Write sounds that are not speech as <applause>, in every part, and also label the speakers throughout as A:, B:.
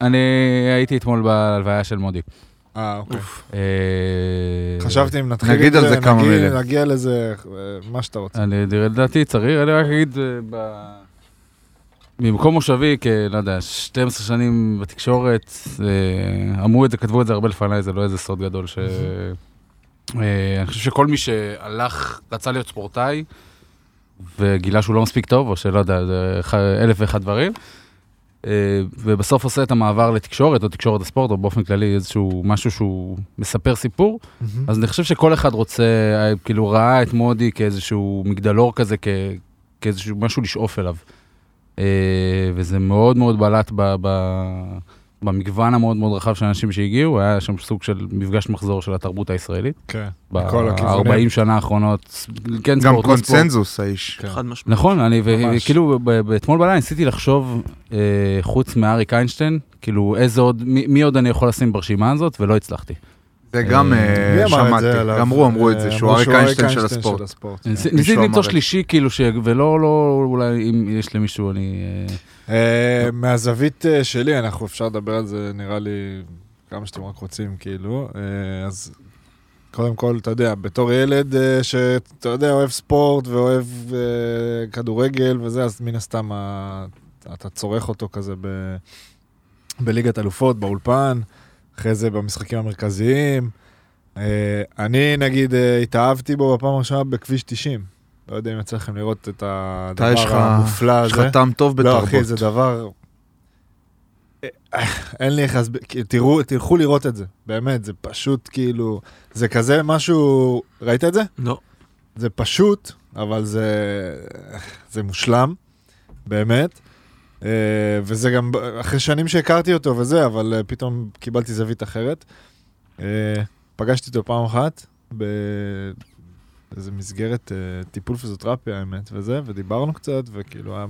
A: אני הייתי אתמול בהלוויה של מודי.
B: אה, אוקיי.
A: אה,
B: חשבתי אם נתחיל
C: נגיד
B: את זה,
C: על זה כמה
B: נגיע-
C: מילים.
B: נגיע לזה, אה, מה שאתה רוצה.
A: אני לדעתי צריך, אני רק אגיד, אה, ב- ממקום מושבי, כלא יודע, 12 שנים בתקשורת, אה, אמרו את זה, כתבו את זה הרבה לפניי, זה לא איזה סוד גדול ש... אה, אני חושב שכל מי שהלך, רצה להיות ספורטאי, וגילה שהוא לא מספיק טוב, או שלא יודע, זה ח- אלף ואחד דברים, אה, ובסוף עושה את המעבר לתקשורת, או תקשורת הספורט, או באופן כללי איזשהו משהו שהוא מספר סיפור, אז אני חושב שכל אחד רוצה, אה, כאילו ראה את מודי כאיזשהו מגדלור כזה, כ... כאיזשהו משהו לשאוף אליו. אה, וזה מאוד מאוד בלט ב... ב... במגוון המאוד מאוד רחב של אנשים שהגיעו, היה שם סוג של מפגש מחזור של התרבות הישראלית.
B: כן. מכל הכיוונים.
A: ב-40 שנה האחרונות, כן
C: גם
A: ספורט, לא ספורט.
C: קונצנזוס האיש.
B: כן.
D: חד משמעית.
A: נכון, אני ו-
B: ממש.
A: כאילו, ב- ב- אתמול בלילה ניסיתי לחשוב, אה, חוץ מאריק איינשטיין, כאילו איזה עוד, מי מי עוד אני יכול לשים ברשימה הזאת, ולא הצלחתי.
C: זה גם
A: אה,
C: אה,
B: מי אמר את
C: שמעתי,
B: זה עליו?
C: גם הוא אמרו את זה,
B: אה,
C: שהוא
B: אמרו
C: אריק איינשטיין של
B: איינשטיין
C: הספורט.
B: הספורט.
A: ניס-
C: מישהו
A: ניסיתי
C: אמר
A: למצוא
C: את זה.
A: שלישי, כאילו, ש- ולא, לא, אולי אם יש למישהו, אני... אה,
B: אה, מהזווית אה, שלי, אנחנו אפשר לדבר על זה, נראה לי, כמה שאתם רק רוצים, כאילו. אה, אז קודם כל, אתה יודע, בתור ילד אה, שאתה יודע, אוהב ספורט ואוהב אה, כדורגל וזה, אז מן הסתם ה- אתה צורך אותו כזה ב... בליגת אלופות, באולפן, אחרי זה במשחקים המרכזיים. אה, אני, נגיד, אה, התאהבתי בו בפעם הראשונה בכביש 90. לא יודע אם יצא לכם לראות את הדבר
C: יש לך-
B: המופלא הזה.
C: יש לך טעם טוב
B: לא, אחי, זה
C: בתרבות.
B: דבר... אה, אין לי איך להסביר, כאילו, תראו, תלכו לראות את זה, באמת, זה פשוט כאילו, זה כזה משהו, ראית את זה?
D: לא.
B: זה פשוט, אבל זה, זה מושלם, באמת. אה, וזה גם ב- אחרי שנים שהכרתי אותו וזה, אבל אה, פתאום קיבלתי זווית אחרת. אה, פגשתי אותו פעם אחת באיזה מסגרת אה, טיפול פיזיותרפיה, האמת, וזה, ודיברנו קצת, וכאילו היה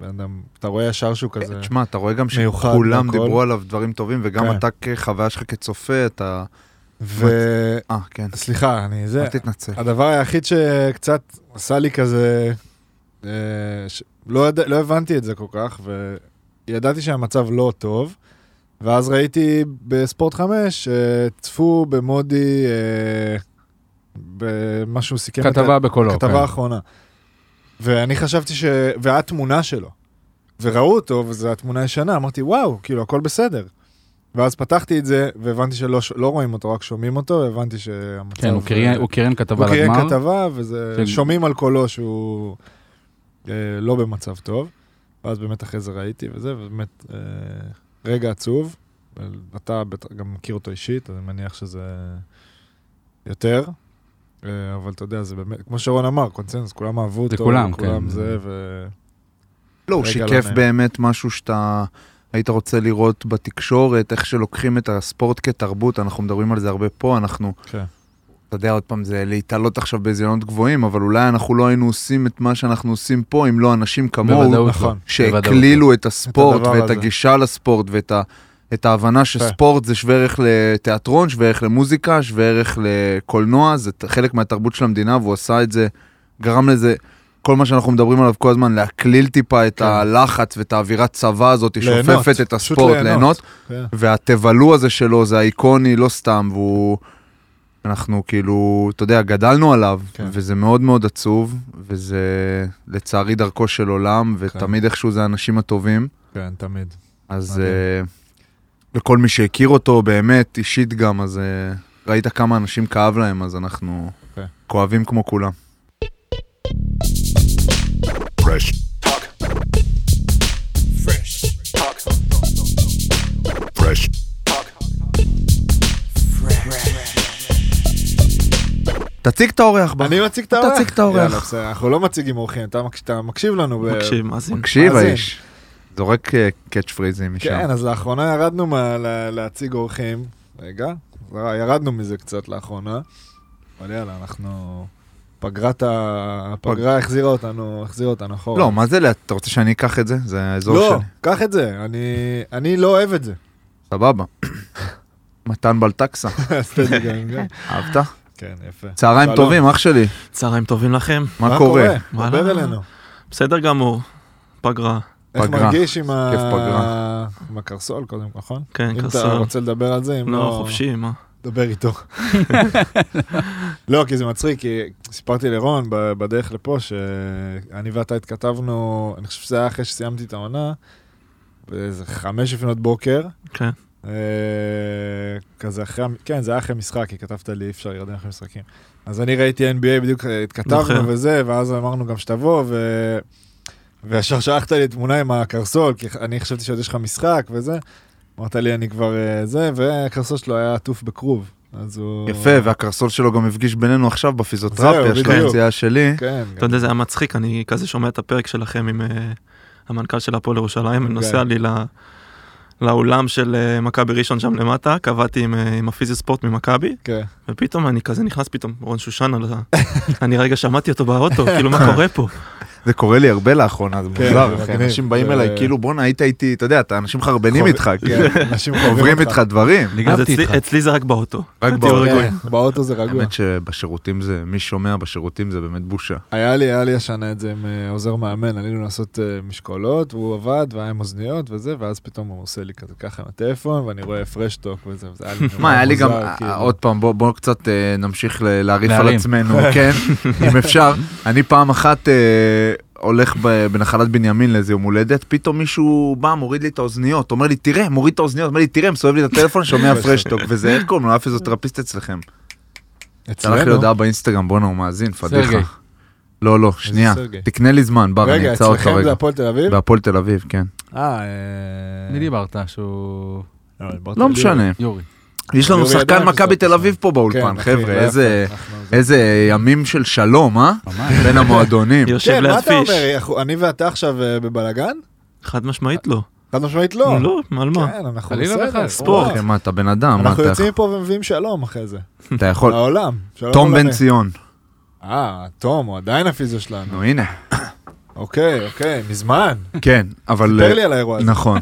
B: בן אדם, אתה רואה ישר שהוא כזה...
C: אה, תשמע, אתה רואה גם
B: מיוחד
C: שכולם
B: והכל.
C: דיברו עליו דברים טובים, וגם
B: כן.
C: אתה כחוויה שלך כצופה, אתה...
B: ו...
C: אה, כן.
B: סליחה, אני זה...
C: אל תתנצל.
B: הדבר היחיד שקצת עשה לי כזה, אה, ש... לא, יד... לא הבנתי את זה כל כך, וידעתי שהמצב לא טוב, ואז ראיתי בספורט 5, אה, צפו במודי, אה, במה שהוא סיכם את
A: כתבה בקולו.
B: כתבה
A: כן.
B: האחרונה. ואני חשבתי ש... והיה תמונה שלו. וראו אותו, וזו התמונה הישנה, אמרתי, וואו, כאילו, הכל בסדר. ואז פתחתי את זה, והבנתי שלא ש... לא רואים אותו, רק שומעים אותו, והבנתי שהמצב... אה,
A: כן, הוא קריין- הוא קריין
B: הוא
A: כתבה
B: קריין
A: לגמר.
B: כתבה, וזה...
A: של-
B: שומעים על קולו שהוא אה, לא במצב טוב. ואז באמת אחרי זה ראיתי וזה, ובאמת אה, רגע עצוב. אתה בטח גם מכיר אותו אישית, אני מניח שזה יותר. אה, אבל אתה יודע, זה באמת, כמו שרון אמר, קונצנזוס, כולם אהבו
A: זה
B: אותו.
A: כולם,
B: כולם
A: כן.
B: זה, ו...
C: לא, הוא
B: רגע לא
C: שיקף
B: נעים.
C: באמת משהו שאתה היית רוצה לראות בתקשורת, איך שלוקחים את הספורט כתרבות, אנחנו מדברים על זה הרבה פה, אנחנו,
B: כן.
C: אתה יודע, עוד פעם, זה להתעלות עכשיו בזיונות גבוהים, אבל אולי אנחנו לא היינו עושים את מה שאנחנו עושים פה, אם לא אנשים כמוהו,
A: בוודאות לא.
B: נכון.
C: שהקלילו את הספורט
B: הדבר
C: ואת
B: הזה.
C: הגישה לספורט ואת ה... את ההבנה שספורט זה שווה ערך לתיאטרון, שווה ערך למוזיקה, שווה ערך לקולנוע, זה ת- חלק מהתרבות של המדינה, והוא עשה את זה, גרם לזה, כל מה שאנחנו מדברים עליו כל הזמן, להקליל טיפה את
B: כן.
C: הלחץ ואת האווירת צבא הזאת,
B: ליהנות,
C: שופפת את
B: פשוט
C: הספורט,
B: ליהנות.
C: ליהנות,
B: כן.
C: והתבלו הזה שלו, זה האיקוני, לא סתם, והוא... אנחנו כאילו, אתה יודע, גדלנו עליו,
B: כן.
C: כן. וזה מאוד מאוד עצוב, וזה לצערי דרכו של עולם, ותמיד איכשהו זה האנשים הטובים.
B: כן, תמיד.
C: אז
B: מדהים.
C: אה, לכל מי שהכיר אותו, באמת, אישית גם, אז אה, ראית כמה אנשים כאב להם, אז אנחנו
B: אוקיי.
C: כואבים כמו כולם. תציג את האורח, ב-
B: אני מציג את האורח.
C: תציג את האורח.
B: יאללה, בסדר, אנחנו לא מציגים אורחים, אתה מקש- אתה מקשיב לנו. ב-
D: מקשיב, מאזין.
C: תקשיב
B: מאזין.
C: האיש. זורק אה, קאץ' פרייזים משם.
B: כן, אז לאחרונה ירדנו מה- לה- להציג אורחים. רגע, לא, ירדנו מזה קצת לאחרונה. אבל יאללה, אנחנו... פגרת ה... הפגרה החזירה אותנו, החזירה אותנו אחורה.
C: לא, מה זה, לה- אתה רוצה שאני אקח את זה? זה האזור
B: לא,
C: שלי.
B: קח את זה, אני- אני לא אוהב את
C: <laughs>
B: זה.
C: סבבה. מתן בלטקסה,
B: אז תן לי גם- גם.
C: אהבת?
B: כן, יפה.
C: צהריים
B: שלום.
C: טובים, אח שלי,
D: צהריים טובים לכם.
C: מה קורה?
B: דבר
D: וואלה.
B: אלינו.
D: בסדר גמור. פגרה.
B: איך
C: פגרה.
B: מרגיש עם ה-
C: כיף פגרה.
B: עם הקרסול קודם, נכון?
D: כן,
B: אם אתה
D: קרסול.
B: רוצה לדבר על זה, אם לא...
D: לא, חופשי, מה?
B: דבר איתו. לא, כי זה מצחיק, כי סיפרתי לרון ב- בדרך לפה, שאני ואתה התכתבנו, אני חושב שזה היה אחרי שסיימתי את העונה, באיזה חמש לפנות בוקר.
D: כן.
B: אה, כזה אחרי, המ- כן, זה היה אחרי משחק, כי כתבת לי, אי אפשר ירדן אחרי משחקים. אז אני ראיתי NBA, בדיוק אה,
D: זוכר.
B: התכתבנו וזה, ואז אמרנו גם שתבוא, ו... וישר שלחת לי תמונה עם הקרסול, כי אני חשבתי שעוד יש לך משחק וזה. אמרת לי, אני כבר אה, זה, והקרסול שלו היה עטוף בכרוב. אז הוא...
C: יפה, והקרסול שלו גם הפגיש בינינו עכשיו
B: זהו,
C: בפיזיותרפיה של
B: בדיוק.
C: היציאה שלי.
B: כן,
D: אתה יודע, זה היה מצחיק, אני כזה שומע את הפרק שלכם עם אה, המנכ"ל של הפועל ירושלים, אני נוסע לי ל- לאולם של אה, מכבי ראשון שם למטה, קבעתי עם, אה, עם הפיזיוספורט ממכבי,
B: כן.
D: ופתאום אני כזה נכנס פתאום, רון שושן על ה... אני רגע שמעתי אותו באוטו, כאילו מה קורה פה?
C: זה קורה לי הרבה לאחרונה, זה
B: כן,
C: מוזר,
B: זה
C: אחי.
B: מגניב.
C: אנשים באים
B: זה-
C: אליי, כאילו, בואנה, היית איתי, אתה יודע, אתה אנשים חרבנים
B: חוב-
C: איתך, כאילו,
B: כן, אנשים
C: עוברים איתך דברים.
D: אז
A: ניגבתי
D: אצלי,
A: איתך.
D: אצלי זה רק באוטו.
C: רק
D: תהיו
C: באוטו.
D: רגועים.
B: כן, באוטו זה רגוע.
C: האמת שבשירותים זה, מי שומע בשירותים זה באמת בושה.
B: היה לי, היה לי השנה את זה עם אה, עוזר מאמן, עלינו לעשות אה, משקולות, והוא עבד, והיה עם אוזניות וזה, ואז פתאום הוא עושה לי כזה ככה עם הטלפון, ואני רואה פרשטוק וזה, וזה היה לי נורא
C: מה, היה לי
B: מוזר,
C: גם, אה,
B: כאילו.
C: עוד פעם, בוא- בואו קצת אה, נמשיך ל- להעריף על
A: להרים.
C: עצמנו, כן, אם אפשר. אני פעם אחת אה, הולך ב- בנחלת בנימין לאיזה יום הולדת, פתאום מישהו בא, מוריד לי את האוזניות, אומר לי, תראה, מוריד את האוזניות, אומר לי, תראה, מסובב לי את
B: <laughs>
C: הטלפון, שומע פרשטוק, וזה איך קוראים לו, היה פיזיותרפיסט אצלכם. שלח לי
B: אצלנו?
C: הודעה באינסטגרם, בואנה, הוא מאזין, פדיחה.
A: סרגי.
C: לא, לא, שנייה,
B: סרגי?
C: תקנה לי זמן, בר, אני
B: רגע,
C: אמצא אותך
B: אצלכם זה
C: רגע.
B: הפועל תל אביב?
C: בהפועל תל אביב, כן.
B: אה, אה,
A: מי דיברת שהוא...
B: לא, דיברת
C: לא
B: על יורי.
C: משנה.
A: יורי.
C: יש לנו
B: יורי
C: שחקן
B: ידיים
C: מכבי
B: שזאת
C: תל אביב פה באולפן,
B: כן, אחי,
C: חבר'ה,
B: לא
C: איזה...
B: יפה, אנחנו זה.
C: איזה ימים של שלום, אה?
A: ממש.
C: בין המועדונים.
D: <laughs> יושב
B: כן, מה
D: ליד
B: אתה
D: פיש.
B: אומר, אנחנו- אני ואתה עכשיו אה, בבלגן?
D: חד משמעית לא.
B: חד משמעית לא.
D: לא, על מה?
B: כן, אנחנו
A: חלילה
B: בסדר.
A: וחס.
D: ספורט.
C: אחי, מה, אתה בן אדם, מה
B: אנחנו
C: אתה יכול...
B: יוצאים אה, לא מפה ומביאים שלום אחרי זה.
C: אתה יכול...
B: העולם. שלום
C: תום
B: עולמי.
C: בן ציון.
B: אה, תום, הוא עדיין הפיזיו שלנו.
C: נו, הנה.
B: אוקיי, אוקיי, מזמן.
C: כן, אבל...
B: ספר לי על האירוע הזה.
C: נכון.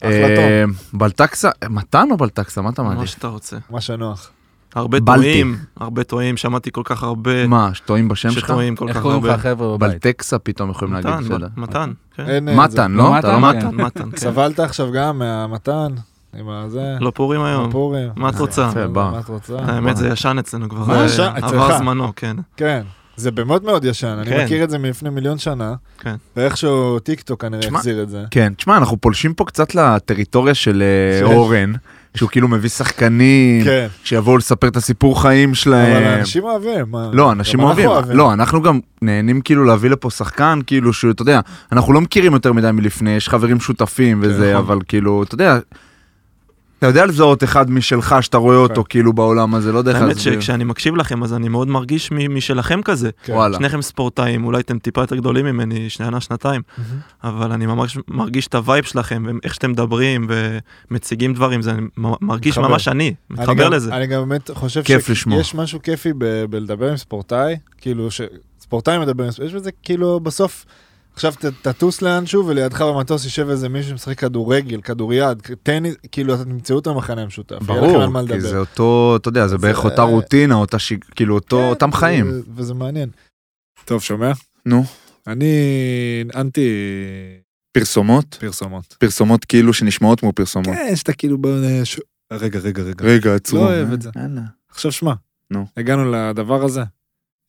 B: אחלה
C: אה, בלטקסה, מתן או בלטקסה? מה אתה
D: מה
C: מעדיף?
D: שאתה רוצה.
B: מה שנוח.
D: הרבה
C: בלטי.
D: טועים, הרבה טועים, שמעתי כל כך הרבה
C: מה, שטועים בשם שלך?
D: כן. שטועים כל
A: איך
D: כך
A: קוראים לך
D: הרבה.
A: החבר'ה בבית?
C: בלטקסה פתאום יכולים להגיד,
D: מתן,
C: בסדר.
D: מתן, כן.
B: אין, אה, זה.
C: מתן, לא?
A: לא,
C: אתה לא
A: מתן,
C: מתן?
A: כן.
D: מתן, מתן, כן.
B: סבלת עכשיו גם מהמתן, עם הזה,
D: לא פורים היום.
B: הפורים. לא,
D: מה את רוצה?
C: יפה, בר.
B: מה את רוצה?
D: האמת זה ישן אצלנו כבר,
B: מה
D: אה,
B: ישן?
D: עבר
B: אצלך.
D: זמנו, כן.
B: כן. זה באמת מאוד ישן, אני
D: כן.
B: מכיר את זה מלפני מיליון שנה,
D: כן.
B: ואיכשהו טיקטוק כנראה
C: תשמע,
B: החזיר את זה.
C: כן, תשמע, אנחנו פולשים פה קצת לטריטוריה של אה,
B: של-
C: אורן, שהוא כאילו מביא שחקנים,
B: כן,
C: שיבואו לספר את הסיפור חיים
B: אבל
C: שלהם.
B: אנשים אוהבים. מה-
C: אה, לא, אנשים
B: גם אנחנו
C: אוהבים. לא, אנחנו גם נהנים כאילו להביא לפה שחקן, כאילו שהוא, אתה יודע, אנחנו לא מכירים יותר מדי מלפני, יש חברים שותפים וזה,
B: נכון.
C: אבל כאילו, אתה יודע, אתה יודע לזהות אחד משלך שאתה רואה
B: כן.
C: אותו כאילו בעולם הזה, לא יודע איך
D: האמת
C: להסביר.
D: שכשאני מקשיב לכם אז אני מאוד מרגיש מ- משלכם כזה.
B: כן.
A: לא.
C: וואלה.
D: שניכם ספורטאים, אולי אתם טיפה יותר גדולים ממני, שנה, שנתיים, אבל אני ממש מרגיש את הווייב שלכם, ואיך שאתם מדברים ומציגים דברים, זה אני מ- מרגיש
B: מתחבר.
D: ממש אני,
B: אני
D: מתחבר
B: גם-
D: לזה.
B: אני גם באמת חושב
C: כיף לשמוע.
B: שיש משהו כיפי ב- בלדבר עם ספורטאי, כאילו שספורטאי מדבר עם ספורטאי, יש בזה כאילו בסוף, עכשיו ת- תטוס לאנשהו ולידך במטוס יישב איזה מישהו שמשחק כדורגל, כדוריד, כ- טניס, כאילו אתם תמצאו את המחנה המשותף. יהיה לכם על מה
C: ברור, כי
B: לדבר.
C: זה אותו, אתה יודע, זה
B: זה-
C: בערך אותה רוטינה, אותה שיג- כאילו אותו-
B: כן,
C: אותם חיים.
B: ו- וזה מעניין. טוב, שומע?
C: נו,
B: אני אנטי
C: פרסומות?
B: פרסומות.
C: פרסומות כאילו שנשמעות כמו פרסומות.
B: כן, שאתה כאילו בוא... נ- ש- רגע, רגע, רגע.
C: רגע, עצרו.
B: לא אוהב את זה.
C: כן. יאללה.
B: עכשיו שמע,
C: נו.
B: הגענו לדבר הזה,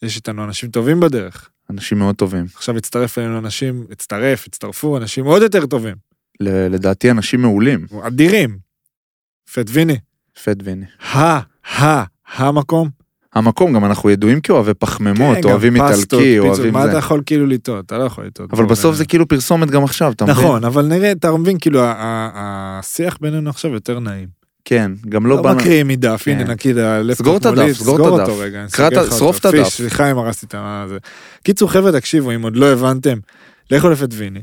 B: יש איתנו אנשים טובים בדרך.
C: אנשים מאוד טובים.
B: עכשיו הצטרף אלינו אנשים, הצטרף, הצטרפו, אנשים עוד יותר טובים,
C: ל- לדעתי אנשים מעולים.
B: אדירים. פטוויני,
C: פדוויני.
B: ה, ה, המקום.
C: המקום, גם אנחנו ידועים כאוהבי פחמימות,
B: כן, גם
C: אוהבים
B: פסטות,
C: איטלקי,
B: פיצות,
C: אוהבים
B: מה אתה
C: זה.
B: יכול כאילו לטעות? אתה לא יכול לטעות.
C: אבל
B: בוא,
C: בסוף
B: אה,
C: זה כאילו פרסומת גם עכשיו, אתה מבין?
B: נכון, אבל נראה, אתה מבין, כאילו, ה- ה- השיח בינינו עכשיו יותר נעים.
C: כן, גם לא
B: לא
C: באנו...
B: מקריאים מדף,
C: כן.
B: הנה נגיד הלפטופ
C: סגור את הדף,
B: מולי,
C: סגור את הדף.
B: אותו רגע, אני
C: קרא את
B: סוגר
C: ה-
B: לך
C: שרוף
B: אותו.
C: את הדף.
B: פיש, סליחה אם הרסתי את ה... זה. קיצור, חבר'ה, תקשיבו, אם עוד לא הבנתם, לכו לפטוויני,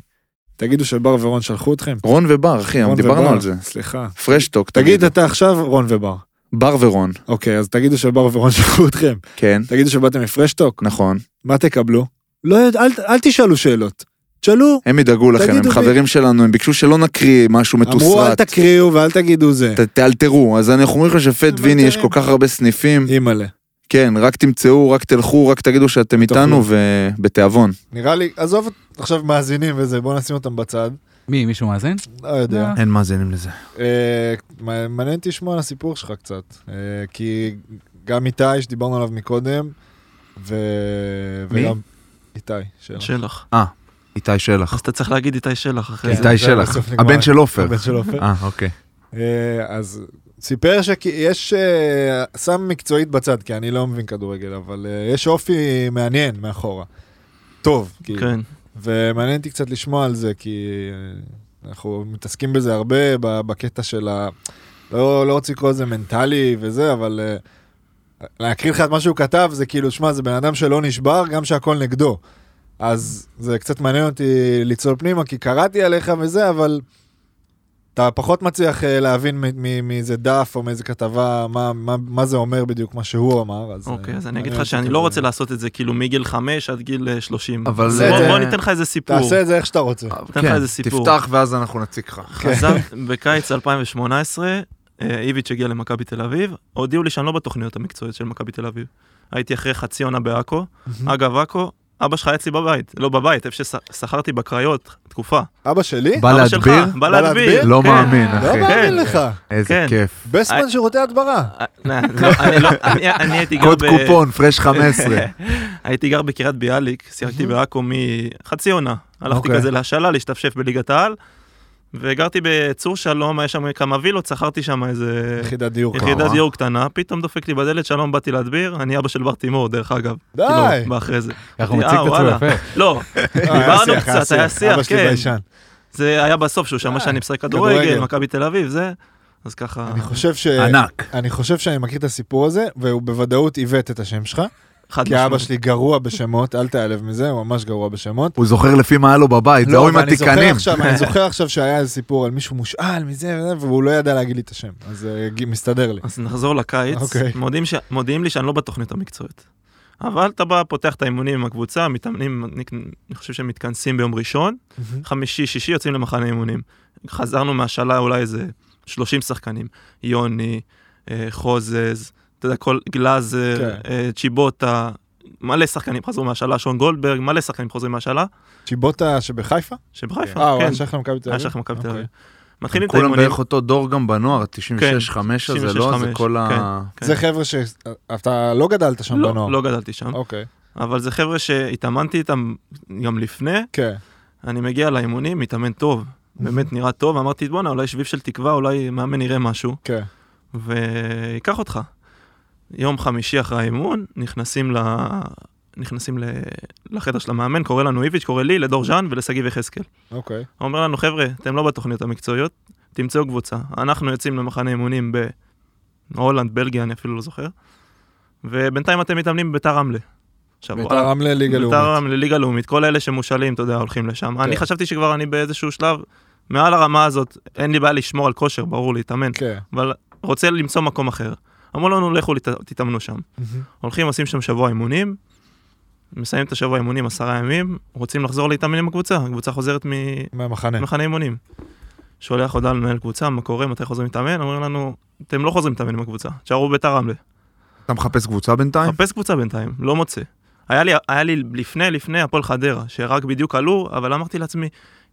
B: תגידו שבר ורון שלחו אתכם.
C: רון ובר, אחי,
B: רון
C: היום דיברנו
B: ובר,
C: על זה.
B: סליחה.
C: פרשטוק,
B: תגיד אתה עכשיו רון ובר.
C: בר ורון,
B: אוקיי, אז תגידו שבר ורון <laughs> שלחו אתכם.
C: כן,
B: תגידו שבאתם מפרשטוק,
C: נכון.
B: מה תקבלו? לא יודע, אל, אל תשאלו שאלות. תשאלו,
C: הם ידאגו לכם,
B: תגידו
C: הם
B: לי-
C: חברים שלנו, הם ביקשו שלא נקריא משהו
B: אמרו אל
C: מתוסרט.
B: תקריאו ואל תגידו זה.
C: ת- תאלתרו, אז אנחנו אומרים לך שפט
B: אבל
C: ויני
B: זה-
C: יש כל כך הרבה סניפים,
B: אימא'לה.
C: כן, רק תמצאו, רק תלכו, רק תגידו שאתם איתנו, ובתיאבון.
B: נראה לי, עזוב עכשיו מאזינים וזה, בוא נשים אותם בצד.
A: מי, מישהו מאזין?
B: לא יודע.
C: אין מאזינים לזה.
B: אה, מע- מעניין אותי לשמוע על הסיפור שלך קצת, אה, כי גם איתי, שדיברנו עליו מקודם, ו...
C: מי?
B: וגם... איתי, שלך.
D: שלח.
C: איתי
D: אז
C: שלח.
D: אתה צריך להגיד איתי שלח אחרי
A: כן.
D: זה.
C: איתי
B: זה
C: שלח.
B: בסוף נגמר.
C: הבן של עופר.
B: הבן של עופר.
C: אה, אוקיי.
B: אה, אז סיפר שיש, אה, שם מקצועית בצד, כי אני לא מבין כדורגל, אבל אה, יש אופי מעניין מאחורה. טוב, כאילו.
D: כן.
B: ומעניין אותי קצת לשמוע על זה, כי אה, אנחנו מתעסקים בזה הרבה ב- בקטע של ה... לא, לא רוצה לקרוא לזה מנטלי וזה, אבל אה, להקריא לך את מה שהוא כתב, זה כאילו, שמע, זה בן אדם שלא נשבר, גם שהכל נגדו. אז זה קצת מעניין אותי לצלול פנימה, כי קראתי עליך וזה, אבל אתה פחות מצליח אה, להבין מ- מ- מאיזה דף או מאיזה כתבה, מה, מה, מה זה אומר בדיוק, מה שהוא אמר. אז, אה,
D: אוקיי, אז אני
B: מעניין
D: אגיד לך
B: אותי
D: שאני
B: כזה.
D: לא רוצה לעשות את זה כאילו מגיל 5 עד גיל אה, 30.
C: אבל,
D: אז
B: אה,
D: בוא-
B: זה-
D: בוא ניתן לך איזה סיפור.
B: תעשה את זה איך שאתה רוצה.
D: לך
C: כן,
D: איזה סיפור. אה,
C: תפתח ואז אנחנו נציג לך.
D: עזב בקיץ 2018, אה, איביץ' הגיע למכבי תל אביב, הודיעו לי שאני לא בתוכניות המקצועיות של מכבי תל אביב. הייתי אחרי חצי עונה בעכו. אגב, עכו, אבא שלך היה אצלי בבית, לא בבית, איפה ששכרתי בקריות, תקופה.
B: אבא שלי?
C: בא
D: אבא שלך,
C: להדביר?
D: בא להדביר.
C: לא
D: כן.
C: מאמין,
B: לא
C: אחי.
B: מאמין
D: כן.
B: לך.
C: איזה
D: כן.
C: כיף.
B: בסמן
D: אה,
B: שירותי הדברה.
D: אה, לא, אני לא- אני- אני הייתי גר
C: קוד
D: ב... כן.
C: קופון, פרש
D: <laughs>
C: 15.
D: הייתי גר בקריית ביאליק, שיחקתי בעכו מחצי עונה. הלכתי
B: אוקיי.
D: כזה להשאלה, להשתפשף בליגת העל, וגרתי בצור שלום, היה שם כמה וילות, שכרתי שם איזה
B: יחידת דיור.
C: יחיד-
D: יחידת
C: קרה.
D: דיור קטנה, פתאום דופק לי בדלת, שלום, באתי להדביר, אני אבא של בר תימור, דרך אגב.
B: די.
D: כאילו, באחרי זה.
A: ככה
D: אה,
A: הוא מציג את עצמו
D: וואלה.
A: יפה.
D: לא,
B: אה,
D: דיברנו קצת, היה שיח,
B: אבא שלי
D: כן.
B: ביישן.
D: זה היה בסוף שהוא שמע
B: אה,
D: שאני משחק
B: כדורגל.
D: כדורגל, מכבי תל אביב, זה. אז ככה,
B: אני חושב ש...
C: ענק.
B: אני חושב שאני מכיר את הסיפור הזה, והוא בוודאות עיוות את השם שלך,
D: חד
B: כי אבא שלי גרוע בשמות, אל תיעלב מזה, הוא ממש גרוע בשמות.
C: הוא זוכר לפי מה היה לו בבית, זה
B: לא,
C: ההוא עם
B: אבל אני זוכר
C: התיקנים.
B: עכשיו-
C: <laughs>
B: אני זוכר עכשיו שהיה איזה סיפור על מישהו מושאל מזה וזה, והוא לא ידע להגיד לי את השם, אז אה, ג- מסתדר לי.
D: אז נחזור לקיץ,
B: אוקיי.
D: מודיעים, ש... מודיעים לי שאני לא בתוכנית המקצועית. אבל אתה בא, פותח את האימונים עם הקבוצה, מתאמנים, אני, אני חושב שהם מתכנסים ביום ראשון, חמישי, שישי יוצאים למחנה אימונים. חזרנו מהשאלה אולי איזה 30 שחקנים, יוני, אה, חוזז, אתה יודע, כל גלאזר,
B: כן.
D: אה, צ'יבוטה, מלא שחקנים חזרו מהשאלה, שון גולדברג, מלא שחקנים חוזרים מהשאלה,
B: צ'יבוטה שבחיפה?
D: שבחיפה,
B: אה, הוא
D: כן,
B: היה שייך למכבי תל אביב?
D: היה שייך למכבי תל
B: אוקיי.
D: אביב. מתחילים את
C: כולם
D: האימונים, כן,
C: בערך אותו דור גם בנוער, 96-5 הזה, לא? זה
D: 96-5,
C: כל ה...
D: כן.
B: זה חבר'ה ש... אתה לא גדלת שם
D: לא,
B: בנוער.
D: לא גדלתי שם.
B: אוקיי.
D: אבל זה חבר'ה שהתאמנתי איתם גם לפני,
B: כן.
D: אני מגיע לאימונים, מתאמן טוב, באמת נראה טוב, אמרתי, בואנה, אולי שביב של תקווה, אולי מאמן יראה משהו,
B: כן.
D: ויקח אותך. יום חמישי אחרי האימון, נכנסים ל... נכנסים ל... לחדר של המאמן, קורא לנו איביץ', קורא לי, לדור ז'אן ולשגיב יחזקאל.
B: אוקיי.
D: הוא אומר לנו, חבר'ה, אתם לא בתוכניות המקצועיות, תמצאו קבוצה. אנחנו יוצאים למחנה אימונים בהולנד, בלגיה, אני אפילו לא זוכר, ובינתיים אתם מתאמנים בביתר רמלה. עכשיו,
B: ביתר רמלה ליגה לאומית. כן.
D: ביתר לליגה לאומית, כל אלה שמושאלים, אתה יודע, הולכים לשם. אני חשבתי שכבר אני באיזשהו שלב, מעל הרמה הזאת, אין לי בעיה לשמור על כושר, ברור, להתאמן,
B: כן.
D: אבל רוצה למצוא מקום אחר. אמרו לנו, לכו לת- תתאמנו שם. הולכים, עושים שם שבוע אימונים, מסיימים את השבוע אימונים עשרה ימים, רוצים לחזור להתאמן עם הקבוצה, הקבוצה חוזרת מ-
B: מהמחנה.
D: מחנה אימונים. שולח הודעה למנהל קבוצה, מה קורה, מתי חוזרים להתאמן, אומרים לנו, אתם לא חוזרים להתאמן עם הקבוצה, תשארו בביתר רמלה.
C: אתה מחפש קבוצה בינתיים?
D: מחפש קבוצה בינתיים, לא מוצא. היה לי, היה לי לפני, לפני הפועל חדרה, שרק בדיוק עלו, אבל אמרתי לעצמי,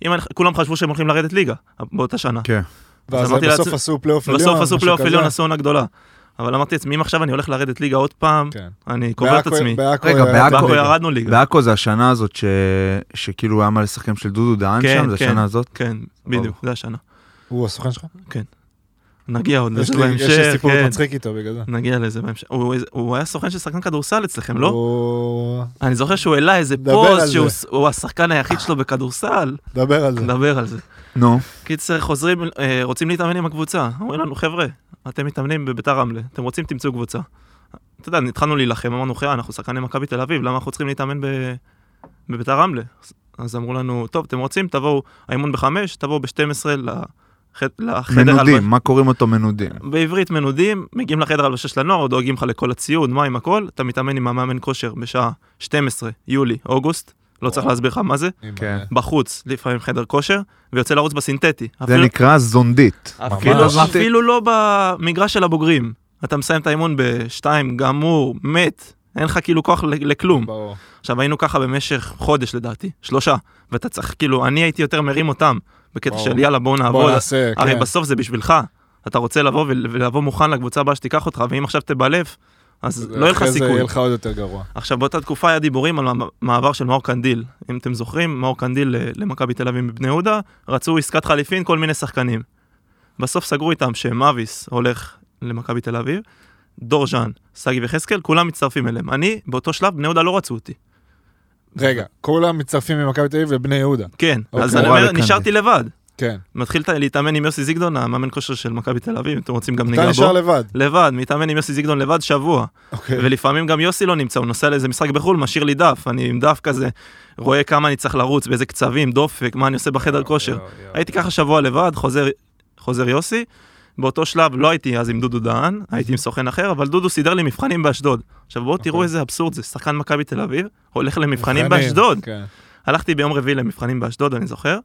D: אם אני, כולם חשבו שהם הולכים לרדת ליגה באותה שנה.
C: כן.
B: ואז
D: אמרתי
B: בסוף
D: לעצמי-
B: עשו פלייאוף עליון.
D: בסוף עשו
B: כן, לא, משהו
D: פלייאוף
B: כזה.
D: עליון, עשו עונה גדולה. אבל אמרתי לעצמי, אם עכשיו אני הולך לרדת ליגה עוד פעם,
B: כן.
D: אני קובע את
B: בעכו-
D: עצמי.
B: בעכו
C: רגע,
B: היה-
C: בעכו-
D: בעכו
C: ליגה.
D: ירדנו ליגה.
C: בעכו זה השנה הזאת ש... שכאילו היה מלא שחקנים של דודו דהן
D: כן,
C: שם, זה
D: כן.
C: השנה הזאת?
D: כן, בדיוק, זה השנה.
B: הוא הסוכן שלך?
D: נגיע עוד
B: יש
D: לזה
B: לי- יש לי
D: בהמשך,
B: סיפור
D: כן.
B: מצחיק איתו בגלל זה.
D: נגיע לזה בהמשך. הוא- הוא היה סוכן של שחקן כדורסל אצלכם, לא?
B: הוא-
D: אני זוכר שהוא העלה איזה
B: דבר על
D: פוסט
B: זה.
D: שהוא הוא השחקן היחיד שלו בכדורסל.
B: דבר על זה.
D: נדבר על זה.
C: נו,
D: קיצר, חוזרים, אה, רוצים להתאמן עם הקבוצה. אומרים לנו, חבר'ה, אתם מתאמנים בביתר רמלה, אתם רוצים, תמצאו קבוצה. אתה יודע, התחלנו להילחם, אמרנו, חבר'ה, אנחנו שחקני מכבי תל אביב, למה אנחנו צריכים להתאמן ב- בביתר רמלה? אז אמרו לנו, טוב, אתם רוצים, תבואו, האימון בחמש, תבואו ב-12 לחדר
C: מנודים, מה קוראים אותו מנודים?
D: בעברית מנודים, מגיעים לחדר הלבשה של הנוער, דואגים לך לכל הציוד, מים, הכל, אתה מתאמן עם המאמן כושר בשעה 12, יולי, אוגוסט, לא צריך להסביר לך מה זה,
C: כן.
D: בחוץ, לפעמים חדר כושר, ויוצא לרוץ בסינתטי.
C: זה
D: אפילו-
C: נקרא זונדית.
B: כאילו
D: אה, אפילו,
B: ממש.
D: אפילו לא במגרש של הבוגרים. אתה מסיים את האימון בשתיים, גמור, מת, אין לך כאילו כוח ל- לכלום.
B: ברור.
D: עכשיו היינו ככה במשך חודש לדעתי, שלושה, ואתה צריך, כאילו, אני הייתי יותר מרים אותם, בקטע
B: ברור.
D: של יאללה בואו
B: בוא
D: נעבוד,
B: נעשה,
D: הרי
B: כן.
D: בסוף זה בשבילך, אתה רוצה לבוא ול- ולבוא מוכן לקבוצה הבאה שתיקח אותך, ואם עכשיו תבלף, אז לא יהיה לך
B: אחרי זה
D: סיכוי.
B: יהיה לך עוד יותר גרוע.
D: עכשיו באותה תקופה היה דיבורים על המ- מעבר של מאור קנדיל, אם אתם זוכרים, מאור קנדיל אה, למכבי תל אביב מבני יהודה, רצו עסקת חליפין כל מיני שחקנים. בסוף סגרו איתם שמאביס הולך למכבי תל אביב, דור ז'אן, סגי וחזקאל, כולם מצטרפים אליהם. אני, באותו שלב, בני יהודה לא רצו אותי.
B: רגע, כולם מצטרפים ממכבי תל אביב לבני יהודה.
D: כן,
B: אוקיי.
D: אז אני
C: מורה
D: אומר,
C: לקנדיל.
D: נשארתי לבד.
B: כן.
D: מתחיל ת- להתאמן עם יוסי זיגדון, המאמן כושר של מכבי תל אביב, אם אתם רוצים גם
B: אתה
D: ניגע
B: נשאר
D: בו.
B: לבד.
D: לבד, מתאמן עם יוסי זיגדון לבד שבוע.
B: אוקיי.
D: ולפעמים גם יוסי לא נמצא, הוא נוסע לאיזה משחק בחו"ל, משאיר לי דף, אני עם דף כזה, רואה כמה אני צריך לרוץ, באיזה קצבים, דופק, מה אני עושה בחדר כושר. הייתי ככה שבוע לבד, חוזר, חוזר יוסי. באותו שלב לא הייתי אז עם דודו דהן, הייתי עם סוכן אחר, אבל דודו סידר לי מבחנים באשדוד. עכשיו בואו תראו
B: אוקיי.
D: איזה אבסורד זה, שחקן מכבי תל אביב, הולך למבחנים באשדוד.
B: כן.
D: הלכתי ביום רביעי למבחנים באשדוד, אני זוכר,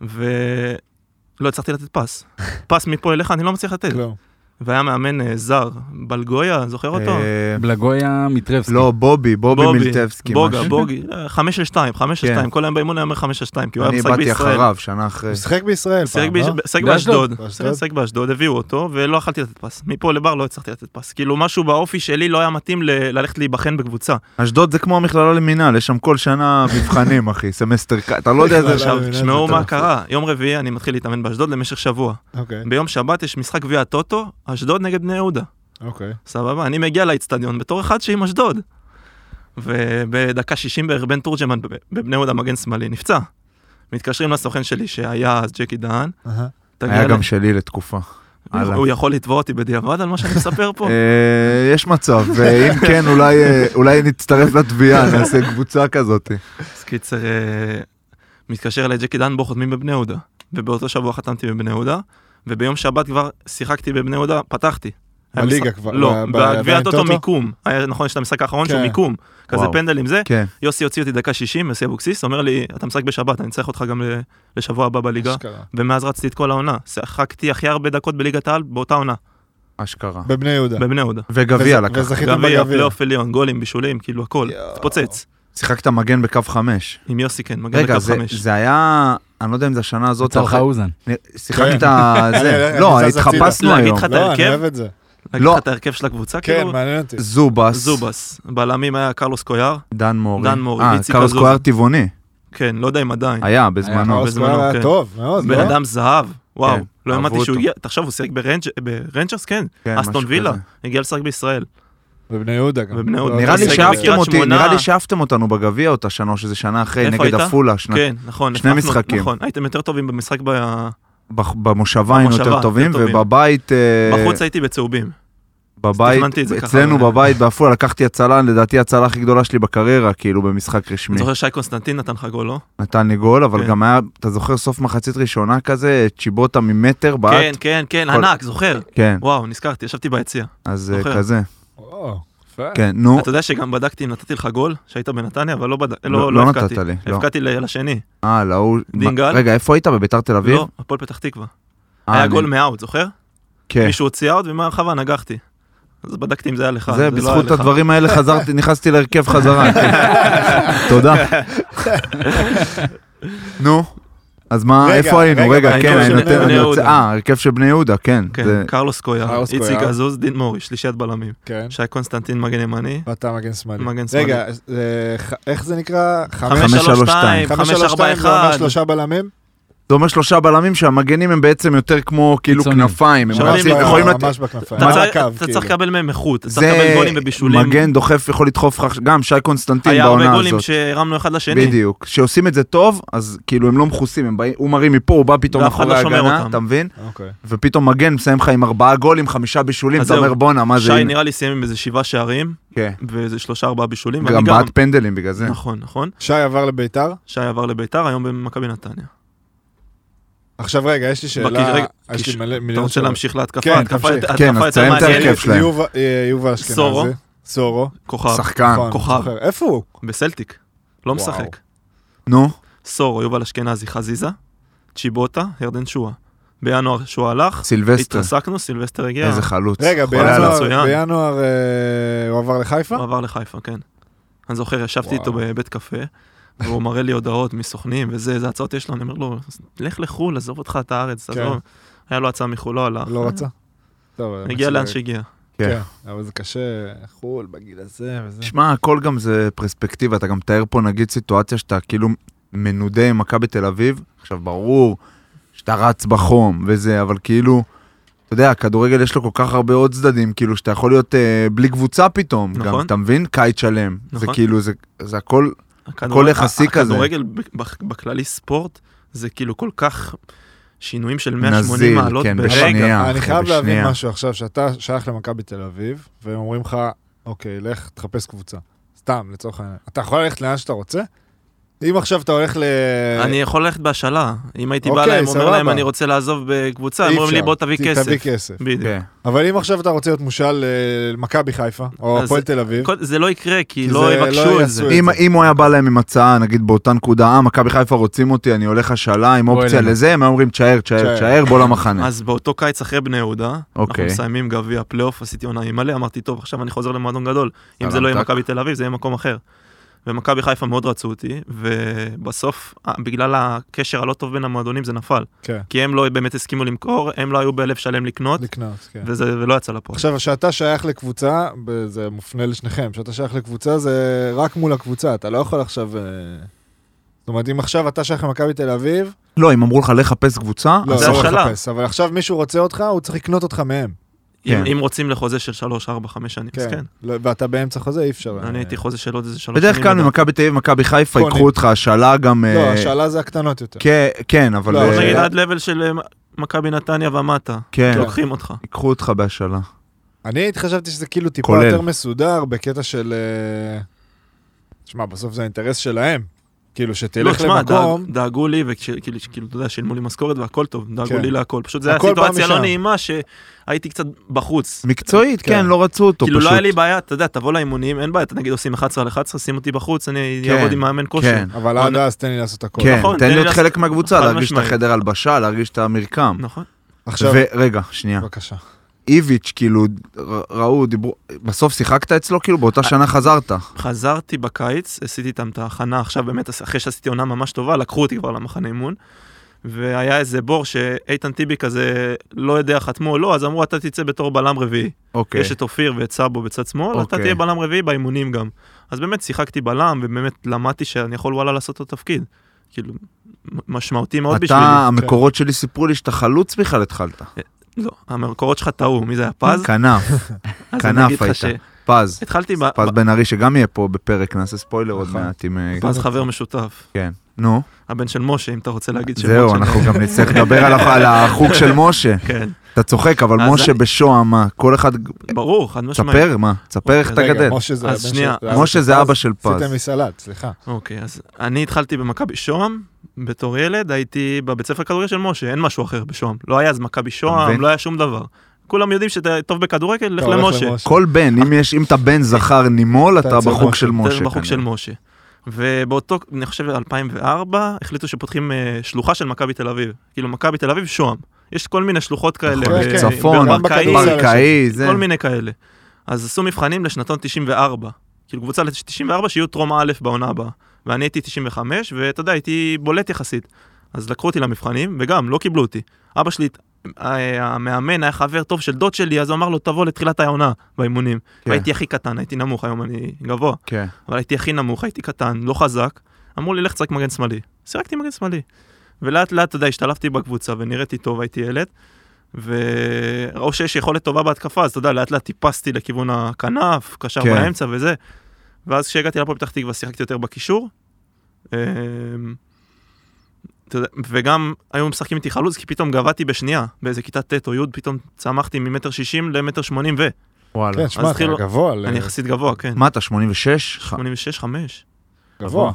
D: ולא הצלחתי לתת
B: <laughs>
D: פס. פס מפה אליך אני לא מצליח לתת.
B: כלום.
D: והיה מאמן אה, זר, בלגויה, זוכר אותו?
C: אה,
A: בלגויה מטרבסקי.
C: לא, בובי, בובי מילטבסקי.
D: בוגה,
C: משהו.
D: בוגי, אה, חמש על שתיים, חמש על
C: כן.
D: שתיים, כל היום באימון היה אומר חמש על שתיים, כי הוא היה
C: אני
D: משחק
C: באתי
D: בישראל.
C: אחריו, שנה אחרי.
B: הוא שיחק בישראל
D: שיחק
C: אה?
B: פעם,
D: ב-
B: לא?
D: שיחק
A: באשדוד.
D: באשדוד, כן,
B: באשדוד?
D: שיחק באשדוד, הביאו אותו, ולא יכלתי לתת פס. מפה לבר לא הצלחתי לתת פס. כאילו משהו באופי שלי לא היה מתאים ל- ללכת להיבחן בקבוצה.
C: אשדוד זה כמו המכללה למינהל, יש שם כל שנה מבחנים, אחי, סמסטר, ק- אתה לא יודע איזה...
B: מכללה.
D: עכשיו,
B: מבין,
D: תשמעו
B: זה
D: מה
B: טרף.
D: קרה, יום רביעי אני מתחיל להתאמן באשדוד למשך שבוע.
B: אוקיי.
C: כן.
D: ביום שבת יש משחק גביע הטוטו, אשדוד נגד בני יהודה.
B: אוקיי.
D: סבבה, אני מגיע לאצטדיון בתור אחד שעם אשדוד. ובדקה 60 בערך בן תורג'מן בב- בבני יהודה מגן שמאלי נפצע. מתקשרים לסוכן שלי שהיה אז ג'קי דהן.
B: אהה.
D: תגיע
C: היה
D: ל-
C: גם שלי לתקופה. הלאה.
D: הוא יכול לתבוע אותי בדיעבד על מה שאני מספר פה?
C: <laughs> אה, יש מצב, ואם כן, אולי, אה, אולי נצטרף לתביעה, נעשה קבוצה כזאת.
D: אז קיצר, אה, מתקשר אליי ג'קי דן בו חותמים בבני יהודה. ובאותו שבוע חתמתי בבני יהודה, וביום שבת כבר שיחקתי בבני יהודה, פתחתי. היה
B: בליגה
D: משחק-
B: כבר,
D: לא,
B: ב- ב-
D: בגביע הטוטו
B: בטוטו?
D: מיקום. היה- נכון, יש את המשחק האחרון שהוא
B: כן.
D: מיקום. כזה
C: וואו.
D: פנדלים זה.
C: כן.
D: יוסי הוציא אותי דקה 60, יוסי אבוקסיס, אומר לי, אתה משחק בשבת, אני צריך אותך גם ל- לשבוע הבא בליגה.
B: אשכרה.
D: ומאז רצתי את כל העונה. שיחקתי הכי הרבה דקות בליגת העל באותה עונה,
C: כן. אשכרה.
B: בבני יהודה.
D: בבני יהודה.
C: וגביע
B: וזה-
C: לקח.
B: וזכיתם
D: גביע,
B: בגביע.
D: פלייאוף עליון, גולים, בישולים, כאילו הכל.
B: יואו.
D: התפוצץ.
C: שיחקת מגן בקו חמש.
D: עם יוסי כן, מגן
C: רגע,
D: בקו
C: זה-
D: חמש.
C: זה היה, אני לא יודע אם זה השנה הזאת,
A: צלחה אוזן.
C: נ- שיחקת
D: <laughs>
C: זה,
B: אני-
C: לא,
B: אני זז
C: התחפשנו
D: כן. הצידה.
C: היום.
D: להגיד לך-
B: לא, אני
D: ההרכב?
B: אוהב את זה.
D: להגיד
C: לא.
D: לך את ההרכב של הקבוצה,
B: כן,
D: כאילו?
B: מעניין אותי.
C: זובס,
D: זובס. בלמים היה קרלוס קויאר,
C: דן מורי.
D: דן מורי,
C: אה,
D: איציק
C: קרלוס
D: עזוז.
C: קואר טבעוני,
D: כן, לא יודע אם עדיין.
C: היה בזמנו.
A: היה.
B: האוסקר
D: בזמנו,
B: לא, היה
D: כן.
B: טוב מאוד,
D: בן
B: לא?
D: אדם זהב, וואו,
C: כן,
D: לא
C: אהבו
D: האמנתי שהוא
C: אותו.
D: הגיע, תחשוב, הוא שיחק ברנג'- ברנג'רס, כן,
C: כן,
D: אסטון
C: משהו
D: וילה,
C: כזה.
D: הגיע לשחק בישראל.
B: בבני יהודה גם.
D: בבני יהודה.
B: לא,
C: נראה לי
D: שיחק
C: שאהבתם
D: אוקיי, בקריית
C: אותי,
D: שמונה.
C: נראה לי שאהבתם אותנו בגביע אותה שנה, או שזה שנה אחרי,
D: איפה
C: נגד
D: היית?
C: עפולה, שנה-
D: כן, נכון.
C: שני
D: הפכנו,
C: משחקים.
D: נכון, הייתם יותר טובים במשחק, ב...
C: בח- במושבה היינו
D: במושבה,
C: יותר
D: יותר
C: טובים,
D: טובים.
C: ובבית, אה,
D: בחוץ הייתי בצהובים.
C: בבית,
D: תכננתי את זה ככה,
C: אצלנו
D: אבל-
C: בבית בעפולה לקחתי הצלה, לדעתי הצלה הכי גדולה שלי בקריירה, כאילו במשחק רשמי.
D: אני זוכר שי קונסטנטין נתן לך גול, לא?
C: נתן לי גול, אבל
D: כן.
C: גם היה, אתה זוכר סוף מחצית ראשונה כזה, צ'יבוטה ממטר
D: כן,
C: בעט?
D: כן, כן,
C: כל-
D: ענק, זוכר.
C: כן.
D: וואו, נזכרתי, ישבתי ביציע.
C: אז אה,
D: זוכר.
C: כזה,
B: וואו, יפה.
C: כן, נו,
D: אתה יודע שגם בדקתי אם נתתי לך גול, שהיית בנתניה, אבל לא בד-
C: לא-
D: לא
C: לא
D: לא
C: נתת
D: הבקעתי.
C: לי, לא.
D: הבקעתי ל- לשני.
C: אה, לא, הוא...
D: דין
C: מה-
D: גל?
C: רגע, איפה היית? בביתר תל אביב?
D: לא, הפועל פתח תקווה.
C: אה,
D: היה
C: אני-
D: גול מאאוט, זוכר?
C: כן.
D: מישהו הוציא אאוט ומהרחבה נגחתי. אז בדקתי אם זה היה לך.
C: זה,
D: לא היה
C: בזכות
D: לך.
C: הדברים האלה חזרתי, נכנסתי להרכב
D: <laughs>
C: חזרה. כן. תודה. נו, אז מה,
B: רגע,
C: איפה היינו?
B: רגע,
C: רגע,
D: ההרכב
C: כן, אני
D: של
C: נותן,
D: בני
C: אני רוצה,
D: יהודה.
C: אה, הרכב של בני יהודה, כן. זה-
D: כן, קרלוס קויאר,
B: קרלוס
D: איציק
B: קויאר.
D: עזוז, דין מורי, שלישיית בלמים.
B: כן.
D: שי קונסטנטין מגן ימני.
B: ואתה מגן שמאלי.
D: מגן
B: רגע, אה, ח- איך זה נקרא? חמש-
D: 532,
C: 532,
B: 532, זה אומר
D: 541.
B: שלושה בלמים?
C: זה אומר שלושה בלמים שהמגנים הם בעצם יותר כמו כאילו
A: קיצוניים.
C: כנפיים, הם
D: שומרים
C: רצים,
D: לי-
C: יכולים
B: יכולים
C: לתת,
B: לא- ממש בכנפיים.
D: אתה
B: על
D: צריך-
B: הקו,
D: אתה
B: כאילו.
D: צריך לקבל מהם איכות, אתה צריך לקבל
C: זה
D: גולים ובישולים.
C: מגן דוחף יכול לדחוף לך, גם שי קונסטנטין
D: היה הרבה
C: בעונה
D: גולים
C: הזאת,
D: שהרמנו אחד לשני.
C: בדיוק, שעושים את זה טוב, אז כאילו הם לא מכוסים, הם באים- הוא מרים מפה, הוא בא פתאום
D: ואף אחד
C: מאחורי
D: לא שומר
C: ההגנה,
D: אותם.
C: אתה מבין?
B: אוקיי.
C: ופתאום מגן מסיים לך עם ארבעה גולים, חמישה בישולים,
D: אז
C: אתה
D: זהו.
C: אומר בואנה, מה זה,
D: שי
C: הנה."
D: נראה לי סיים עם איזה שבעה שערים,
C: כן.
D: ואיזה שלושה ארבעה בישולים. ואני
C: גם בעט פנדלים בגלל זה.
D: נכון, נכון.
B: שי עבר לביתר?
D: שי עבר לביתר, היום במכבי נתניה.
B: עכשיו רגע, יש לי
D: בקיש-
B: שאלה.
D: רגע,
B: יש לי
D: קיש-
B: מלא
D: אתה
B: מיליון
D: רוצה
B: שאלות.
D: להמשיך להתקפה?
B: כן,
D: התקפה
B: תמשיך.
D: התקפה
C: כן, אז
D: יותר
C: תסיים את
D: מעניינת.
C: ההרכב שלהם.
B: יובל- אה, יובל אשכנזי.
D: סורו. אה,
B: סורו.
D: כוכב,
C: שחקן,
B: נכון,
D: כוכב.
B: זוכר. איפה הוא?
D: בסלטיק. לא
B: וואו.
D: משחק.
C: נו,
D: סורו, יובל אשכנזי, חזיזה, צ'יבוטה, ירדן שואה. בינואר שהוא הלך,
C: סילבסטר,
D: התרסקנו, סילבסטר הגיע,
C: איזה חלוץ.
B: רגע,
C: חולה עליו.
B: בינואר,
D: מצוין.
B: בינואר אה, הוא עבר לחיפה?
D: הוא עבר לחיפה, כן. אני זוכר, ישבתי
B: וואו.
D: איתו בבית קפה, והוא מראה לי הודעות מסוכנים וזה, איזה הצעות יש לו, אני אומר לו, לך לחו"ל, עזוב אותך את הארץ,
B: כן.
D: תעזוב. היה לו הצעה מחו"ל, לא הלך.
B: לא רצה? טוב, אבל
D: הגיע
B: מצוין.
D: לאן שהגיע.
B: כן, אבל זה קשה, חו"ל, בגיל הזה וזה.
C: שמע, הכל גם זה פרספקטיבה, אתה גם מתאר פה נגיד סיטואציה שאתה כאילו מנודה עם מכבי תל אביב, עכשיו ברור שאתה רץ בחום וזה, אבל כאילו, אתה יודע, הכדורגל יש לו כל כך הרבה עוד צדדים, כאילו שאתה יכול להיות אה, בלי קבוצה פתאום,
D: נכון.
C: גם, אתה מבין? קיץ שלם, זה
D: נכון.
C: כאילו, זה, זה הכל,
D: הכדורגל-
C: יחסי
D: הכ-
C: כזה.
D: הכדורגל ב- ב- בכללי ספורט, זה כאילו כל כך שינויים של
C: נזיל,
D: 180 מעלות
C: כן,
D: ברגע.
C: בשנייה. שנייה,
B: אני
C: אחי,
B: חייב להבין
C: בשנייה.
B: משהו עכשיו, שאתה שייך למכבי תל אביב, והם אומרים לך, אוקיי, לך תחפש קבוצה. סתם, לצורך העניין. אתה יכול ללכת לאן שאתה רוצה? אם עכשיו אתה הולך ל...
D: אני יכול ללכת בהשאלה. אם הייתי בא
B: אוקיי,
D: להם, אומר
B: סבבה.
D: להם, אני רוצה לעזוב בקבוצה,
B: אי
D: הם אומרים לי,
B: אפשר.
D: בוא תביא
B: ת-
D: כסף.
B: תביא כסף.
D: בדיוק.
C: כן.
B: אבל אם עכשיו אתה רוצה להיות מושל אה, למכבי חיפה, או
D: אז-
B: הפועל תל אביב,
D: כל- זה לא יקרה, כי
B: כי
D: לא
B: זה-
D: יבקשו
B: לא
D: את זה.
B: יעשו את
C: אם, אם הוא היה בא להם עם הצעה, נגיד באותה נקודה, אה, מכבי חיפה רוצים אותי, אני הולך השאלה עם
A: בוא
C: אופציה
A: אלינו.
C: לזה, הם היו אומרים, תשאר, תשאר,
B: תשאר.
C: תשאר, בוא למחנה.
D: אז באותו קיץ אחרי בני יהודה, אה, אנחנו
C: אוקיי.
D: מסיימים גביע פלייאוף, עשיתי עונה עם מלא, אמרתי, טוב, עכשיו אני חוזר למועדון גדול. אם זה
C: סלאם
D: לא יהיה
C: טק.
D: מכבי תל אביב, זה יהיה מקום אחר. ומכבי חיפה מאוד רצו אותי, ובסוף, אה, בגלל הקשר הלא טוב בין המועדונים זה נפל.
B: כן,
D: כי הם לא באמת הסכימו למכור, הם לא היו בלב שלם לקנות,
B: לקנות, כן.
D: וזה ולא יצא לפועל.
B: עכשיו, שאתה שייך לקבוצה, ב- זה מופנה לשניכם, שאתה שייך לקבוצה זה רק מול הקבוצה, אתה לא יכול עכשיו... אה, זאת אומרת, אם עכשיו אתה שייך למכבי תל אביב,
C: לא, אם אמרו לך לחפש קבוצה,
B: לא,
D: זה
B: לא
D: השאלה.
B: לחפש, אבל עכשיו מישהו רוצה אותך, הוא צריך לקנות אותך מהם.
D: אם
C: כן.
D: אם רוצים לחוזה של 3, 4, 5 שנים, אז כן.
B: לא, ואתה באמצע חוזה, אי אפשר. אה,
D: אני הייתי חוזה של עוד איזה 3 שנים.
C: אה, בדרך כלל
D: לדעתי.
C: ממכבי תל אביב, מכבי חיפה,
B: קונים.
C: ייקחו אותך השאלה גם...
B: לא,
C: אה,
B: השאלה זה הקטנות יותר.
C: כן, כן, אבל...
B: לא,
C: אה,
D: בוא
B: אבל
D: נגיד לא.
B: אה,
D: עד לבל של אה, מכבי נתניה ומטה,
C: כן,
D: לוקחים אותך.
C: ייקחו אותך בהשאלה.
B: אני חשבתי שזה כאילו טיפה
C: כולל.
B: יותר מסודר בקטע של... אה, שמע, בסוף זה האינטרס שלהם. כאילו,
D: לא,
B: שתלך
D: תשמע,
B: למקום...
D: דאג- דאגו לי, וכאילו, כאילו, אתה יודע, שילמו לי משכורת והכל טוב, דאגו
B: כן.
D: לי להכל. פשוט זו הייתה
B: הכל בא
D: סיטואציה לא
B: משם.
D: נעימה שהייתי קצת בחוץ.
C: מקצועית,
B: כן.
C: כן, לא רצו אותו פשוט.
D: כאילו לא היה לי בעיה, אתה יודע, תבוא לאימונים, אין בעיה, אתה נגיד עושים 11 על 11, שים אותי בחוץ, אני
C: כן,
D: אעבוד עם מאמן כושר.
C: כן,
B: אבל עד אז תן לי לעשות הכל.
C: כן,
D: נכון,
C: תן
D: תן
C: לי
D: לי
C: להיות
D: לעשות-
C: חלק מהקבוצה,
D: חד
C: להרגיש את
D: משמעית.
C: החדר הלבשה, להרגיש את המרקם.
D: נכון.
B: עכשיו,
C: ורגע, שנייה,
B: בבקשה.
C: איביץ', כאילו, ר- ראו, דיברו, בסוף שיחקת אצלו, כאילו, באותה
D: אה,
C: שנה חזרת.
D: חזרתי בקיץ, עשיתי איתם את ההכנה עכשיו, באמת, אחרי שעשיתי עונה ממש טובה, לקחו אותי כבר למחנה אימון. והיה איזה בור שאיתן טיבי כזה, לא יודע, חתמו או לא, אז אמרו, אתה תצא בתור בלם רביעי.
C: אוקיי.
D: יש את אופיר ואת סאבו בצד שמאל, אתה
C: אוקיי.
D: תהיה בלם רביעי באימונים גם. אז באמת שיחקתי בלם, ובאמת למדתי שאני יכול וואלה לעשות את התפקיד. כאילו, מ- משמעותי מאוד בשבילי. כן.
C: אתה, המקורות שלי סיפרו לי שאתה חלוץ בכלל התחלת.
D: לא, המקורות שלך טעו, מי זה היה פז?
C: כנף,
D: אז אני
C: כנף
D: אגיד לך
C: היית.
D: <laughs>
C: פז,
D: שהתחלתי ב...
C: פז
D: ב-
C: בן ארי, שגם יהיה פה בפרק, נעשה ספוילר עוד
B: נכון.
C: מעט עם... אה,
D: פז חבר משותף,
C: כן. נו,
D: הבן של משה, אם אתה רוצה להגיד שמות
C: זהו,
D: של-
C: אנחנו גם נצטרך לדבר על ה- על החוג של משה.
D: כן,
C: אתה צוחק, אבל
D: אז
C: משה
D: אני-
C: בשוהם, מה? כל אחד...
D: ברור, חד משמעית.
C: תספר, מה? תספר איך אתה
B: רגע,
C: גדל.
B: משה זה
D: אוקיי, אז
B: הבן
D: שנייה.
B: של-
C: משה זה
B: פז.
C: אבא של פז.
B: עשיתם מסלט, סליחה.
D: אוקיי, אז אני התחלתי במכבי שוהם, בתור ילד הייתי בבית ספר כדורגל של משה, אין משהו אחר בשוהם. לא היה אז מכבי שוהם,
C: מבין?
D: לא היה שום דבר. כולם יודעים שאתה טוב בכדורגל, לך
B: אתה הולך
D: למשה.
C: כל בן, אם יש, אם אתה בן זכר נימול,
B: אתה
C: אתה
B: אצל
C: בחוג
B: משה.
C: של משה.
D: יותר בחוג של
C: כנראה.
D: משה. ובאותו, אני חושב, 2004, החליטו שפותחים אה, שלוחה של מכבי תל אביב. כאילו, מכבי תל אביב, שוהם. יש כל מיני שלוחות כאלה. אה,
C: נכון,
D: ב-
C: צפון,
B: גם
D: בברקאי,
B: בכדורסל.
C: ברקאי, זה...
D: כל מיני כאלה. אז עשו מבחנים לשנתון 94. כאילו, קבוצה ל-94 שיהיו טרום א' בעונה הבאה. ואני הייתי 95, ואתה יודע, הייתי בולט יחסית. אז לקחו אותי למבחנים, וגם, לא קיבלו אותי. אבא שלי, אה, המאמן, היה חבר טוב של דוד שלי, אז הוא אמר לו, תבוא לתחילת העונה באימונים.
C: כן.
D: הייתי הכי קטן, הייתי נמוך, היום אני גבוה.
C: כן.
D: אבל הייתי הכי נמוך, הייתי קטן, לא חזק. אמרו לי, לך תשחק מגן שמאלי. שיחקתי מגן שמאלי. ולאט לאט, אתה יודע, השתלבתי בקבוצה ונראיתי טוב, הייתי ילד. וראו שיש יכולת טובה בהתקפה, אז אתה יודע, לאט לאט טיפסתי לכיוון הכנף, קשר
C: כן.
D: כן. באמצע וזה. ואז כשהגעתי לפה פתח תקווה, שיחקתי יותר בקישור. אמ, אתה יודע, וגם היו משחקים איתי חלוץ, כי פתאום גבהתי בשנייה, באיזה כיתה ט' או י', פתאום צמחתי ממטר שישים למטר שמונים ו...
C: וואלה.
B: כן, שמע, אתה
D: התחילו-
B: גבוה, ל-
D: כאילו, אני יחסית גבוה, כן.
C: מה אתה, 86? ח-
D: 86, 5.
B: גבוה.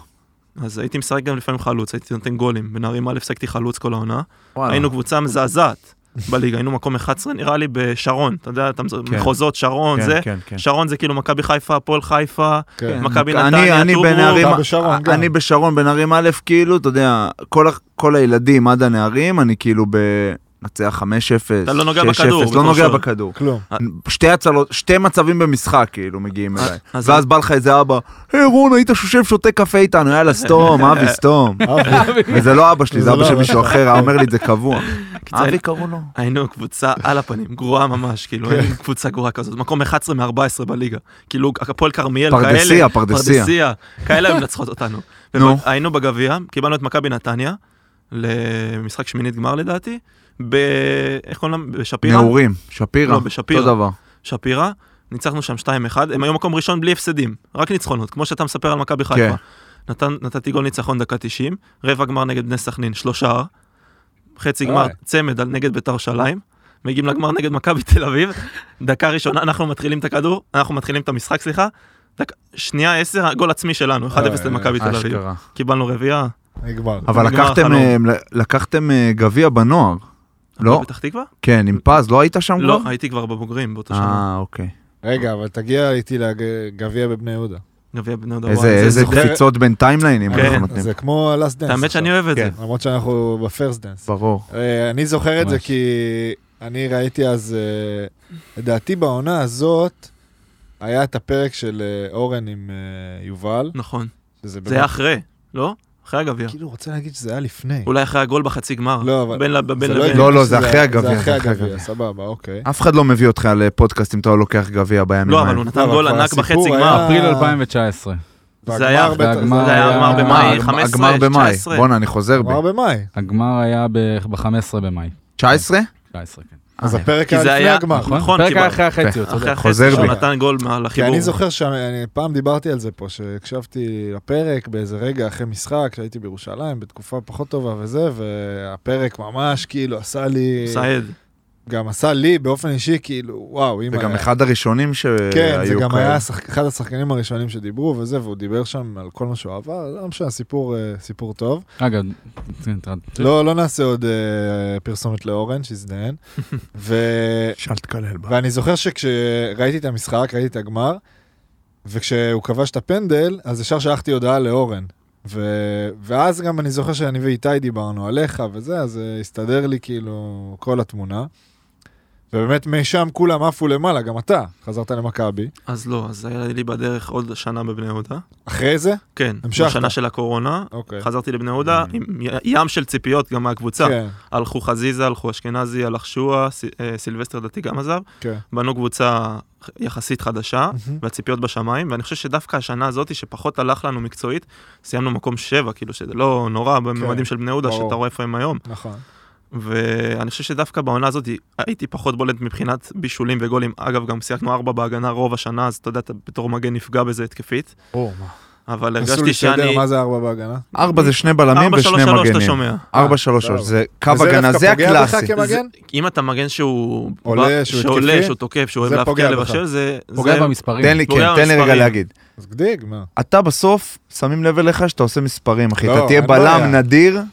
D: אז הייתי משחק גם לפעמים חלוץ, הייתי נותן גולים. בנערים א' שחקתי חלוץ כל העונה.
C: וואלה.
D: היינו קבוצה מזעזעת בליגה, היינו מקום 11 נראה לי בשרון, אתה יודע, אתה מז-
C: כן.
D: מחוזות, שרון,
C: כן,
D: זה.
C: כן, כן.
D: שרון זה כאילו מכבי חיפה, הפועל חיפה,
B: כן.
D: מכבי
C: אני-
D: נתניה,
C: אני
D: טובו.
C: בנערים-
B: אתה בשרון גם.
C: אני בשרון, בנערים א', כאילו, אתה יודע, כל ה- כל הילדים עד הנערים, אני כאילו ב... נצח 5-0, 6-0,
D: אתה לא נוגע בכדור,
C: לא
D: בכל
C: נוגע
D: שוב.
C: בכדור.
D: <laughs>
B: כלום.
C: שתי הצלות, שתי מצבים במשחק כאילו מגיעים
D: אז-
C: אליי.
D: אה, אז-
C: ואז בא לך איזה אבא, היי רון, היית שושב שותה קפה איתנו, יאללה, סתום,
D: <laughs>
C: אבי, סתום. וזה לא אבא שלי, זה
B: זה
C: אבא
B: לא
C: של
B: אבא
C: מישהו אחר, היה אומר לי את זה
D: <laughs>
C: קבוע. אבי כן. קראו לו.
D: היינו קבוצה על הפנים, גרועה ממש, כאילו, אין קבוצה גרועה כזאת. מקום 11 מ-14 בליגה. כאילו, הפועל כרמיאל, כאלה.
C: פרדסיה, פרדסיה.
D: כאלה היו מנצחות אותנו.
C: נו.
D: היינו בגביע, קיבלנו את מכבי נתניה, למשחק שמינית גמר לדעתי, ב... איך קוראים להם? בשפירא?
C: נעורים, שפירא,
D: לא,
C: אותו
D: בשפירא.
C: דבר.
D: שפירא. ניצחנו שם 2-1, הם היו מקום ראשון בלי הפסדים, רק ניצחונות, כמו שאתה מספר על מכבי
C: כן.
D: חיפה. נתן- נתתי גול ניצחון דקה 90, רבע גמר נגד בני סכנין, שלושה, חצי גמר
A: אוי.
D: צמד על- נגד ביתר ירושלים, מגיעים לגמר נגד מכבי תל אביב, דקה ראשונה אנחנו מתחילים את הכדור, אנחנו מתחילים את המשחק, סליחה, דק- שנייה 10, גול עצמי שלנו, 1-0
B: אוי,
D: למכבי תל אביב.
C: אשכרה.
D: קיבלנו רביעייה,
B: נגמר.
C: אבל
D: נגמר
C: לקחתם,
D: החלום.
C: אה, לקחתם אה, גביע בנוער. לא?
D: פתח תקווה?
C: כן, עם פז, לא היית שם
D: לא,
C: כבר?
D: הייתי כבר בבוגרים באותה שנה.
C: אה, אוקיי.
B: רגע, אבל תגיע איתי לגביע בבני יהודה.
D: גביע בני יהודה.
C: איזה
D: וואי, לא, זה
C: איזה
D: זוכר.
B: זוכר.
C: קפיצות בין טיימליינים
D: כן.
C: אנחנו נותנים.
B: זה כמו הלאסט דנס.
D: האמת שאני אוהב את זה.
C: כן.
B: למרות שאנחנו בפרסט דנס.
C: ברור.
B: אה, אני זוכר את זה
A: ממש.
B: כי אני ראיתי אז, אה, לדעתי בעונה הזאת, היה את הפרק של אה, אורן עם אה, יובל.
D: נכון.
B: שזה
D: זה היה אחרי, לא? אחרי הגביע.
B: כאילו רוצה להגיד שזה היה לפני.
D: אולי אחרי הגול בחצי גמר.
B: לא, אבל-
D: בין לב- בין
B: זה
D: לבין.
B: הגיוני
C: לא, לא, זה
B: שזה-
C: אחרי הגביע,
B: זה אחרי
C: זה אחרי
B: הגביע,
C: הגביע.
B: סבבה, אוקיי.
C: אף אחד לא מביא אותך לפודקאסט אם אתה לא לוקח גביע בימים
D: לא, אבל הוא
C: האלה.
D: נתן
B: אבל
D: גול
B: כבר
D: ענק
B: הסיפור
D: בחצי
B: היה-
D: גמר.
A: אפריל 2019.
D: זה היה-
B: והגמר בטח-
A: והגמר
D: זה היה הגמר במאי,
C: הגמר-
D: 15,
C: אה, הגמר במאי.
D: 19.
C: בואנה, אני חוזר בי.
B: הגמר במאי.
A: הגמר היה ב-15 במאי.
C: 19?
A: 19, כן.
B: אז
C: אה,
B: הפרק
D: כי זה
B: היה לפני
D: היה-
B: הגמר.
A: נכון?
D: נכון,
A: פרק היה
D: קיבלנו.
A: אחרי החצי, הוא
D: אחרי
A: צודק.
C: חוזר
D: החצי שהוא
C: בי.
D: נתן גול מעל
B: כי
D: החיבור.
B: אני זוכר שפעם דיברתי על זה פה, שהקשבתי לפרק באיזה רגע אחרי משחק, כשהייתי בירושלים, בתקופה פחות טובה וזה, והפרק ממש כאילו עשה לי,
D: סעד.
B: גם עשה לי באופן אישי, כאילו, וואו, אם
C: וגם
B: היה...
C: אחד הראשונים שהיו
B: כן,
C: כאלה.
B: זה גם היה השחק- אחד השחקנים הראשונים שדיברו וזה, והוא דיבר שם על כל מה שהוא עבר, לא משנה, סיפור, אה, סיפור טוב.
A: אגב, כן, אתה-
B: לא, לא נעשה עוד אה, פרסומת לאורן, שיזדיין. ו...
C: שאל תקלל בה.
B: ואני זוכר שכשראיתי את המשחק, ראיתי את הגמר, וכשהוא כבש את הפנדל, אז ישר שלחתי הודעה לאורן. ו... ואז גם אני זוכר שאני ואיתי דיברנו עליך וזה, אז אה, הסתדר לי כאילו כל התמונה. ובאמת משם כולם עפו למעלה, גם אתה חזרת למכבי.
D: אז לא, אז היה לי בדרך עוד שנה בבני יהודה.
B: אחרי זה?
D: כן,
B: המשכת.
D: בשנה של הקורונה.
B: אוקיי.
D: חזרתי לבני יהודה עם י- ים של ציפיות גם מהקבוצה.
B: כן,
D: הלכו חזיזה, הלכו אשכנזי, הלך שועה, ס- אה, סילבסטר דתי גם עזב.
B: כן.
D: בנו קבוצה יחסית
B: <laughs>
D: חדשה, והציפיות בשמיים, ואני חושב שדווקא השנה הזאת, שפחות הלך לנו מקצועית, סיימנו מקום שבע, כאילו שזה לא נורא בממדים של בני יהודה,
B: ברור.
D: שאתה רואה איפה הם היום.
B: נכון.
D: ואני חושב שדווקא בעונה הזאת הייתי פחות בולט מבחינת בישולים וגולים. אגב, גם סייגנו ארבע בהגנה רוב השנה, אז אתה יודע, אתה בתור מגן נפגע בזה התקפית. אבל
B: נסו
D: הרגשתי
B: להסתדר
D: שאני...
B: מה זה ארבע בהגנה.
C: ארבע זה שני בלמים
D: ארבע, שלוש,
C: ושני
D: שלוש, אתה
C: מגנים.
D: שומע.
C: ארבע שלוש שלוש,
B: טוב.
C: זה קו
B: אה, וזה
C: הגנה,
B: דווקא
C: זה
B: פוגע בך
C: הקלאסי.
B: כמגן?
D: אם אתה מגן שהוא...
B: עולה,
D: בא-
B: שהוא
D: שעולה,
B: התקפי,
D: שהוא תוקף, שהוא אוהב
B: זה
D: להפקיע
B: פוגע בך.
D: לבשל, זה...
A: פוגע
D: זה-
A: במספרים.
C: תן לי,
D: פוגע
C: כן, תן לי רגע
D: במספרים.
C: להגיד.
B: אז גדיג, מה?
C: אתה בסוף, שמים לב אליך שאתה עושה מספרים, אחי.
B: לא,
C: אתה תהיה
B: אין בעיה.
C: בלם נדיר.
B: בלם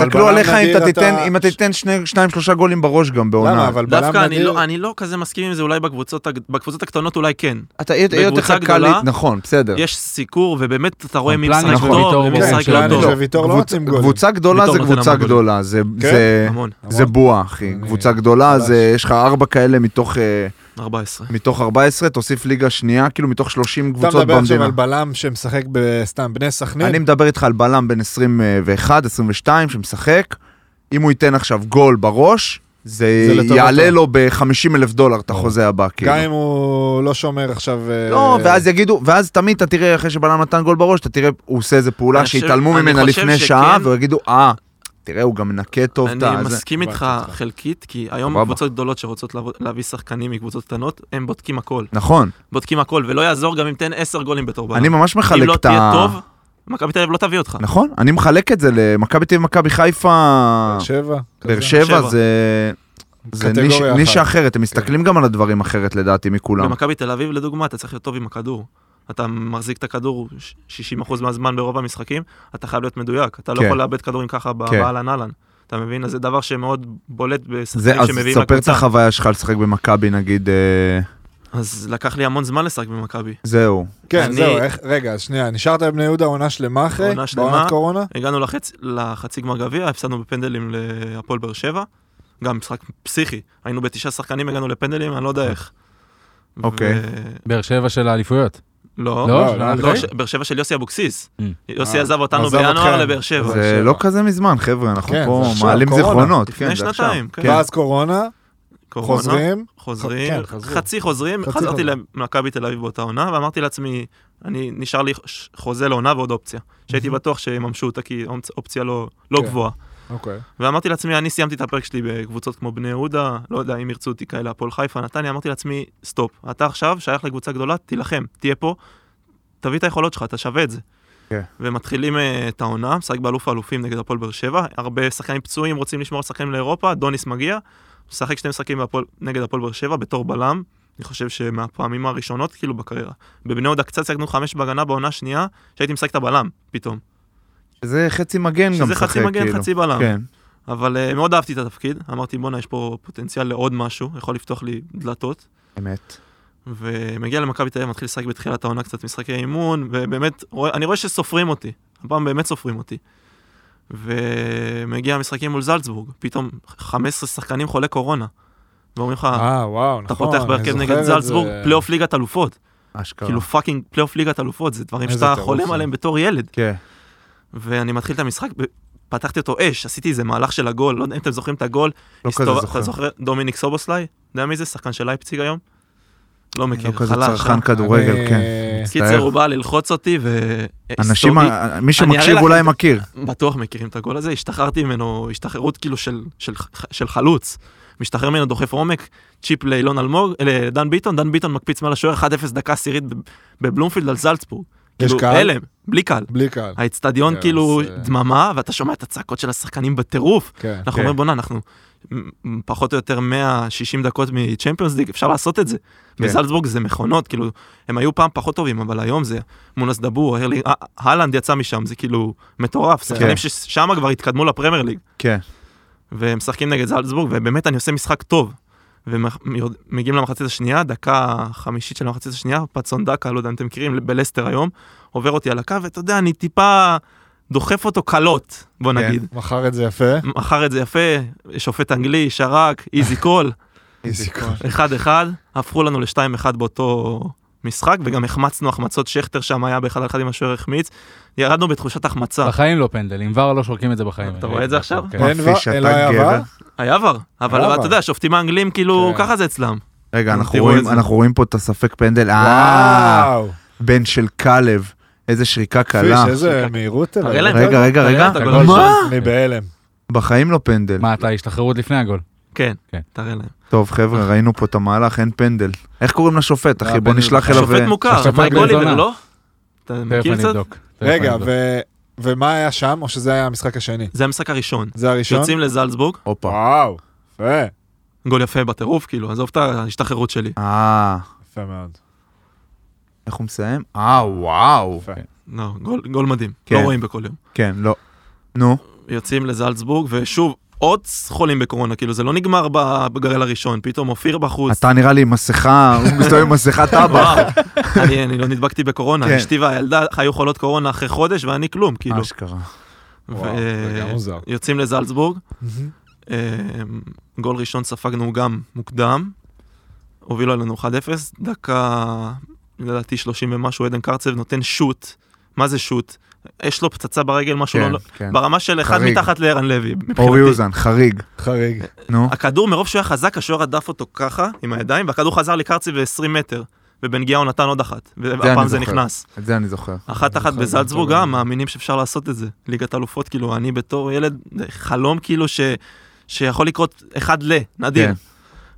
C: יסתכלו עליך אם
B: נדיר
C: אתה תיתן,
B: אתה-
C: אם אתה תיתן שני- שניים שלושה גולים בראש גם
B: למה?
C: בעונה.
B: אבל בלם
D: דווקא אני
B: נדיר-
D: לא, אני לא כזה מסכים עם זה, אולי בקבוצות, הג- בקבוצות הקטנות אולי כן.
C: אתה יהיה יהיה יותר
D: בקבוצה
C: לך קל,
D: גדולה-
C: לי- נכון,
B: כן.
C: בסדר.
D: יש סיקור, ובאמת אתה רואה מי
A: פלניץ'
D: משחק
A: וויטור
D: טוב ומי
A: ברור
D: משחק
A: שלא.
D: לא
B: פלניץ'
D: טוב.
B: וויטור לא
C: קבוצ-
B: מוצאים גולים.
C: קבוצה גדולה
D: ויטור
C: זה
D: נותן
C: קבוצה
D: המון גולים.
C: גדולה, זה-
B: כן?
C: זה-
D: המון,
C: זה בועה, אחי.
B: אני-
C: קבוצה גדולה,
B: ממש.
C: זה- יש לך ארבע כאלה מתוך, אה,
B: לא.
D: 14.
C: מתוך 14, תוסיף ליגה שנייה, כאילו מתוך 30
B: אתה
C: קבוצות
B: מדבר עכשיו
C: במדינה.
B: על בלם שמשחק בסתם בני סכנין?
C: אני מדבר איתך על בלם בן 21, 22 שמשחק, אם הוא ייתן עכשיו גול בראש, זה,
B: זה לטובתו.
C: יעלה לו ב-50 אלף דולר את החוזה הבא, כאילו.
B: גם אם הוא לא שומר עכשיו... אה,
C: לא, ואז יגידו, ואז תמיד אתה תראה, אחרי שבלם נתן גול בראש, אתה תראה, הוא עושה איזה פעולה
D: אני חושב-
C: שהתעלמו
D: אני
C: ממנה
D: חושב
C: לפני
D: שכן.
C: שעה, ויגידו, אה, תראה, הוא גם מנקה טוב את
D: אני
C: ה... זה."
D: מסכים איתך
B: הבנתי אותך.
D: חלקית, כי היום
C: סבבה.
D: קבוצות גדולות שרוצות לעבוד- להביא שחקנים מקבוצות קטנות, הם בודקים הכל.
C: נכון,
D: בודקים הכל, ולא יעזור גם אם תן 10 גולים בתור בלם.
C: אני ממש מחלק
D: אם לא
C: את ה...
D: תהיה טוב, מכבי תל אביב לא תביא אותך.
C: נכון, אני מחלק את זה למכבי תל אביב, מכבי חיפה,
B: באר שבע.
C: באר
B: כזה.
C: שבע,
D: שבע.
C: זה... זה
B: קטגוריה
C: ניש-
B: אחת. כן.
C: נישה אחרת, הם מסתכלים גם על הדברים אחרת לדעתי מכולם.
D: במכבי תל אביב, לדוגמה, אתה צריך להיות טוב עם הכדור. אתה מחזיק את הכדור ש- 60% מהזמן ברוב המשחקים, אתה חייב להיות מדויק. אתה לא
C: כן.
D: יכול לאבד כדורים ככה ב-
C: כן.
D: באהלן אהלן. אתה מבין? אז זה דבר שמאוד בולט
C: זה,
D: בשחקנים
C: אז
D: שמביאים
C: ספר את
D: לקבוצה.
C: החוויה שלך לשחק במכבי נגיד, אה,
D: אז לקח לי המון זמן לשחק במכבי.
C: זהו.
B: כן,
D: אני-
B: זהו, איך- רגע, אז שנייה, נשארת בבני יהודה עונה שלמה אחרי?
D: עונה שלמה.
B: בעונת קורונה?
D: הגענו לחצי, לחצי גמר גביע, הפסדנו בפנדלים להפועל באר שבע, גם משחק פסיכי. היינו בתשעה שחקנים, הגענו לפנדלים, אני לא יודע איך.
C: אוקיי.
D: ו-
A: באר שבע של האליפויות.
D: לא,
A: לא,
B: לא,
A: שנה
B: לא,
A: אחרי?
D: ש- באר שבע של יוסי אבוקסיס.
A: Mm.
D: יוסי
B: אה,
D: עזב אותנו
B: עזב
D: בינואר
B: אתכם.
D: לבאר שבע.
B: באר
C: זה
B: שבע.
C: לא כזה מזמן, חבר'ה, אנחנו
B: כן,
C: פה
B: זה עכשיו,
C: מעלים
B: קורונה.
C: זיכרונות.
D: לפני
C: כן, זה עכשיו.
D: שנתיים, כן.
C: כן.
B: ואז קורונה,
D: קורונה,
B: חוזרים.
D: חוזרים,
B: כן, חזרו.
D: חצי חוזרים,
B: חצי
D: חזרתי
B: חוזרים.
D: למכבי תל אביב באותה עונה, ואמרתי לעצמי, אני, נשאר לי ש- חוזה לעונה ועוד אופציה. שהייתי בטוח שיממשו אותה, כי אופצ- אופציה לא לא
B: כן.
D: גבוהה.
B: אוקיי.
D: ואמרתי לעצמי, אני סיימתי את הפרק שלי בקבוצות כמו בני יהודה, לא יודע אם ירצו אותי כאלה, הפועל חיפה, נתניה, אמרתי לעצמי, סטופ, אתה עכשיו שייך לקבוצה גדולה, תילחם, תהיה פה, תביא את היכולות שלך, אתה שווה את זה.
C: כן.
D: ומתחילים אה, את העונה, משחק באלוף האלופים נגד הפועל באר שבע, הרבה שחקנים פצועים, רוצים לשמור על שחקנים לאירופה, דוניס מגיע, משחק שני משחקים בהפועל- נגד הפועל באר שבע בתור בלם, אני חושב שמהפעמים הראשונות כאילו בקריירה. בבני יהודה קצת שיחקנו חמש בהגנה בעונה שנייה, שהייתי משחק את הבלם, פתאום.
C: שזה חצי מגן גם
D: שזה
C: משחק,
D: חצי מגן,
C: כאילו.
D: חצי בלם.
C: כן.
D: אבל אה, מאוד אהבתי את התפקיד, אמרתי בואנה יש פה פוטנציאל לעוד משהו, יכול לפתוח לי דלתות,
C: אמת.
D: ומגיע למכבי תל אביב, מתחיל לשחק בתחילת העונה קצת משחקי אימון, ובאמת, רואה- אני רואה שסופרים אותי, הפעם באמת סופרים אותי. ומגיע המשחקים מול זלצבורג, פתאום 15 שחקנים חולי קורונה. ואומרים לך,
B: אה, וואו, נכון.
D: אתה פותח
B: אני
D: בהרכב
B: זוכר
D: נגד
B: את
D: זלצבורג,
B: זה. כן.
D: פלייאוף ליגת אלופות.
C: אשכרה.
D: כאילו פאקינג פלייאוף ליגת אלופות, זה דברים
B: איזה
D: שאתה
B: טירוף
D: חולם
B: זה.
D: עליהם בתור ילד.
C: כן.
D: ואני מתחיל את המשחק, ב- פתחתי אותו אש, עשיתי איזה מהלך של הגול, לא יודע אם אתם זוכרים את הגול.
C: לא
D: הסתובב-
C: כזה זוכר.
D: אתה זוכר? דומיניק סובוסליי? יודע מי זה? שחקן של לייפציג היום? לא מכיר,
C: לא כזה
D: חלש.
C: צרכן
D: אה?
C: כדורגל,
B: אני-
C: כן.
D: קיצר,
C: מצטער.
D: הוא בא ללחוץ אותי, ו...
C: אנשים,
D: הסתובב-
C: ה- מי
D: אני אראה
C: שמקשיב
D: לכם
C: אולי
D: את-
C: מכיר.
D: בטוח מכירים את הגול הזה, השתחררתי ממנו, השתחררות כאילו של- של ח- של חלוץ. משתחרר ממנו דוחף עומק, צ'יפ לאילון אלמוג, אה, לדן ביטון, דן ביטון מקפיץ מעל השוער 1-0 דקה עשירית בב- בבלומפילד על זלצבורג.
B: יש
D: כאילו,
B: קהל?
D: הלם, בלי קהל.
B: בלי קהל,
D: האצטדיון
B: כן,
D: כאילו
B: אז, אה,
D: דממה, ואתה שומע את הצעקות של השחקנים בטירוף.
B: כן.
D: אנחנו אומרים בואנה אנחנו מ- מ- פחות או יותר 160 דקות מצ'מפיונס ליג אפשר לעשות את זה.
C: כן.
D: בזלצבורג זה מכונות כאילו הם היו פעם פחות טובים אבל היום זה מונס דבור הרלי- אה, הלנד יצא משם זה כאילו מטורף שחקנים ששם כבר התקדמו לפרמייר ליג
C: כן.
D: והם משחקים נגד זלצבורג ובאמת אני עושה משחק טוב. ומגיעים למחצית השנייה דקה חמישית של המחצית השנייה פצון דקה לא יודע אם אתם מכירים בלסטר היום עובר אותי על הקו ואתה יודע אני טיפה דוחף אותו קלות בוא
C: כן.
D: נגיד.
B: מכר את זה יפה.
D: מכר את זה יפה, שופט אנגלי, שרק, איזי קול,
B: איזי כוח.
D: 1-1, הפכו לנו ל-2-1 באותו משחק, וגם החמצנו החמצות, שכטר שם היה באחד על אחד עם השוער החמיץ, ירדנו בתחושת החמצה.
A: בחיים לא פנדל, עם ור לא שורקים את זה בחיים.
D: אתה רואה את זה עכשיו?
A: כן.
C: מה,
B: אין ו-
C: פיש,
B: אין
C: אתה
B: היה
C: גבר?
B: ו-
D: היה עבר, אבל
B: היה עבר.
D: אתה יודע, השופטים האנגלים כאילו,
B: כן.
D: ככה זה אצלם.
C: רגע, אנחנו
D: תראו
C: רואים-
D: איזה-
C: אנחנו רואים פה את הספק פנדל. אה,
B: וואו.
C: בן של כלב. איזה שריקה קלה.
B: פיש, איזה לא, מהירות. אבל.
D: תראה להם.
C: רגע, רגע,
D: אתה לא
C: רגע.
D: יודע את הגול
A: מה?
D: הראשון?
B: אני בהלם.
C: בחיים לא פנדל.
A: מה, אתה השתחררו עוד לפני הגול.
D: כן,
A: כן.
D: תראה להם.
C: טוב, חבר'ה, ראינו פה את המהלך, אין פנדל. איך קוראים לשופט, אחי?
A: היה
C: בוא
A: פנדל.
C: נשלח אליו... אה,
D: שופט מוכר,
A: שופט
D: מייק
A: בן
D: אוליבר,
A: זונה.
D: לא? אתה
A: תכף
D: מכיר
A: אני
D: קצת?
A: אבדוק. תכף
B: רגע,
A: אני אבדוק.
B: ו- ומה היה שם, או שזה היה המשחק השני?
D: זה המשחק הראשון.
B: זה הראשון?
D: יוצאים לזלצבורג,
C: הופה.
B: וואו, יפה.
D: גול יפה בטירוף, כאילו, עזוב את ההשתחררות שלי.
C: אה,
B: יפה מאוד.
C: איך הוא מסיים? אה, וואו.
B: יפה.
D: לא, גול גול מדהים,
C: כן.
D: לא רואים בכל יום.
C: כן, לא. נו,
D: יוצאים לזלצבורג, ושוב, עוד חולים בקורונה, כאילו זה לא נגמר בגרל הראשון, פתאום אופיר בחוץ.
C: אתה נראה לי עם מסכה,
D: <laughs>
C: הוא מסתובב עם מסכת אבא.
D: וואו, אני, אני לא נדבקתי בקורונה,
C: כן.
D: אשתי והילדה היו חולות קורונה אחרי חודש ואני כלום, כאילו.
C: אשכרה.
D: ו-
B: אה, וואו, זה גם מוזר.
D: יוצאים לזלצבורג, אה, גול ראשון ספגנו גם מוקדם, הובילו עלינו 1-0, דקה, לדעתי 30 ומשהו, עדן קרצב נותן שוט, מה זה שוט? יש לו פצצה ברגל, משהו
C: כן,
D: לא...
C: כן.
D: ברמה של אחד
C: חריג.
D: מתחת לערן לוי, מבחינתי.
C: אורי אוזן, חריג.
B: חריג.
D: <laughs>
C: נו,
D: הכדור מרוב שהוא היה חזק, השוער הדף אותו ככה, עם הידיים, והכדור חזר לקרצי ב-20 מטר, ובנגיעה הוא נתן עוד אחת,
C: אני
D: והפעם זה
C: זוכר.
D: נכנס.
C: את זה אני זוכר.
D: אחת אחת
B: זוכר,
D: בזלצבורג
B: זוכר.
D: גם, מאמינים שאפשר לעשות את זה. ליגת אלופות, כאילו, אני בתור ילד, חלום כאילו ש... שיכול לקרות אחד ל, נדיר.
C: כן.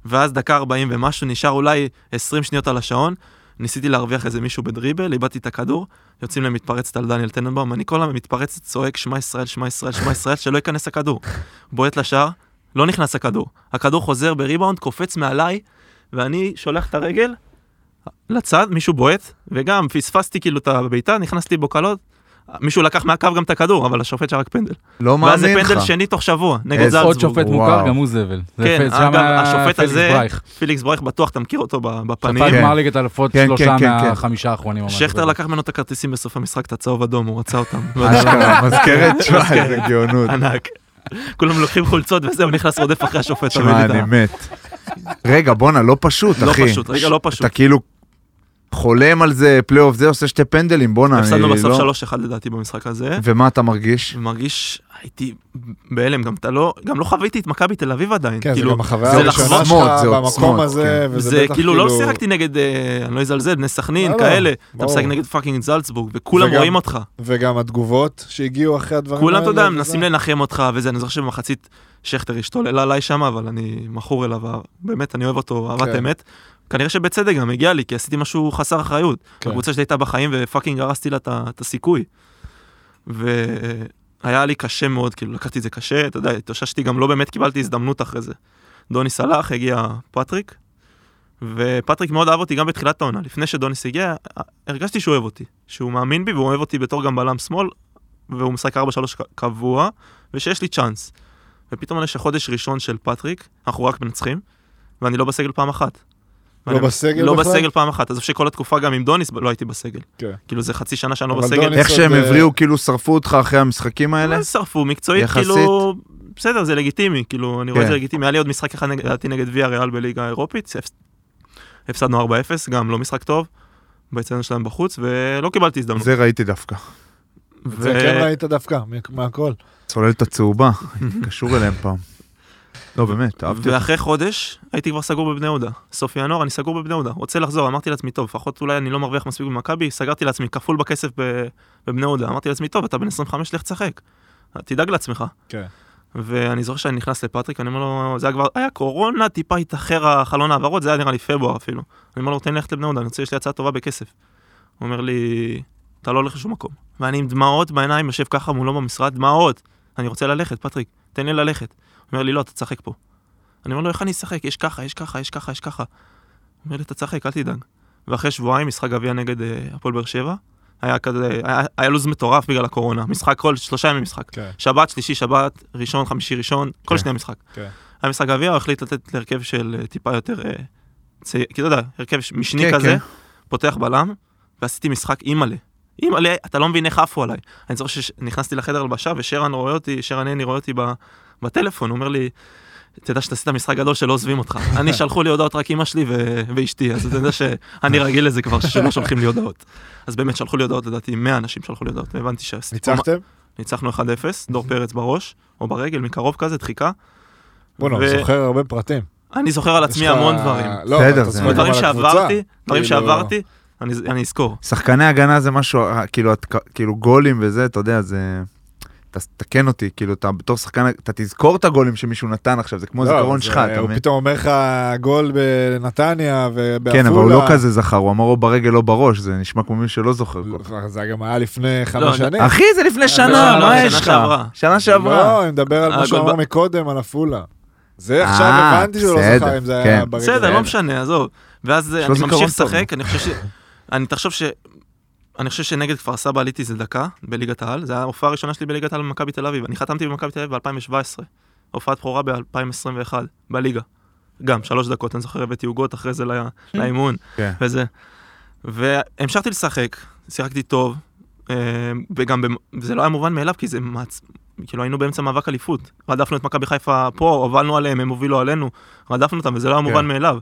D: ואז דקה 40 ומשהו, נשאר אולי 20 שניות על השעון, ניסיתי להרוויח איזה מישהו בדריבל, איבדתי את הכדור, יוצאים למתפרצת על דניאל טננבאום, אני כל המתפרצת צועק שמע ישראל, שמע ישראל, שמע ישראל, שלא ייכנס הכדור. בועט לשער, לא נכנס הכדור. הכדור חוזר בריבאונד, קופץ מעליי, ואני שולח את הרגל לצד, מישהו בועט, וגם פספסתי כאילו את הבעיטה, נכנסתי בו קלות. מישהו לקח מהקו גם את הכדור, אבל השופט שרק פנדל.
C: לא
D: ואז זה
C: מאמין לך.
D: פנדל שני תוך שבוע, נגד
C: איזה-
A: עוד
D: זלצבורג.
A: שופט
C: וואו.
A: מוכר, גם הוא זבל. זה
D: כן,
A: יפה, שם
D: אגב,
A: היה
D: השופט
A: פליקס
D: הזה,
A: ברייך.
D: פליקס ברייך בטוח אתה מכיר אותו ב- בפנים.
A: ספג
C: כן.
A: גמר ליגת אלופות
C: כן,
A: שלושה
C: כן, כן, כן.
A: מהחמישה האחרונים. או משהו
D: שכטר
A: כזה.
D: לקח ממנו את <laughs> הכרטיסים בסוף המשחק, את הצהוב אדום, הוא רצה אותם. לא
C: אשכרה, מזכרת, תשמע, איזה גאונות.
D: ענק. כולם לוקחים חולצות וזהו, נכנס רודף אחרי השופט. תמיד
C: שמע,
D: איתה.
C: אני מת. רגע, בואנה, לא פשוט,
D: לא
C: אחי.
D: פשוט, רגע, לא פשוט.
C: אתה כאילו חולם על זה, פלייאוף זה, עושה שתי פנדלים, בואנה, אני
D: הפסדנו בסוף
C: לא...
D: 3-1 לדעתי במשחק הזה.
C: ומה אתה מרגיש?
D: מרגיש, הייתי בהלם, גם אתה לא, גם לא חוויתי את מכבי תל אביב עדיין.
B: כן, זה
D: כאילו,
B: גם החוויה
D: זה
B: הראשונה
D: לחוות-
B: שלך
C: עוצמות, זה
B: במקום
C: עוצמות,
B: הזה, וזה
D: זה
B: בטח
D: כאילו, לא שיחקתי נגד, אה, אני לא אזלזל, בני סכנין,
B: לא, לא,
D: כאלה. אתה
B: ברור.
D: משחק נגד פאקינג זלצבורג, וכולם
B: וגם- לא
D: רואים אותך.
B: וגם התגובות שהגיעו אחרי הדברים
D: כולם, אתה יודע,
B: וזה.
D: מנסים לנחם אותך וזה, אני זוכר שבמחצית שכטר השתולל עליי שם, אבל אני מכור אליו, אה, באמת, אני אוהב אותו אהבת
B: כן.
D: אמת. כנראה שבצדק גם הגיע לי, כי עשיתי משהו חסר אחריות.
B: כן.
D: הקבוצה שלי הייתה בחיים ופאקינג הרסתי לה את ה- את הסיכוי. והיה לי קשה מאוד, כאילו לקחתי את זה קשה, אתה יודע, התאוששתי גם לא באמת קיבלתי הזדמנות אחרי זה. דוני סלח, הגיע פטריק, ופטריק מאוד אהב אותי גם בתחילת העונה, לפני שדוניס הגיע, הרגשתי שהוא אוהב אותי, שהוא מאמין בי והוא אוהב אותי בתור גם בלם שמאל, והוא משחק 4-3 ק- קבוע, ושיש לי צ'אנס. ופתאום אני חודש ראשון של פטריק, אנחנו רק מנצחים, ואני לא בסגל פעם אחת.
B: לא
D: ואני-
B: בסגל
D: לא
B: בכלל?
D: בסגל פעם אחת, עזוב שכל התקופה גם עם דוניס לא הייתי בסגל.
B: כן.
D: כאילו זה חצי שנה שאני לא
B: אבל
D: בסגל,
B: דוניס-
C: איך שהם
B: זה-
C: הבריאו, כאילו שרפו אותך אחרי המשחקים האלה?
D: מה זה שרפו מקצועית,
C: יחסית.
D: כאילו, בסדר, זה לגיטימי, כאילו, אני רואה את
C: כן.
D: זה לגיטימי. היה לי עוד משחק אחד, נגד- לדעתי, נגד ויה ריאל בליגה האירופית, הפס- הפסדנו 4-0, גם לא משחק טוב, ביציון שלהם בחוץ, ולא קיבלתי הזדמנות.
C: זה ראיתי דווקא.
D: ו-
B: זה כן ראית דווקא, מ- מהכל.
C: צוללת
D: <laughs>
C: הצהובה, הייתי קשור אליהם פעם. לא, באמת, אהבתי. אותך.
D: ואחרי חודש הייתי כבר סגור בבני יהודה. סוף ינואר אני סגור בבני יהודה. רוצה לחזור, אמרתי לעצמי, טוב, לפחות אולי אני לא מרוויח מספיק במכבי, סגרתי לעצמי כפול בכסף ב- בבני יהודה. אמרתי לעצמי, טוב, אתה בן 25, לך תשחק. תדאג לעצמך.
B: כן.
D: ואני זוכר שאני נכנס לפטריק, אני אומר לו, זה היה כבר, היה קורונה, טיפה התאחר החלון העברות, זה היה נראה לי פברואר אפילו. אני אומר לו, תן לי ללכת לבני יהודה, אני רוצה, יש לי הצעה טובה בכסף. הוא אומר לי, אתה לא הולך לשום מקום. ואני עם דמעות בעיניים, יושב ככה מולו במשרד, דמעות. אני רוצה ללכת, פטריק, תן לי ללכת. הוא אומר לי, לא, אתה תשחק פה. אני אומר לו, איך אני אשחק? יש ככה, יש ככה, יש ככה, יש ככה. הוא אומר לי, אתה תשחק, אל תדאג. ואחרי שבועיים, משחק גביע נגד אה, הפועל באר שבע, היה כזה, היה, היה לו"ז מטורף בגלל הקורונה. משחק כל שלושה ימים משחק.
B: כן.
D: שבת, שלישי, שבת, ראשון, חמישי, ראשון, כל
C: כן.
D: שנייה משחק.
B: כן.
D: היה משחק גביע, הוא החליט לתת להרכב של אה, טיפה יותר, אה, צי- כי אתה יודע, הרכב ש- משני
C: כן,
D: כזה,
C: כן.
D: פותח בלם, ועשיתי משחק אימאלה. אימאלה, אתה לא מבין איך עפו עליי. אני זוכר שנכנסתי לחדר הלבשה ושרן רואה אותי, שרן הני רואה אותי ב- בטלפון, הוא אומר לי, תדע שאתה עשית משחק גדול שלא עוזבים אותך. אני, שלחו לי הודעות רק אמא שלי ו- ואשתי, אז אתה יודע שאני רגיל לזה כבר, שלא שולחים לי הודעות. אז באמת שלחו לי הודעות, לדעתי 100 אנשים שלחו לי הודעות, והבנתי שהסיפור...
B: ניצחתם?
D: ניצחנו 1-0, דור פרץ בראש, או ברגל, מקרוב כזה, דחיקה.
B: בוא'נה, הוא
D: ו-
B: זוכר הרבה פרטים.
D: אני זוכר על
B: יש
D: עצמי
B: לך-
D: המון דברים.
B: לא, אבל
C: בסדר,
B: אתה
C: זה-
B: זוכר גם
D: דברים
B: על הקבוצה.
D: שעברתי, דברים
B: כאילו-
D: שעברתי, אני אני אזכור.
C: שחקני הגנה זה משהו, אה, כאילו, את- כאילו גולים וזה, אתה יודע, זה... ת- תקן אותי, כאילו, אתה בתור שחקן, אתה תזכור את הגולים שמישהו נתן עכשיו, זה כמו
B: לא,
C: זיכרון
B: זה-
C: שלך, אתה
B: הוא
C: מבין?
B: פתאום אומר לך גול בנתניה ובעפולה.
C: כן, אבל הוא לא כזה זכר, הוא אמר או ברגל או בראש, זה נשמע כמו מישהו שלא זוכר. כל כך.
B: זה גם היה לפני
D: לא,
B: חמש שנים.
C: אחי, זה לפני שנה,
D: לא,
C: מה
D: שנה
C: יש לך?
D: שעברה. אה,
C: שנה שעברה.
B: לא, אני מדבר על מה
D: הגול
B: שהוא אמר
D: ב-
B: מקודם, על עפולה. זה עכשיו
C: אה,
B: הבנתי שהוא לא זכר
C: בסדר,
B: אם זה
C: כן.
B: היה ברגע.
D: בסדר, לא משנה, עזוב. ואז
C: יש
D: אני
C: לו זיכרון
D: ממשיך
C: טוב.
D: לשחק, אני חושב ש... אני תחשוב ש... אני חושב שנגד כפר סבא עליתי איזה דקה בליגת העל, זו ההופעה הראשונה שלי בליגת העל במכבי תל אביב. אני חתמתי במכבי תל אביב ב-2017, הופעת בכורה ב-2021, בליגה. גם, שלוש דקות, אני זוכר, הבאתי עוגות אחרי זה לא- לאימון.
C: כן.
D: וזה. והמשכתי לשחק, שיחקתי טוב, אה, וגם, במ- וזה לא היה מובן מאליו, כי זה מעצ... כאילו היינו באמצע מאבק אליפות. רדפנו את מכבי חיפה פה, הובלנו עליהם, הם הובילו עלינו, רדפנו אותם, וזה לא היה מובן
C: כן.
D: מאליו.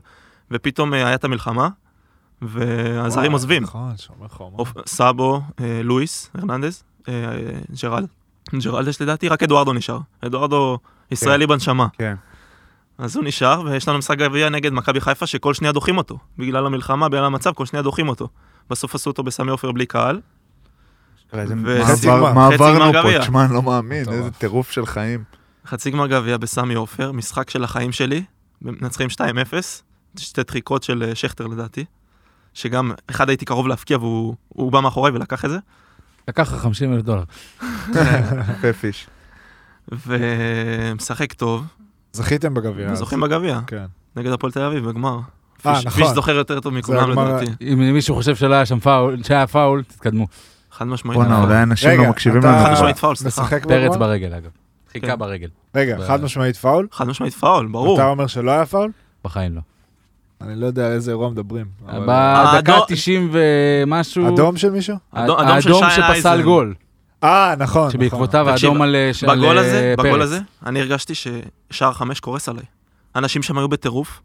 D: ופתאום אה, היה את המלחמה, והזרים עוזבים.
B: נכון, שומר חומה.
D: אופ- סאבו, אה, לואיס, הרננדז, אה, אה, ג'רלד. ג'רלד יש לדעתי, רק אדוארדו נשאר. אדוארדו ישראלי בנשמה.
C: כן.
D: אז הוא נשאר, ויש לנו משחק גביע נגד מכבי חיפה שכל שנייה דוחים אותו. בגלל המלחמה, בגלל המצב, כל שנייה דוחים אותו. בסוף עשו אותו בסמי עופר בלי קהל. ו-
C: מה
B: חצי
C: עבר-
B: גמר.
C: מה
D: חצי גמר
C: עברנו פה,
D: גביע.
C: תשמע, אני לא מאמין,
B: מטורף.
C: איזה טירוף של
D: <laughs>
C: חיים.
D: חצי גמר גביע בסמי עופר, משחק של החיים שלי, מנצחים 2-0, שתי דחיקות של אה, שכטר לדעתי, שגם, אחד הייתי קרוב להפקיע והוא הוא בא מאחוריי ולקח את זה.
A: לקח לך 50 אלף דולר.
C: יפה פיש.
D: ומשחק טוב,
B: זכיתם בגביע. אז.
D: זוכים בגביע,
B: כן.
D: נגד הפועל תל אביב בגמר.
B: אה,
D: פיש-
B: נכון.
D: פיש זוכר יותר טוב מכולם
B: הגמר-
D: לדעתי,
A: אם מישהו חושב שלא היה שם פאול, שהיה פאול, תתקדמו.
D: חד משמעית. נכון.
C: בואנה, אולי אנשים
B: רגע,
C: לא מקשיבים
B: אתה-
D: חד
C: לנו.
D: משמעית פאול, סליחה.
B: משחק
A: פרץ
B: בגמר?
A: ברגל, אגב. חיכה
D: כן.
A: ברגל,
B: רגע,
A: ב-
B: חד משמעית פאול?
D: חד משמעית פאול, ברור.
B: אתה אומר שלא היה פאול?
A: בחיים לא.
B: אני לא יודע על איזה אירוע מדברים. אבל- אה,
A: בדקה
D: האדום-
A: 90 ומשהו,
B: אדום של מישהו?
A: ה-
D: אדום- אדום של
A: האדום
D: שי
A: שפסל
D: אייזן.
A: גול.
B: אה, נכון.
A: שבעקבותיו
D: תקשיב,
A: האדום על אה, של,
D: בגול
A: אה,
D: הזה, בגול
A: פרץ.
D: הזה, אני הרגשתי ששער חמש קורס עליי. אנשים שם היו בטירוף.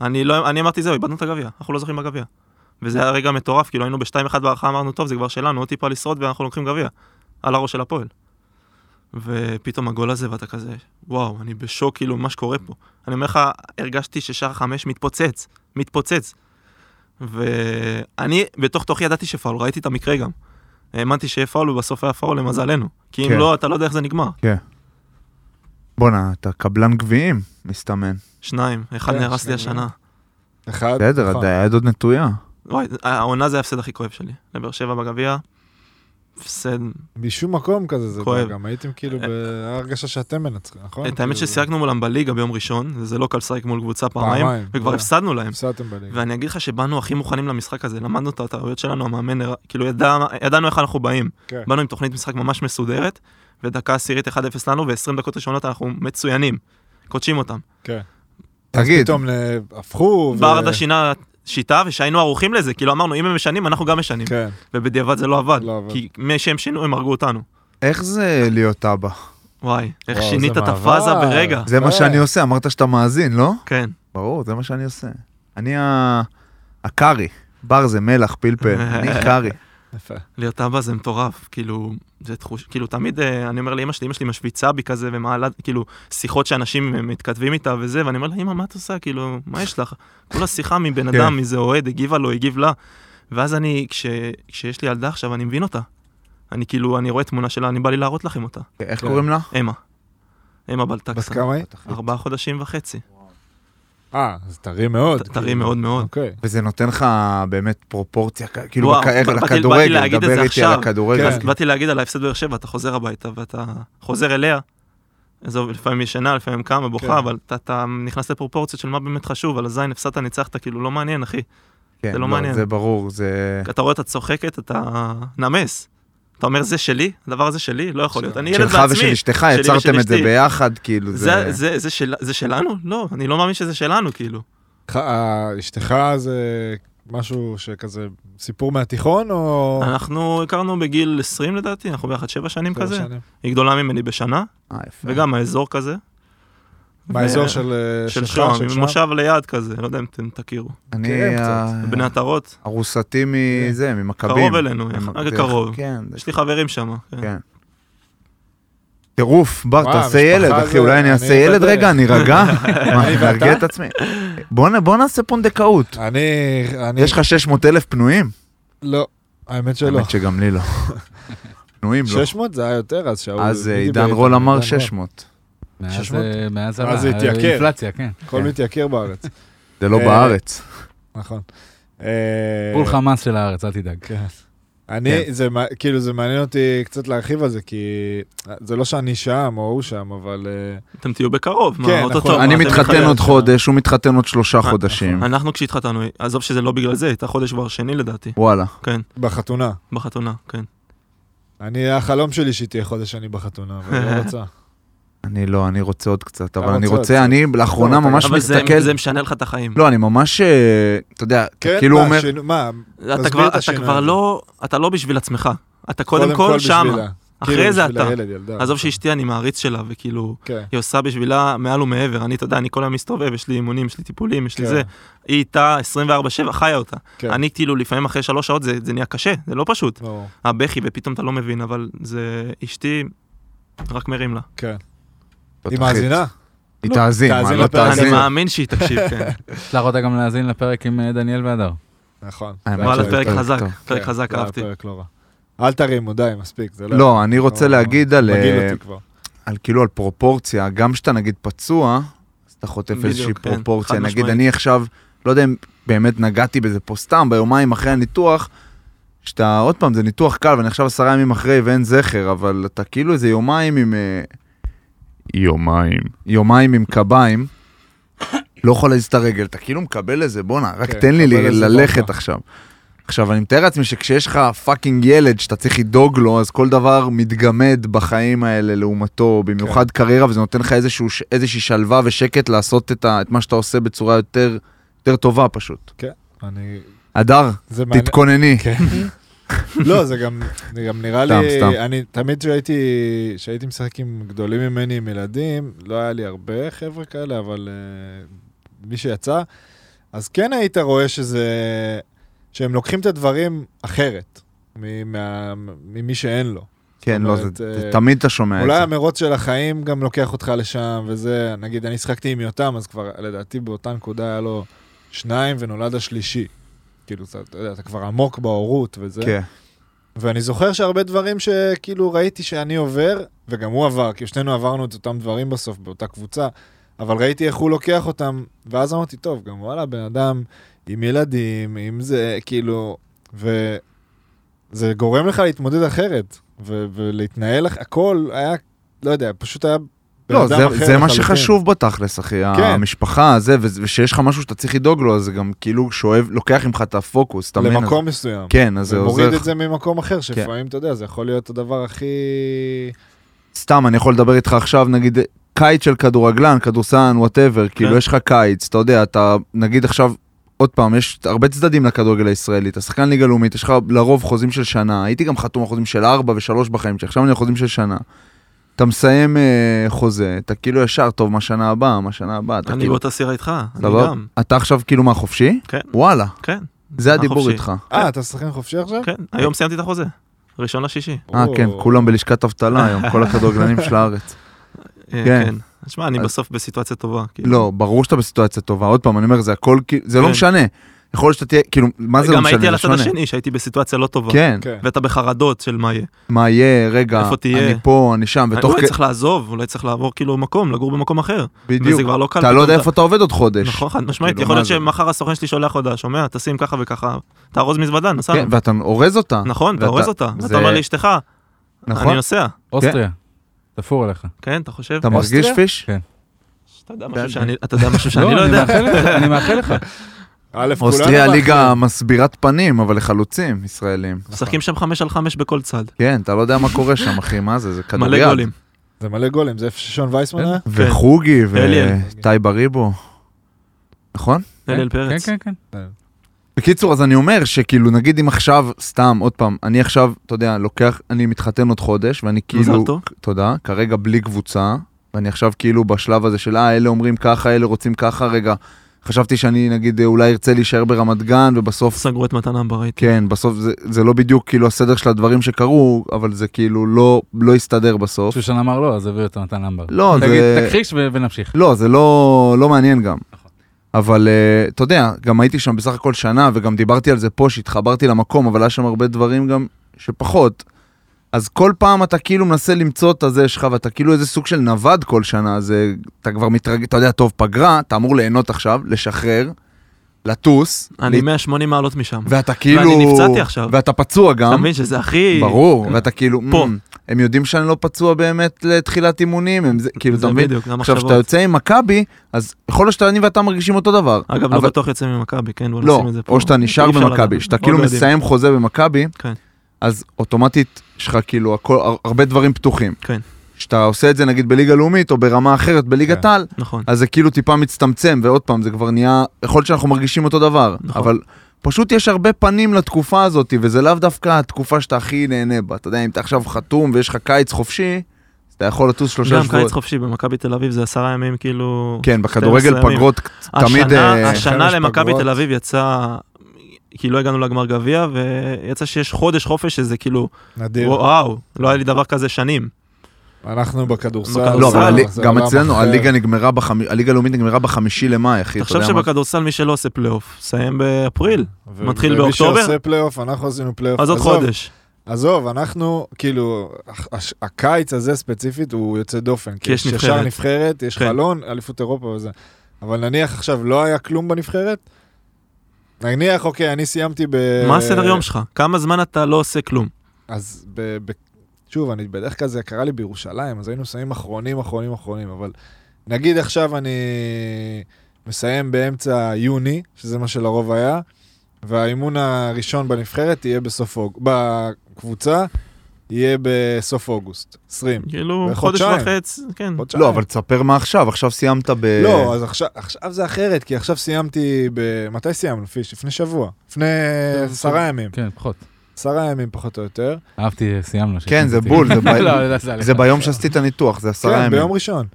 D: אני לא, אני אמרתי זהו, איבדנו את הגביע, אנחנו לא זוכים בגביע. וזה היה רגע מטורף, כאילו היינו בשתיים אחד בהערכה, אמרנו, טוב, זה כבר שלנו, עוד טיפה לשרוד ואנחנו לוקחים גביע. על הראש של הפועל. ופתאום הגול הזה, ואתה כזה, וואו, אני בשוק, כאילו, ממה שקורה פה. אני אומר לך, הרגשתי ששער חמש מתפוצץ, מתפוצץ. ואני, בתוך תוכי ידעתי שפאול, ראיתי את המקרה גם. האמנתי שיהיה פאול, ובסוף היה פאול למזלנו. כי אם
C: כן.
D: לא, אתה לא יודע איך זה נגמר.
C: בואנה, אתה קבלן גביעים, מסתמן.
D: נכון. שניים, אחד
B: כן,
D: נהרס לי
B: שניים,
D: השנה.
B: אחד.
C: בסדר,
B: נכון.
C: עדיין, היד עוד נטויה.
D: וואי, העונה זה ההפסד הכי כואב שלי. לבאר שבע בגביע, הפסד.
B: משום מקום כזה זה
D: כואב.
B: בא, גם הייתם כאילו
D: אה,
B: בהרגשה שאתם מנצחים, נכון?
D: את האמת
B: כאילו,
D: ששיחקנו מולם בליגה ביום ראשון, וזה לא קל לשחק מול קבוצה פעמיים,
B: פעמיים,
D: וכבר
B: בוא'נה.
D: הפסדנו להם.
B: הפסדתם בליגה.
D: ואני אגיד לך שבאנו הכי מוכנים למשחק הזה, למדנו את הטעויות שלנו, המאמן, הראה- כאילו ידע, ידענו איך אנחנו באים.
B: כן.
D: באנו עם תוכנית משחק ממש מסודרת, ודקה עשירית 1-0 לנו, ו-20 דקות ראשונות אנחנו מצוינים, קודשים אותם.
B: אז
C: תגיד.
B: פתאום אה, הפכו. ו-
D: ברדה שינה שיטה, ושהיינו ערוכים לזה, כאילו אמרנו, אם הם משנים, אנחנו גם משנים.
B: כן.
D: ובדיעבד זה לא עבד,
B: לא עבד.
D: כי מי שהם שינו, הם הרגו אותנו.
C: איך זה להיות אבא?
D: וואי, איך
B: וואו,
D: שינית
B: זה
D: את
B: מעבר.
D: הפאזה ברגע.
C: זה מה
B: אה.
C: שאני עושה, אמרת שאתה מאזין, לא?
D: כן.
C: ברור, זה מה שאני עושה. אני ה- הקארי. בר זה מלח, פלפל, אני
D: <laughs>
C: קארי.
B: יפה.
D: להיות אבא זה מטורף, כאילו, זה תחוש, כאילו תמיד אה, אני אומר לאמא שלי, אמא שלי משוויצה בי כזה ומעלה, כאילו, שיחות שאנשים אה, מתכתבים איתה וזה, ואני אומר לה, אמא, מה את עושה? כאילו, מה יש לך? כולה שיחה מבן
C: כן.
D: אדם, מאיזה אוהד, הגיבה לו, הגיב לה. ואז אני, כש, כשיש לי ילדה עכשיו, אני מבין אותה. אני כאילו, אני רואה תמונה שלה, אני בא לי להראות לכם אותה.
C: איך
B: כן.
C: קוראים לך?
D: אמה. אמה
B: בת
D: בלטקסה.
B: כמה היא?
D: ארבעה חודשים וחצי.
B: אה, אז טרי מאוד.
D: ט- טרי
B: כאילו.
D: מאוד מאוד.
B: אוקיי.
C: וזה נותן לך באמת פרופורציה, כ- כאילו,
D: וואו,
C: בכ- איך
D: ב-
C: על
D: באתי- באתי
C: הכדורגל,
D: להגיד את זה
C: דבר איתי על
D: עכשיו.
C: הכדורגל.
B: כן.
D: אז באתי להגיד על ההפסד באר שבע, אתה חוזר הביתה ואתה חוזר אליה. עזוב, לפעמים ישנה, לפעמים קמה, בוכה,
B: כן.
D: אבל אתה, אתה נכנס לפרופורציות של מה באמת חשוב, על הזין הפסדת, ניצחת, כאילו לא מעניין, אחי.
C: כן,
D: זה לא
C: לא,
D: מעניין.
C: זה ברור, זה...
B: כן.
D: אתה רואה אותה צוחקת, אתה נמס. אתה אומר, זה שלי? הדבר הזה שלי? לא יכול להיות. אני ילד
C: שלך ושל
D: בעצמי.
C: אשתך,
D: שלי
C: יצרתם
D: ושל
C: את זה
D: אשתי.
C: ביחד, כאילו,
D: זה,
C: זה...
D: זה, זה, של, זה שלנו? לא, אני לא מאמין שזה שלנו, כאילו.
B: ח- אה, אשתך זה משהו שכזה סיפור מהתיכון או...
D: אנחנו הכרנו בגיל 20 לדעתי, אנחנו ביחד שבע שנים
B: שבע
D: כזה.
B: שנים?
D: היא גדולה ממני בשנה,
C: אה, יפה.
D: וגם האזור כזה.
B: מהאזור
D: ו-
B: של... אה,
D: של
B: שלך,
D: שוהם,
B: של
D: עם
B: שוהם?
D: מושב ליד כזה, לא יודע אם אתם תכירו.
C: אני... אה,
B: כן,
C: ה-
D: בני עטרות.
C: ארוסתי מזה, ממכבים.
D: קרוב אלינו,
C: ממ-
D: רק
C: זה-
D: קרוב.
C: כן, זה-
D: יש לי חברים שם.
C: כן. טירוף, בר,
B: וואי,
C: תעשה
B: המשפחה
C: ילד,
B: זה-
C: אחי, אולי אני
B: אני
C: אעשה ילד
B: בדרך.
C: רגע,
B: <laughs>
C: אני רגע. מה, אני
B: ואתה?
C: ארגן את עצמי. בוא נ- בוא נעשה פונדקאות.
B: אני... אני...
C: יש לך 600 אלף פנויים?
B: לא, האמת שלא.
C: האמת שגם לי לא. פנויים לא.
B: 600 זה היה יותר אז שההוא...
C: אז
B: מי
C: אה,
B: דיבר
C: עידן
B: איתנו?
C: רול אמר
B: עידן
C: 600.
A: מאז
B: 600?
A: אה, מאז
B: אז
A: עלה,
B: זה התייקר.
A: האינפלציה, כן.
B: הכל מתייקר בארץ,
C: <laughs> זה לא
B: אה,
C: בארץ.
B: נכון. אה,
A: פול חמאס של הארץ, אל תדאג.
B: כן. אני, זה מע- כאילו, זה מעניין אותי קצת להרחיב על זה, כי זה לא שאני שם או הוא שם, אבל... אה,
D: אתם תהיו בקרוב, מה,
B: כן,
D: אוטוטו,
B: נכון.
D: מה,
C: אני
D: אתם
C: מתחתן
D: מתחתנים?
C: עוד חודש, הוא מתחתן עוד שלושה
B: אה,
D: נכון.
C: חודשים.
D: אנחנו כשהתחתנו, עזוב שזה לא בגלל זה, הייתה חודש כבר שני לדעתי, כן,
C: וואלה.
B: בחתונה.
D: בחתונה, כן.
B: אני, החלום שלי שתהיה חודש שני בחתונה, אבל לא
C: <laughs>
B: רוצה.
C: אני לא, אני רוצה עוד קצת, אבל
B: אתה
C: אני
B: רוצה עוד
C: רוצה,
B: קצת.
C: אני לאחרונה
B: לא,
C: ממש
D: אבל זה-
C: מסתכל...
D: זה משנה לך את החיים.
C: לא, אני ממש, אה, אתה יודע, אתה
B: כן,
C: כאילו
B: מה,
C: אומר...
B: שינו- מה,
D: אתה
B: תסביר
D: כבר-
B: לא, את
D: אתה
B: השינוי
D: כבר
B: הזה.
D: לא, אתה לא בשביל עצמך. אתה קודם כל
B: בשבילה.
D: שמה,
B: כאילו,
D: אחרי זה
B: בשביל
D: אתה.
B: הילד, ילדה.
D: עזוב שאשתי, אני מעריץ שלה, וכאילו,
B: כן.
D: היא עושה בשבילה מעל ומעבר. אני, אתה יודע, אני כל היום מסתובב, יש לי אימונים, יש לי טיפולים, יש לי
B: כן.
D: זה. היא איתה 24-7, חיה אותה.
B: כן.
D: אני כאילו, לפעמים אחרי שלוש שעות זה זה נהיה קשה, זה לא פשוט.
B: ברור,
D: הבכי, ופתאום אתה לא מבין, אבל זה אשתי, רק מרים לה.
B: כן.
C: תותחית.
B: היא מאזינה? לא,
C: היא תאזין,
B: תאזין
C: מה, לא
B: לפרק.
C: תאזין.
D: אני מאמין שהיא תקשיב,
C: <laughs>
D: כן.
A: שלח אותה גם להאזין לפרק עם אה, דניאל והדר.
B: נכון.
C: האמת
B: זה
D: וואלה,
B: היה
D: פרק
C: אה, פרק
D: חזק,
C: טוב.
D: פרק
B: כן,
D: חזק
B: זה היה
D: אהבתי.
B: פרק לא רע. אל תרימו, די, מספיק. זה
C: לא, אני רוצה
B: לא,
C: להגיד על,
B: מגעיל
C: אה,
B: אותי כבר.
C: על כאילו על פרופורציה, גם כשאתה נגיד פצוע, אז אתה חוטף
D: בדיוק,
C: איזושהי
D: כן,
C: פרופורציה.
D: חד
C: נגיד,
D: משמעית.
C: אני עכשיו, לא יודע אם באמת נגעתי בזה פה סתם, ביומיים אחרי הניתוח, שאתה, עוד פעם, זה ניתוח קל, ואני עכשיו עשרה ימים אחרי ואין זכר, אבל אתה כאילו איזה יומיים עם... אה, יומיים. יומיים עם קביים, לא יכול להזיז את הרגל, אתה כאילו מקבל איזה, בואנה, רק
B: כן,
C: תן לי
B: מקבל
C: ל-
B: איזה
C: ללכת
B: בומבה."
C: עכשיו. עכשיו, אני מתאר לעצמי שכשיש לך פאקינג ילד שאתה צריך לדאוג לו, אז כל דבר מתגמד בחיים האלה לעומתו, במיוחד
B: כן.
C: קריירה, וזה נותן לך איזשהו, ש- איזושהי שלווה ושקט לעשות את, ה, את מה שאתה עושה בצורה יותר, יותר טובה פשוט.
B: אני...
C: הדר,
B: זה מעניין.
C: תתכונני.
B: כן. לא, זה גם, זה גם נראה
C: סתם,
B: לי,
C: סתם.
B: אני תמיד כשהייתי, כשהייתי משחק עם גדולים ממני, עם ילדים, לא היה לי הרבה חבר'ה כאלה, אבל אה, מי שיצא, אז כן היית רואה שזה, שהם לוקחים את הדברים אחרת מ- מה- ממי שאין לו.
C: כן,
B: זאת
C: לא,
B: אומרת,
C: זה- זה
B: אה,
C: תמיד אתה שומע את
B: אולי
C: זה.
B: המרוץ של החיים גם לוקח אותך לשם, וזה, נגיד, אני שחקתי עם יותם, אז כבר, לדעתי, באותה נקודה היה לו שניים ונולד השלישי. כאילו, אתה אתה יודע, אתה כבר עמוק בהורות וזה.
C: כן.
B: ואני זוכר שהרבה דברים שכאילו ראיתי שאני עובר, וגם הוא עבר, כי שנינו עברנו את אותם דברים בסוף באותה קבוצה, אבל ראיתי איך הוא לוקח אותם, ואז אמרתי, טוב, גם וואלה, בן אדם עם ילדים, עם זה, כאילו, וזה גורם לך להתמודד אחרת, ו- ולהתנהל, אח- הכל היה, לא יודע, פשוט היה בן
C: לא,
B: אדם
C: זה,
B: אחר
C: זה מה
B: לחלוטין.
C: שחשוב בתכלס, אחי.
B: כן.
C: כן. המשפחה, זה, וזה- ושיש לך משהו שאתה צריך לדאוג לו, אז זה גם כאילו שואב, לוקח ממך את הפוקוס, אתה מבין?
B: למקום מסוים.
C: אז- כן, אז זה עוזר. כן.
B: ומוריד
C: לך.
B: את זה ממקום אחר, שלפעמים, אתה יודע, זה יכול להיות הדבר הכי...
C: סתם, אני יכול לדבר איתך עכשיו, נגיד, קיץ של כדורגלן, כדורסן, וואטאבר,
D: כן.
C: כאילו, יש לך קיץ, אתה יודע, אתה, נגיד עכשיו, עוד פעם, יש הרבה צדדים לכדורגל הישראלי, אתה שחקן ליגה לאומית, יש לך לרוב חוזים של שנה, הייתי גם חתום על חוזים של ארבע ושלוש בחיים שלי, עכשיו אני על חוזים של שנה. אתה מסיים אה, חוזה, אתה כאילו ישר, טוב, מה שנה הבאה, מה שנה הבאה, אתה
D: אני
C: כאילו,
D: באותה סירה איתך, אני
C: סבבה?
D: גם,
C: אתה עכשיו כאילו מה, חופשי?
D: כן.
C: וואלה,
D: כן,
C: זה הדיבור
D: חופשי.
C: איתך.
B: אה, אתה שחקן חופשי עכשיו?
D: כן, היום סיימתי את החוזה, ראשון לשישי.
C: אה, כן,
B: או-
C: כולם בלשכת אבטלה היום,
D: <laughs>
C: כל הכדורגלנים של הארץ.
D: אה,
C: כן.
D: כן. תשמע, אני
C: אז-
D: בסוף בסיטואציה טובה. כאילו.
C: לא, ברור שאתה בסיטואציה טובה. עוד פעם, אני אומר, זה הכל, כאילו- זה לא
D: כן.
C: משנה. יכול להיות שאתה תהיה, כאילו, מה זה לא
D: גם
C: משנה?
D: הייתי על
C: זה
D: הצד
C: שונה.
D: השני, שהייתי בסיטואציה לא טובה.
C: כן,
B: כן.
D: ואתה בחרדות של מה יהיה.
C: מה יהיה, רגע,
D: איפה תהיה?
C: אני פה, אני שם,
D: אני
C: ותוך
D: אולי
C: כ-
D: צריך לעזוב, אולי צריך לעבור כאילו מקום, לגור במקום אחר.
C: בדיוק.
D: וזה כבר לא קל.
C: אתה לא
D: פתאום
C: יודע איפה אתה עובד עוד חודש.
D: נכון, חד משמעית,
C: כאילו,
D: יכול להיות
C: מה זה?
D: שמחר הסוכן שלי שולח הודעה, שומע, תשים ככה וככה, תארוז מזוודה, נסענו.
C: כן, ואתה אורז אותה.
D: נכון, אתה
C: ואתה-
D: אורז אותה,
C: זה-
D: ואתה אומר לאשתך, אני
C: נכון?
D: נוסע,
A: אוסטריה, תפור עליך.
D: כן, אתה חושב?
C: אתה כן, מרגיש
B: אוסטריה? כן.
C: פיש?
D: אתה יודע משהו שאני- אתה יודע משהו שאני
A: לא,
D: לא
A: אני
D: יודע.
A: מאחל
C: <laughs>
A: לך, אני מאחל לך. כן,
B: א', כולנו...
C: אוסטריה
B: מאחלים.
C: ליגה מסבירת פנים, אבל לחלוצים ישראלים.
D: משחקים שם חמש על חמש בכל צד,
C: כן, אתה לא יודע מה קורה שם, אחי, מה זה, זה כדוריד.
D: מלא גולים.
B: זה מלא גולים, זה איפה ששון
C: כן.
B: וייסמן היה?
C: וחוגי,
D: כן. אליאל.
C: וטייב אריבו. נכון?
A: כן,
D: אליאל פרץ.
A: כן, כן.
C: בקיצור, אז אני אומר שכאילו, נגיד אם עכשיו, סתם, עוד פעם, אני עכשיו, אתה יודע, לוקח, אני מתחתן עוד חודש, ואני כאילו,
D: מזל טוב.
C: תודה, כרגע בלי קבוצה, ואני עכשיו כאילו בשלב הזה של, אה, אלה אומרים ככה, אלה רוצים ככה, רגע, חשבתי שאני, נגיד, אולי ארצה להישאר ברמת גן, ובסוף,
D: סגרו את מתן אמבר, ראיתי.
C: כן, בסוף זה, זה לא בדיוק כאילו הסדר של הדברים שקרו, אבל זה כאילו לא, לא הסתדר בסוף.
A: שושן אמר לא, אז הביאו את מתן אמבר.
C: לא,
A: תגיד,
C: זה...
A: תכחיש ו- ונמשיך.
C: לא, זה לא, לא מעניין גם.
D: נכון.
C: אבל אה, אתה יודע, גם הייתי שם בסך הכל שנה, וגם דיברתי על זה פה, שהתחברתי למקום, אבל היה שם הרבה דברים גם שפחות. אז כל פעם אתה כאילו מנסה למצוא את הזה שלך, ואתה כאילו איזה סוג של נווד כל שנה, אז אה, אתה כבר מתרגל, אתה יודע, טוב, פגרה, אתה אמור ליהנות עכשיו, לשחרר, לטוס,
D: אני
C: לה-
D: 180 מעלות משם.
C: ואתה כאילו...
D: ואני נפצעתי עכשיו.
C: ואתה פצוע
D: אתה
C: גם.
D: מבין שזה הכי... כן.
C: ברור, ואתה כאילו,
D: פה.
C: "מ, הם יודעים שאני לא פצוע באמת לתחילת אימונים, הם זה, כאילו,
D: זה
C: אתה מבין?
D: בדיוק, גם
C: עכשיו,
D: מחשבות.
C: כשאתה יוצא עם מכבי, אז יכול להיות שאתה אני ואתה מרגישים אותו דבר.
D: אגב, לא
C: אבל-
D: בטוח יוצא ממכבי, כן? בוא
C: לא,
D: נשים את זה פה.
C: או שאתה
D: אי
C: נשאר
D: אפשר
C: במכבי,
D: לדעת.
C: שאתה
D: עוד
C: כאילו
D: לא יודעים.
C: מסיים חוזה במכבי,
D: כן.
C: אז אוטומטית יש לך כאילו הכל- הר- הרבה דברים פתוחים.
D: כן.
C: כשאתה עושה את זה נגיד בליגה לאומית, או ברמה אחרת בליגת
B: כן.
C: העל,
D: נכון.
C: אז זה כאילו טיפה מצטמצם, ועוד פעם, זה כבר נהיה, יכול להיות שאנחנו מרגישים אותו דבר,
D: נכון.
C: אבל פשוט יש הרבה פנים לתקופה הזאת, וזה לאו דווקא התקופה שאתה הכי נהנה בה. אתה יודע, אם אתה עכשיו חתום ויש לך קיץ חופשי, אז אתה יכול לטוס שלושה
D: גם קיץ
C: שבועות.
D: חופשי במכבי תל אביב זה עשרה ימים כאילו...
C: כן, בכדורגל
D: 12 ימים.
C: פגרות תמיד...
D: השנה,
C: אה,
D: השנה
B: חמש
D: למכבי
B: פגרות.
D: תל אביב יצא, כי לא הגענו לגמר גביע, ויצא שיש חודש חופש שזה כאילו,
B: נדיר.
D: וואו, לא היה לי דבר כזה שנים.
B: אנחנו בכדורסל.
D: בכדורסל.
C: לא, אבל
D: זה
C: הלי-
B: זה
C: גם
B: עולם
C: אצלנו,
B: אחר.
C: הליגה נגמרה, בחמי- הליגה הלאומית נגמרה בחמישי למאי, אחי, אתה
D: תחשוב
C: יודע מה?
D: שבכדורסל מי שלא עושה פלייאוף, סיים באפריל,
B: ו-
D: מתחיל
B: ומי
D: באוקטובר?
B: שעושה פלייאוף, אנחנו עשינו פלייאוף.
D: אז עוד
B: עזוב,
D: חודש.
B: עזוב, אנחנו, כאילו, הח- הש- הקיץ הזה ספציפית הוא יוצא דופן.
D: כי יש
B: כאילו,
D: נבחרת.
B: שישר נבחרת, יש
D: כן.
B: חלון, אליפות אירופה וזה. אבל נניח עכשיו לא היה כלום בנבחרת, נניח, אוקיי, אני סיימתי ב...
D: מה הסדר יום שלך? כמה זמן אתה לא עושה כלום?
B: אז ב, ב, שוב, אני בדרך כלל זה קרה לי בירושלים, אז היינו שמים אחרונים, אחרונים, אחרונים, אבל נגיד עכשיו אני מסיים באמצע יוני, שזה מה שלרוב היה, והאימון הראשון בנבחרת יהיה בסוף אוגוסט, בקבוצה יהיה בסוף אוגוסט, 20.
D: כאילו, חודש
B: וחודשיים.
D: וחצי, כן.
B: חודשיים.
C: לא, אבל תספר מה עכשיו, עכשיו סיימת ב...
B: לא, אז עכשיו, עכשיו זה אחרת,
C: לא,
B: כי עכשיו סיימתי ב... מתי סיימנו, פיש? לפני שבוע. לפני עשרה ימים.
A: כן, פחות.
B: עשרה ימים פחות או יותר.
A: אהבתי, אה, סיימנו.
C: כן, זה
A: שכנעתי.
C: בול, זה
A: לא,
C: ב-
A: <laughs> לא, זה היה
C: זה
A: לך.
C: ביום שעשית את הניתוח, זה עשרה
B: כן,
C: ימים.
B: ביום ראשון.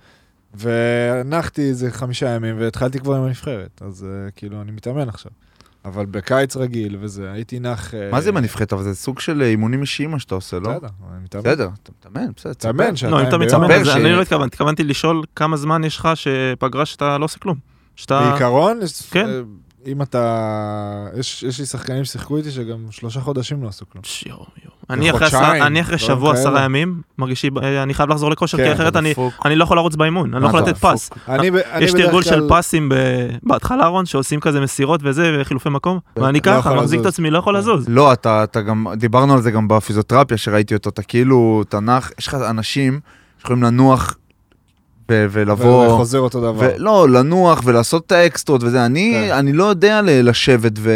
B: והנחתי איזה חמישה ימים והתחלתי כבר עם הנבחרת, אז אה, כאילו אני מתאמן עכשיו. אבל בקיץ רגיל וזה, הייתי נח... אה,
C: מה זה עם הנבחרת? אבל זה סוג של אימונים אישיים מה שאתה עושה, לא?
B: בסדר, אני מתאמן.
C: בסדר, אתה מתאמן, בסדר. תספר.
B: מתאמן
D: לא, אם
B: שעתיים
D: אתה
B: ביום.
D: מתאמן, אז
C: ש-
D: אני לא התכוונתי, התכוונתי לשאול כמה זמן יש לך שפגרה שאתה לא עושה כלום. שאתה...
B: בעיקרון,
D: כן.
B: אה, אם אתה... יש יש לי שחקנים ששיחקו איתי שגם שלושה חודשים לא עשו כלום.
D: ש- יואו, יואו. אני אחרי
B: חודשיים,
D: עשרה- אני אחרי
B: דברים
D: שבוע
B: כאלה.
D: עשרה ימים, מרגיש לי, ב- אה, אני חייב לחזור לכושר,
B: אוקיי, כן,
D: כי
B: אתה
D: אחרת אני
C: דפוק.
D: אני לא יכול לרוץ באימון, אני
C: מה
D: לא יכול
C: אתה,
D: לתת פס.
B: אני ב- אני
D: יש תרגול
B: בדרך
D: של
B: כלל-
D: פסים ב- בהתחלה, רון, שעושים כזה מסירות וזה, וחילופי מקום,
B: לא
D: ואני
B: יכול
D: ככה, מחזיק
B: לזוז.
D: את
B: כן.
D: עצמי, לא יכול לזוז.
C: לא, אתה, אתה גם, דיברנו על זה גם בפיזיותרפיה שראיתי אותו, אתה כאילו, תנח, יש לך אנשים שיכולים לנוח ו- ולבוא,
B: וחוזר אותו דבר.
C: ולא, לא, לנוח ולעשות את האקסטרות וזה, אני,
B: כן.
C: אני לא יודע ל- לשבת ו,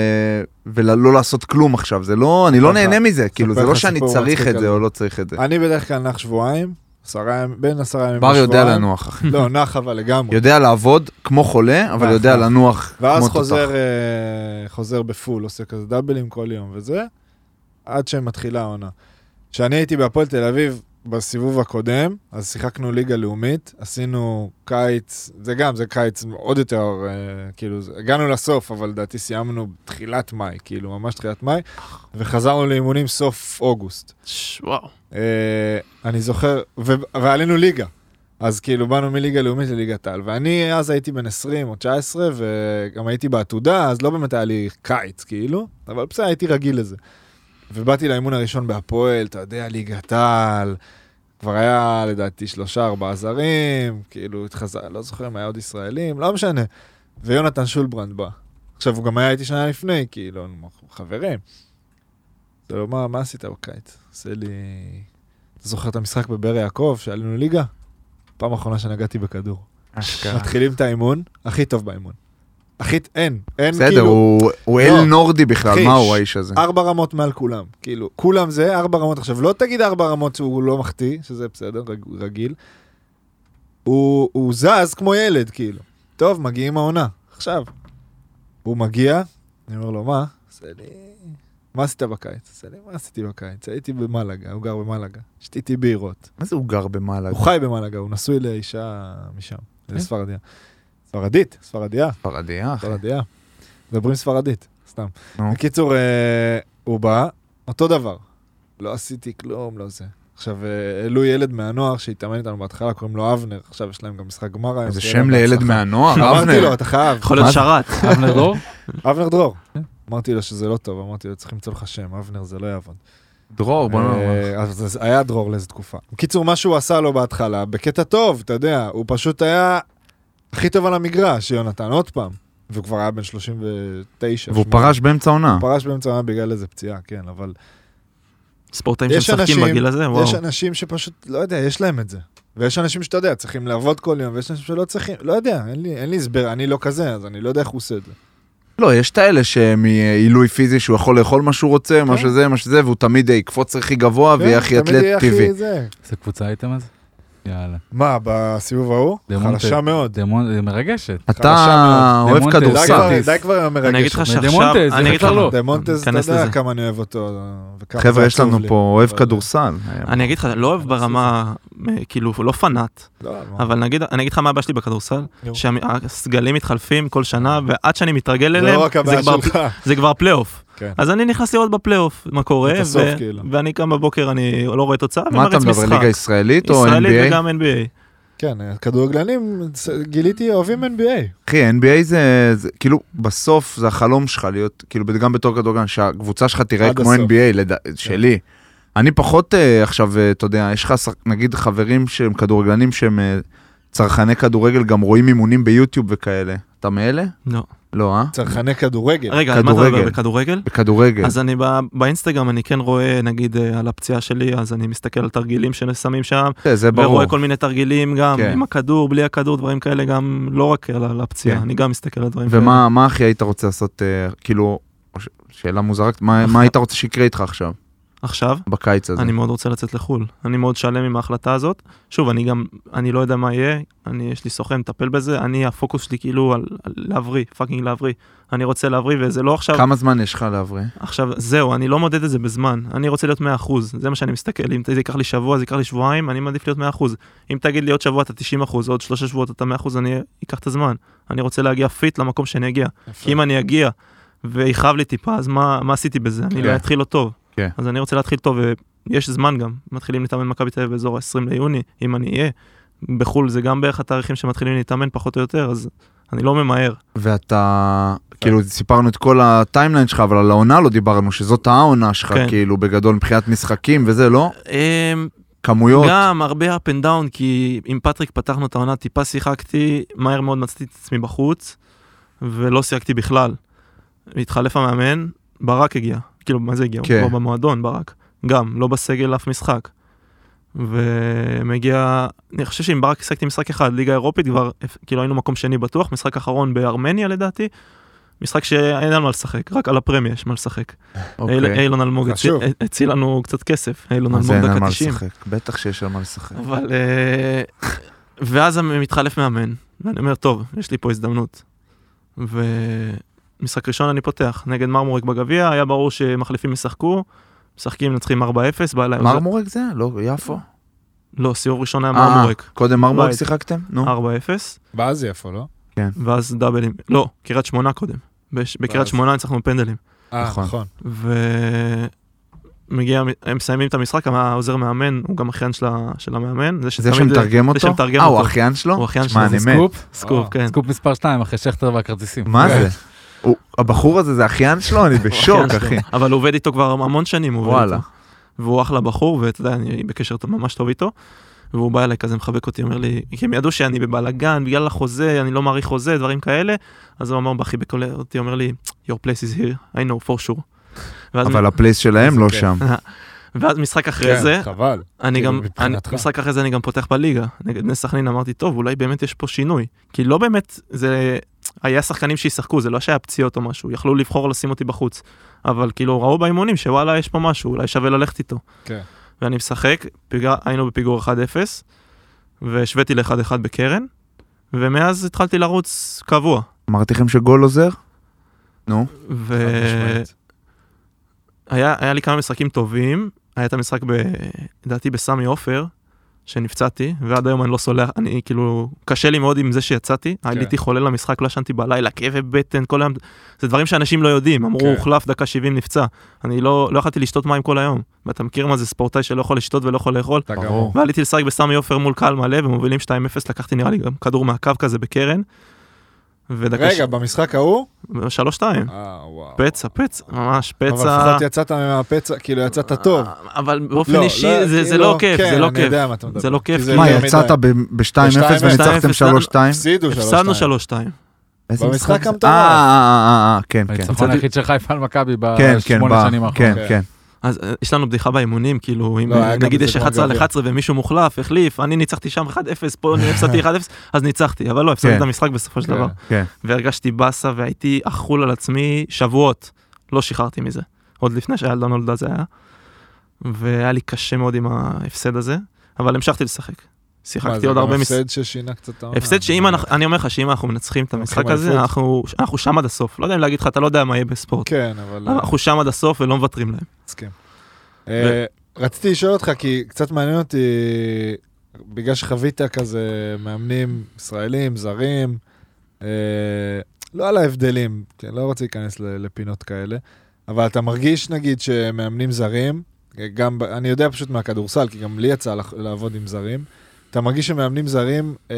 C: ולא לעשות כלום עכשיו, זה לא, אני לא
B: ככה,
C: נהנה מזה, כאילו, זה
B: לך
C: לא שאני
B: סיפור
C: צריך
B: מצחיק
C: את זה
B: על-
C: או לא צריך את זה.
B: אני בדרך כלל נח שבועיים, עשרה ימים, בין עשרה ימים
C: בר יודע
B: לשבועיים.
C: לנוח, אחי.
B: לא, נח אבל
C: <laughs>
B: לגמרי.
C: יודע לעבוד כמו חולה, אבל
B: נח,
C: יודע
B: נח.
C: לנוח כמו
B: אה, ואז
C: תותח.
B: חוזר, אה, חוזר בפול, עושה כזה דאבלים כל יום וזה, עד שמתחילה העונה. כשאני הייתי בהפועל תל אביב בסיבוב הקודם, אז שיחקנו ליגה לאומית, עשינו קיץ, זה גם, זה קיץ עוד יותר, אה, כאילו, זה- הגענו לסוף, אבל לדעתי סיימנו תחילת מאי, כאילו, ממש תחילת מאי, וחזרנו לאימונים סוף אוגוסט.
D: ש- וואו.
B: אה, אני זוכר, ו- ועלינו ליגה. אז כאילו באנו מליגה לאומית לליגת העל, ואני אז הייתי בן 20 או 19, וגם הייתי בעתודה, אז לא באמת היה לי קיץ כאילו, אבל בסדר, הייתי רגיל לזה. ובאתי לאימון הראשון בהפועל, אתה יודע, ליגת העל, כבר היה לדעתי שלושה, ארבעה זרים, כאילו התחזר, לא זוכר אם היה עוד ישראלים, לא משנה. ויונתן שולברנד בא. עכשיו, הוא גם היה איתי שנה לפני, כאילו, אנחנו חברים. אתה לא, מה, מה עשית בקיץ? עושה לי... אתה זוכר את המשחק בבאר יעקב, שעלינו ליגה? פעם אחרונה שנגעתי בכדור.
C: אשכרה.
B: מתחילים את האימון, הכי טוב באימון. הכי... אין, אין
C: בסדר,
B: כאילו...
C: הוא- הוא
B: לא. אה.
C: אל נורדי בכלל,
B: חיש.
C: מה הוא האיש הזה?
B: ארבע רמות מעל כולם, כאילו, כולם זה, ארבע רמות. עכשיו, לא תגיד ארבע רמות שהוא לא מחטיא, שזה בסדר, רג, רגיל. הוא, הוא זז כמו ילד, כאילו. טוב, מגיעים העונה, עכשיו. הוא מגיע, אני אומר לו, מה? עושה לי... מה עשית בקיץ? עושה לי, מה עשיתי בקיץ? הייתי במלגה, הוא גר במלגה. שתיתי בירות.
C: מה זה הוא גר במעלה?
B: הוא חי במלגה, הוא נשוי לאישה משם, לספרדיה. ספרדית, ספרדיה.
C: פרדיה, אחי.
B: ספרדיה. מדברים ספרדית, סתם.
C: נו.
B: בקיצור, אה, הוא בא, אותו דבר. לא עשיתי כלום, לא זה. עכשיו, אה, העלו ילד מהנוער שהתאמן איתנו בהתחלה, קוראים לו אבנר, עכשיו יש להם גם משחק גמר היום.
C: איזה
B: שיהיה
C: שם
B: להם
C: לילד
B: בהצלחה.
C: מהנוער,
B: אמרתי
C: אבנר. נכון.
B: לו, אתה
C: <laughs>
B: חייב.
D: יכול
C: מה
D: להיות
C: זה?
D: שרת.
A: אבנר דרור?
B: אבנר דרור. אמרתי לו שזה לא טוב, אמרתי לו, צריך למצוא לך שם, אבנר זה לא יעבוד.
C: דרור, בוא נאמר.
B: אה, אז אז היה דרור לאיזו תקופה. בקיצור, מה שהוא עשה לו בהתחלה, בקטע טוב, אתה יודע, הוא פשוט היה הכי טוב על המגרש, יונתן, עוד פעם. והוא כבר היה בן 39.
C: והוא
B: שמונה.
C: פרש באמצע
D: אה.
C: העונה.
B: הוא פרש באמצע העונה בגלל איזה פציעה, כן, אבל
D: ספורטאים
B: יש
D: שמשחקים
B: אנשים-
D: בגיל הזה, וואו.
B: יש אנשים שפשוט, לא יודע, יש להם את זה. ויש אנשים שאתה יודע, צריכים לעבוד כל יום, ויש אנשים שלא צריכים, לא יודע, אין לי, אין לי הסבר, אני לא כזה, אז אני לא יודע איך הוא עושה את זה.
C: לא, יש את האלה שמעילוי פיזי שהוא יכול לאכול מה שהוא רוצה, מה שזה, מה שזה, והוא תמיד אה, יקפוץ הכי גבוה ויהיה הכי
B: כן, תמיד
C: אתלט
B: יהיה הכי
C: טבעי.
B: זה.
A: איזה קבוצה הייתם אז? יאללה.
B: מה, בסיבוב ההוא?
A: דמונטה.
B: חלשה מאוד.
A: דמון, זה מרגשת.
C: אתה
A: מאוד.
C: אוהב
A: דמונטה,
B: די
C: כדורסל.
B: כבר- די כבר עם המרגש.
D: אני אגיד לך
A: מרגש.
D: שעכשיו,
A: מדמונטז,
D: אני
A: זה
D: אגיד לך,
A: בכלל לא.
B: דמונטז, אתה
D: ניכנס
B: יודע
D: לזה.
B: כמה אני אוהב אותו. וכמה
C: חבר'ה,
B: זה
C: יש
B: עצוב
C: לנו
B: לי.
C: פה אוהב
B: אבל-
C: כדורסל.
D: אני אגיד לך, לא אוהב ברמה, אה, כאילו, לא פנאט,
B: לא, מה.
D: אבל נגיד, אני אגיד לך מה הבעיה שלי בכדורסל,
B: נו.
D: שהסגלים מתחלפים כל שנה, ועד שאני מתרגל
B: זה
D: אליהם,
B: לא רק
D: זה
B: הבעיה
D: כבר-
B: שלך.
D: זה כבר פלייאוף.
B: כן.
D: אז אני נכנס לראות בפלייאוף מה קורה,
B: את הסוף,
D: ו-
B: כאילו.
D: ואני קם בבוקר, אני לא רואה תוצאה,
C: מה אתה
D: ומריץ
C: מדבר,
D: משחק.
C: ליגה ישראלית או
D: ישראלית
C: NBA?
D: וגם NBA.
B: כן, הכדורגלנים, גיליתי, אוהבים NBA.
C: אחי, NBA זה, זה כאילו, בסוף זה החלום שלך להיות, כאילו, גם בתור כדורגלן, שהקבוצה שלך תיראה
B: עד
C: כמו
B: הסוף.
C: NBA, לד... שלי. אני פחות אה, עכשיו, אה, אתה יודע, יש לך שח- נגיד חברים שהם כדורגלנים שהם אה, צרכני כדורגל, גם רואים אימונים ביוטיוב וכאלה. אתה מאלה?
D: לא.
C: לא, אה?
B: צרכני כדורגל.
D: רגע, על מה אתה מדבר?
C: כדורגל. כן.
D: בכדורגל?
C: בכדורגל.
D: אז אני בא- באינסטגרם, אני כן רואה, נגיד, אה, על הפציעה שלי, אז אני מסתכל על תרגילים ששמים שם,
C: כן, זה, זה ברור.
D: ורואה כל מיני תרגילים גם,
C: כן.
D: עם הכדור, בלי הכדור, דברים כאלה, גם לא רק על על הפציעה,
C: כן.
D: אני גם מסתכל על דברים כאלה.
C: ומה מה הכי היית רוצה לעשות, אה, כאילו, ש- שאלה מוזרה, מה, מה היית רוצה שיקרה איתך עכשיו?
D: עכשיו.
C: בקיץ הזה.
D: אני מאוד רוצה לצאת לחו"ל. אני מאוד שלם עם ההחלטה הזאת. שוב, אני גם, אני לא יודע מה יהיה, אני, יש לי סוכן, מטפל בזה, אני, הפוקוס שלי כאילו על, על להבריא, פאקינג להבריא. אני רוצה להבריא, וזה לא עכשיו,
C: כמה זמן יש לך להבריא?
D: עכשיו, זהו, אני לא מודד את זה בזמן. אני רוצה להיות 100%, זה מה שאני מסתכל. אם זה ייקח לי שבוע, זה ייקח לי שבועיים, אני מעדיף להיות 100%. אם תגיד לי עוד שבוע אתה 90%, עוד שלושה שבועות אתה 100%, אני אקח את הזמן. אני רוצה להגיע פיט למקום שאני אגיע.
B: יפה.
D: כי אם אני אגיע ויכאב לי טיפה, אז מה, מה עשיתי בזה? אני
C: כן.
D: לא אתחיל לא טוב.
C: כן.
D: אז אני רוצה להתחיל טוב, ויש זמן גם. מתחילים להתאמן במכבי תל אביב באזור ה-20 ליוני, אם אני אהיה. בחו"ל זה גם בערך התאריכים שמתחילים להתאמן פחות או יותר, אז אני לא ממהר.
C: ואתה, כאילו, סיפרנו את כל הטיימליין שלך, אבל על העונה לא דיברנו, שזאת העונה שלך,
D: כן.
C: כאילו, בגדול, מבחינת משחקים וזה, לא?
D: אמ,
C: כמויות.
D: גם הרבה up and down, כי עם פטריק פתחנו את העונה, טיפה שיחקתי, מהר מאוד מצאתי את עצמי בחוץ, ולא שיחקתי בכלל. התחלף המאמן, ברק הגיע. כאילו, מה זה הגיע?
C: כן.
D: הוא כבר במועדון, ברק. גם, לא בסגל אף משחק. ומגיע, אני חושב שעם ברק שיחקתי משחק אחד, ליגה אירופית כבר, כאילו היינו מקום שני בטוח, משחק אחרון בארמניה לדעתי, משחק שאין על מה לשחק, רק על הפרמיה יש מה לשחק. אל-
C: אוקיי.
D: אילון אלמוג הציל-
B: חשוב.
D: הציל לנו קצת כסף, אילון
C: מה זה,
D: אלמוג
C: אין על
D: דקה
C: מה
D: 90.
C: לשחק. בטח שיש על מה לשחק.
D: אבל... אה, ואז מתחלף מאמן, ואני אומר, טוב, יש לי פה הזדמנות. ומשחק ראשון אני פותח, נגד מרמורק בגביע, היה ברור שמחליפים ישחקו, משחקים, מנצחים 4-0, בא אליי... עוזר-
C: מרמורק זה? לא, יפו.
D: לא, סיור ראשון היה
C: אה,
D: מרמורק,
C: קודם מרמורק
D: בית.
C: שיחקתם? נו.
D: 4-0,
B: באז יפו, לא?
D: ואז דאבלים, לא, קריית שמונה קודם. בש- בקריית
B: ואז-
D: שמונה ניצחנו פנדלים.
B: אה,
C: נכון.
B: נכון.
D: ומגיע, הם מסיימים את המשחק, העוזר מאמן, הוא גם אחיין של ה- של המאמן.
C: זה
D: שתמיד-
C: שמתרגם אותו?
D: שמתרגם
C: אה, הוא
D: אותו.
C: אחיין שלו?
D: הוא אחיין
C: תשמע,
D: שלו,
C: אני
A: זה
C: מת.
A: סקופ,
D: סקופ,
B: אה.
D: כן.
A: סקופ מספר 2 אחרי שכטר והכרטיסים. אה,
C: מה זה? הוא- הבחור הזה זה אחיין שלו? אני בשוק,
D: אחיין שלו.
C: אחי.
D: כן, אבל הוא עובד איתו כבר המון שנים, הוא עובד
C: וואלה.
D: איתו. והוא אחלה בחור, ואתה יודע, אני בקשר טוב- ממש טוב איתו. והוא בא אליי כזה מחבק אותי, אומר לי, כי הם ידעו שאני בבלאגן, בגלל החוזה, אני לא מעריך חוזה, דברים כאלה. אז הוא אמר, בכי בקול אותי, אומר לי, your place is here, I know for sure. ואז,
C: אבל הפלייס שלהם
B: איזה
C: לא
B: כיף.
C: שם.
D: ואז משחק אחרי זה,
B: כן, חבל.
D: אני
B: כאילו,
D: גם, אני,
B: מבחינתך.
D: משחק אחרי זה אני גם פותח בליגה. נגד בני סכנין אמרתי, טוב, אולי באמת יש פה שינוי. כי לא באמת, זה... היה שחקנים שישחקו, זה לא שהיה פציעות או משהו, יכלו לבחור לשים אותי בחוץ. אבל כאילו ראו באימונים שוואלה, יש פה משהו, אולי שווה ללכת איתו.
B: כן.
D: ואני משחק, פיגע, היינו בפיגור 1-0, והשוויתי ל-1-1 בקרן, ומאז התחלתי לרוץ קבוע.
C: אמרתי לכם שגול עוזר?
B: חד
D: ו...
C: אה,
B: משמעית.
D: היה, היה לי כמה משחקים טובים, היה את המשחק, ב- לדעתי, בסמי עופר, שנפצעתי, ועד היום אני לא סולח, אני כאילו, קשה לי מאוד עם זה שיצאתי, כן. עליתי חולה למשחק, לא ישנתי בלילה, כאבי בטן, כל היום, זה דברים שאנשים לא יודעים, אמרו,
B: כן.
D: כן. הוחלף, דקה 70 נפצע, אני לא, לא יכולתי לשתות מים כל היום, ואתה מכיר מה זה ספורטאי שלא יכול לשתות ולא יכול לאכול,
B: אתה
C: ברור.
B: גמור.
D: ועליתי לשחק בסמי עופר מול קהל מלא, ומובילים 2-0, לקחתי נראה לי גם כדור מהקו כזה בקרן, ודקה...
B: רגע, במשחק ההוא?
D: 3-2,
B: אה, וואו.
D: כן. פצע, פצע, ממש פצע.
B: אבל לפחות יצאת מהפצע, כאילו יצאת טוב.
D: אבל באופן
B: לא,
D: אישי
B: לא,
D: זה- זה
B: כאילו,
D: לא כיף,
B: כן,
D: זה לא
B: אני
D: כיף.
B: יודע מה אתה מדבר.
D: זה לא כיף,
B: כי
D: כי-
C: מה,
B: יותר מדי.
C: יצאת ב- ב-2-0
B: ב-
C: וניצחתם
D: 2-0,
C: 3-2?
B: הפסידו כאילו, שלוש.
D: הפסדנו
B: שתיים.
D: 3-2.
C: איזה
B: במשחק
C: משחק זה?
B: המטורף.
C: אה, אה, אה, אה, כן, כן.
A: הניצחון היחיד של חיפה על מכבי
C: כן, כן,
A: בשמונה
C: ב-
A: שנים האחרונות.
C: כן,
B: האחרונות.
C: כן.
D: אז אה, יש לנו בדיחה באימונים, כאילו, אם
B: לא, היה
D: אה,
B: גם
D: נגיד
B: את זה
D: יש
B: גמר
D: 11 על
B: גביע.
D: 11 ומישהו מוחלף, החליף, אני ניצחתי שם 1-0, פה אני
B: <laughs>
D: הפסדתי 1-0, אז ניצחתי, אבל לא, הפסדתי
C: כן.
D: את המשחק בסופו של
B: כן.
D: דבר.
C: כן.
D: והרגשתי באסה והייתי אכול על עצמי שבועות, לא שחררתי מזה. עוד לפני שהילדה נולדה זה היה. והיה לי קשה מאוד עם ההפסד הזה, אבל המשכתי לשחק.
B: מה, זה
D: שיחקתי עוד הרבה
B: גם
D: מס...
B: הפסד ששינה קצת את העונה. כן,
D: הפסד שאם אנחנו, אני אומר לך שאם אנחנו מנצחים את המשחק הזה,
B: אליפות.
D: אנחנו, אנחנו שם עד הסוף. לא יודע אם להגיד לך, אתה לא יודע מה יהיה בספורט.
B: כן, אבל...
D: אנחנו שם עד הסוף ולא מוותרים להם.
B: מסכים. אה, רציתי לשאול אותך, כי קצת מעניין אותי, בגלל שחווית כזה מאמנים ישראלים, זרים, אה, לא על ההבדלים, כן, לא רוצה להיכנס ל- לפינות כאלה, אבל אתה מרגיש נגיד שמאמנים זרים, אה, גם, ב- אני יודע פשוט מהכדורסל, כי גם לי יצא לח- לעבוד עם זרים, אתה מרגיש שמאמנים זרים אה,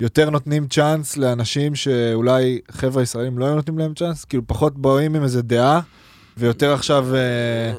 B: יותר נותנים צ'אנס לאנשים שאולי חבר'ה ישראלים לא היו נותנים להם צ'אנס? כאילו פחות באים עם איזה דעה, ויותר עכשיו... אה,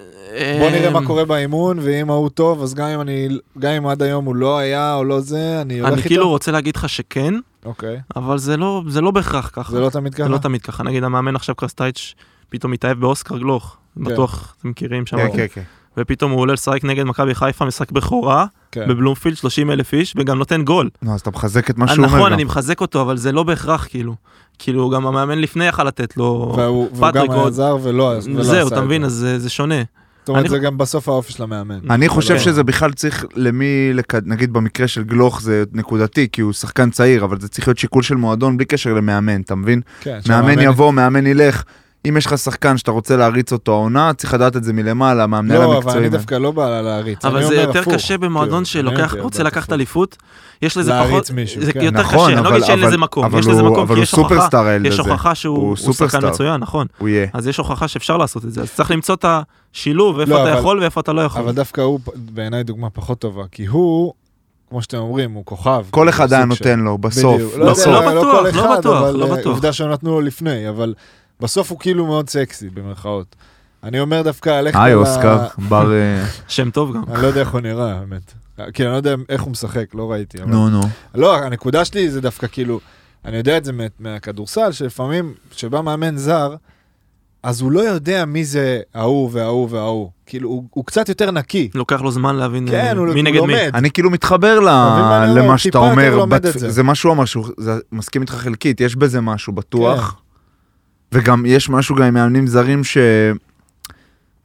B: בוא נראה
D: אמ.
B: מה קורה באימון, ואם ההוא טוב, אז גם אם אני, גם אם עד היום הוא לא היה או לא זה, אני הולך
D: אני
B: איתו.
D: כאילו רוצה להגיד לך שכן,
B: אוקיי.
D: אבל זה לא, זה לא בהכרח ככה.
B: זה לא תמיד ככה?
D: זה לא תמיד ככה. נגיד המאמן עכשיו קרסטייץ' פתאום התאהב באוסקר גלוך.
B: כן.
D: בטוח אתם מכירים שם.
C: כן, כן, כן.
D: ופתאום הוא עולה לשחק נגד מכבי חיפה, משחק בכורה,
B: כן.
D: בבלומפילד 30 אלף איש, וגם נותן גול.
C: נו, אז אתה מחזק את מה
D: אה,
C: שהוא אומר
D: נכון,
C: גם.
D: אני מחזק אותו, אבל זה לא בהכרח כאילו. כאילו גם המאמן לפני יכל לתת לו...
B: והוא והוא
D: פטריק
B: גם היה
D: עוד-
B: זר ולא ולא לא עשה את זה.
D: זהו, אתה מבין, אז זה- זה שונה.
B: זאת אומרת,
D: אני-
B: זה גם בסוף האופי של המאמן.
C: אני חושב
D: לא.
C: שזה בכלל צריך למי, לקד- נגיד במקרה של גלוך זה נקודתי, כי הוא שחקן צעיר, אבל זה צריך להיות שיקול של מועדון בלי קשר למאמן, אתה מבין?
B: כן,
C: מאמן
B: שהמאמן-
C: יבוא, מאמן ילך. אם יש לך שחקן שאתה רוצה להריץ אותו העונה, צריך לדעת את זה מלמעלה, מהמנהל
B: לא, אבל
C: המקצועי.
B: אני דווקא לא בא להריץ.
D: אבל
B: אני
D: זה
B: אומר
D: יותר
B: הפוך.
D: קשה במועדון
B: כאילו,
D: שלוקח,
B: אני
D: רוצה
B: בעד
D: לקחת
B: הפוך.
D: אליפות, יש לזה
B: להריץ
D: פחות,
B: מישהו,
D: זה
B: כן.
D: יותר
C: נכון,
D: קשה, אני לא אגיד שאין
C: אבל-
D: לזה מקום,
C: אבל
D: יש לזה
C: הוא-
D: מקום,
C: אבל
D: כי
C: הוא
D: יש הוכחה,
C: סופרסטאר הילד
D: יש
C: הזה.
D: הוכחה שהוא
C: הוא
D: הוא שחקן
C: סופרסטאר.
D: מצוין, נכון.
C: הוא יהיה.
D: אז יש הוכחה שאפשר לעשות את זה, אז צריך למצוא את השילוב,
B: לא,
D: איפה אתה
B: אבל-
D: יכול ואיפה אתה לא יכול.
B: אבל דווקא הוא פ- בעיניי דוגמה פחות טובה, כי הוא, כמו שאתם אומרים, הוא כוכב.
C: כל
B: הוא
C: אחד
B: סוג
C: היה
B: של-
C: נותן לו, בסוף.
B: בדיוק.
D: לא,
B: יודע,
C: בסוף.
D: לא בטוח,
B: כל
D: לא
B: אחד,
D: בטוח,
B: אבל,
D: לא
B: אה,
D: בטוח.
B: עובדה שהם נתנו לו לפני, אבל בסוף הוא כאילו מאוד סקסי, במרכאות. אני אומר דווקא, לך
C: היי
B: על ה-
D: <laughs>
C: אוסקר, בר... אה,
D: שם טוב גם.
B: אני לא יודע איך הוא נראה, האמת. כי אני לא יודע איך הוא משחק, לא ראיתי. אבל-
C: נו נו.
B: לא, הנקודה שלי זה דווקא כאילו, אני יודע את זה מה- מהכדורסל, שלפעמים, כשבא מאמן זר, אז הוא לא יודע מי זה ההוא וההוא וההוא. כאילו, הוא, הוא קצת יותר נקי.
D: לוקח לו זמן להבין אה,
B: כן, הוא,
D: מי
B: הוא
D: נגד מי.
B: לומד.
C: אני כאילו מתחבר ל...
B: מבין מה אני אומר?
C: למה שאתה
B: טיפה יותר
C: אומר,
B: לומד
C: בתפ-
B: את זה.
C: זה מה שהוא אמר, שהוא- זה- מסכים איתך חלקית, יש בזה משהו בטוח.
B: כן.
C: וגם יש משהו גם עם מאמנים זרים ש...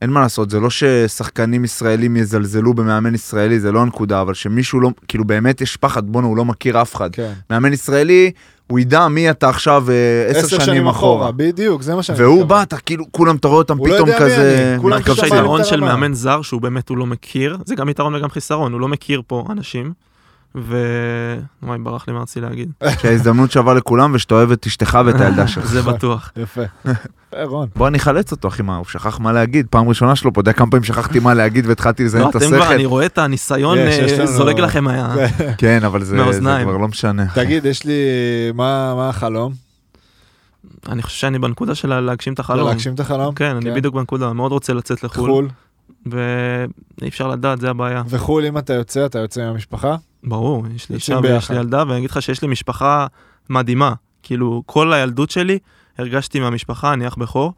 C: אין מה לעשות, זה לא ששחקנים ישראלים יזלזלו במאמן ישראלי, זה לא הנקודה, אבל שמישהו לא, כאילו באמת יש פחד, בואנה, הוא לא מכיר אף אחד.
B: כן.
C: מאמן ישראלי, הוא ידע מי אתה עכשיו אה, עשר שנים אחורה.
B: בדיוק, זה מה שאני...
C: והוא
B: מתכוון.
C: בא, אתה כאילו, כולם, אתה רואה אותם
B: הוא לא
C: פתאום
B: יודע מי
C: כזה...
B: אני, כולם
D: אני חושב
B: שם
C: מתכווצים.
B: מעלים את
D: שהיתרון של
B: הרמה.
D: מאמן זר, שהוא באמת הוא לא מכיר, זה גם יתרון וגם חיסרון, הוא לא מכיר פה אנשים, ו... וואי, ברח לי מה רציתי להגיד,
C: שההזדמנות שווה לכולם ושאתה אוהב את אשתך ואת הילדה
B: <laughs>
C: שלך.
D: זה בטוח.
B: יפה.
C: <laughs>
B: אה, רון.
C: בוא אני אחלץ אותו אחי מה הוא שכח מה להגיד פעם ראשונה שלו פה אתה יודע כמה פעמים שכחתי מה להגיד והתחלתי לזיין
D: לא,
C: את
D: אתם כבר, אני
C: השכל
D: רואה את הניסיון
B: יש, יש
D: אה,
B: לנו- <laughs>
D: זולג לכם מה...
C: כן אבל זה זה
D: מהאוזניים.
C: כבר לא משנה
B: תגיד, יש לי... מה מה החלום?
D: אני חושב שאני בנקודה של להגשים את
B: לא
D: החלום.
B: להגשים את החלום?
D: כן, אני בדיוק בנקודה, מאוד רוצה לצאת לחו"ל,
B: חו"ל.
D: ואי אפשר לדעת, זה הבעיה.
B: וחו"ל, אם אתה יוצא, אתה יוצא עם המשפחה?
D: ברור, יש
B: יוצאים
D: לי אישה ויש
B: ביחד.
D: לי ילדה, ואני אגיד לך שיש לי משפחה מדהימה. כאילו, כל הילדות שלי הרגשתי מהמשפחה, אני אח בכור,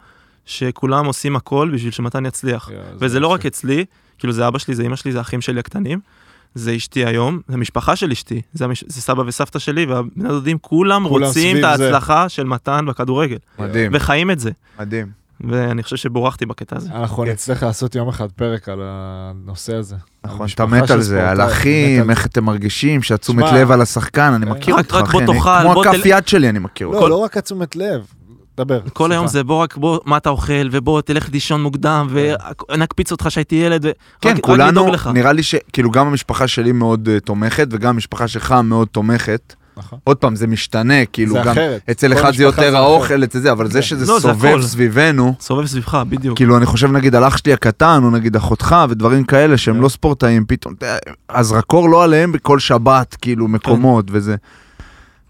D: שכולם עושים הכל בשביל שמתן יצליח. וזה לא רק אצלי, כאילו זה אבא שלי, זה אמא שלי, זה האחים שלי הקטנים, זה אשתי היום, זה המשפחה של אשתי, זה, המש... זה סבא וסבתא שלי, והבני הדודים כולם
B: כולם
D: רוצים את
B: סביב זה. כן.
D: ההצלחה של מתן בכדורגל,
C: מדהים
D: וחיים את זה,
C: מדהים
D: ואני חושב שבורכתי בקטע הזה.
C: כן.
B: אנחנו נצטרך לעשות יום אחד פרק על הנושא הזה.
C: נכון אתה
B: המשפחה
C: מת
B: של
C: על זה על
B: ספורטאי, מת על
C: האחים
B: זה.
C: איך אתם מרגישים שהתשומת
B: שמע,
C: לב על השחקן אני
B: אה,
C: מכיר
D: רק-
C: אותך
D: רק
C: אחי
D: בוא
C: אני-
D: תאכל,
C: כמו
D: בוא תל-
C: הכף יד שלי אני מכיר אותך.
B: לא, לא רק התשומת לב. דבר.
D: כל
B: סליחה. כן.
D: היום זה בוא רק בוא, מה אתה אוכל, ובוא תלך לישון מוקדם, ונקפיץ אותך שהייתי ילד, ו... רק-
C: כן
D: רק
C: כולנו
D: לדאוג לך.
C: נראה לי שכאילו גם המשפחה שלי מאוד אה, תומכת וגם המשפחה שלך מאוד תומכת
B: נכון.
C: עוד פעם זה משתנה כאילו
B: זה
C: גם
B: אחרת.
C: אצל
B: כל
C: אחד
B: משפחה
C: זה יותר
B: זה אחרת.
C: האוכל אצל זה אבל
B: כן.
C: זה שזה
D: לא, זה
C: סובב
D: הכל.
C: סביבנו.
D: סובב סביבך, בדיוק.
B: אוקיי.
C: כאילו אני חושב נגיד על אח שלי הקטן או נגיד אחותך ודברים כאלה
B: כן.
C: שהם לא ספורטאים פתאום אתה יודע, הזרקור לא עליהם בכל שבת
B: כן.
C: כאילו מקומות וזה.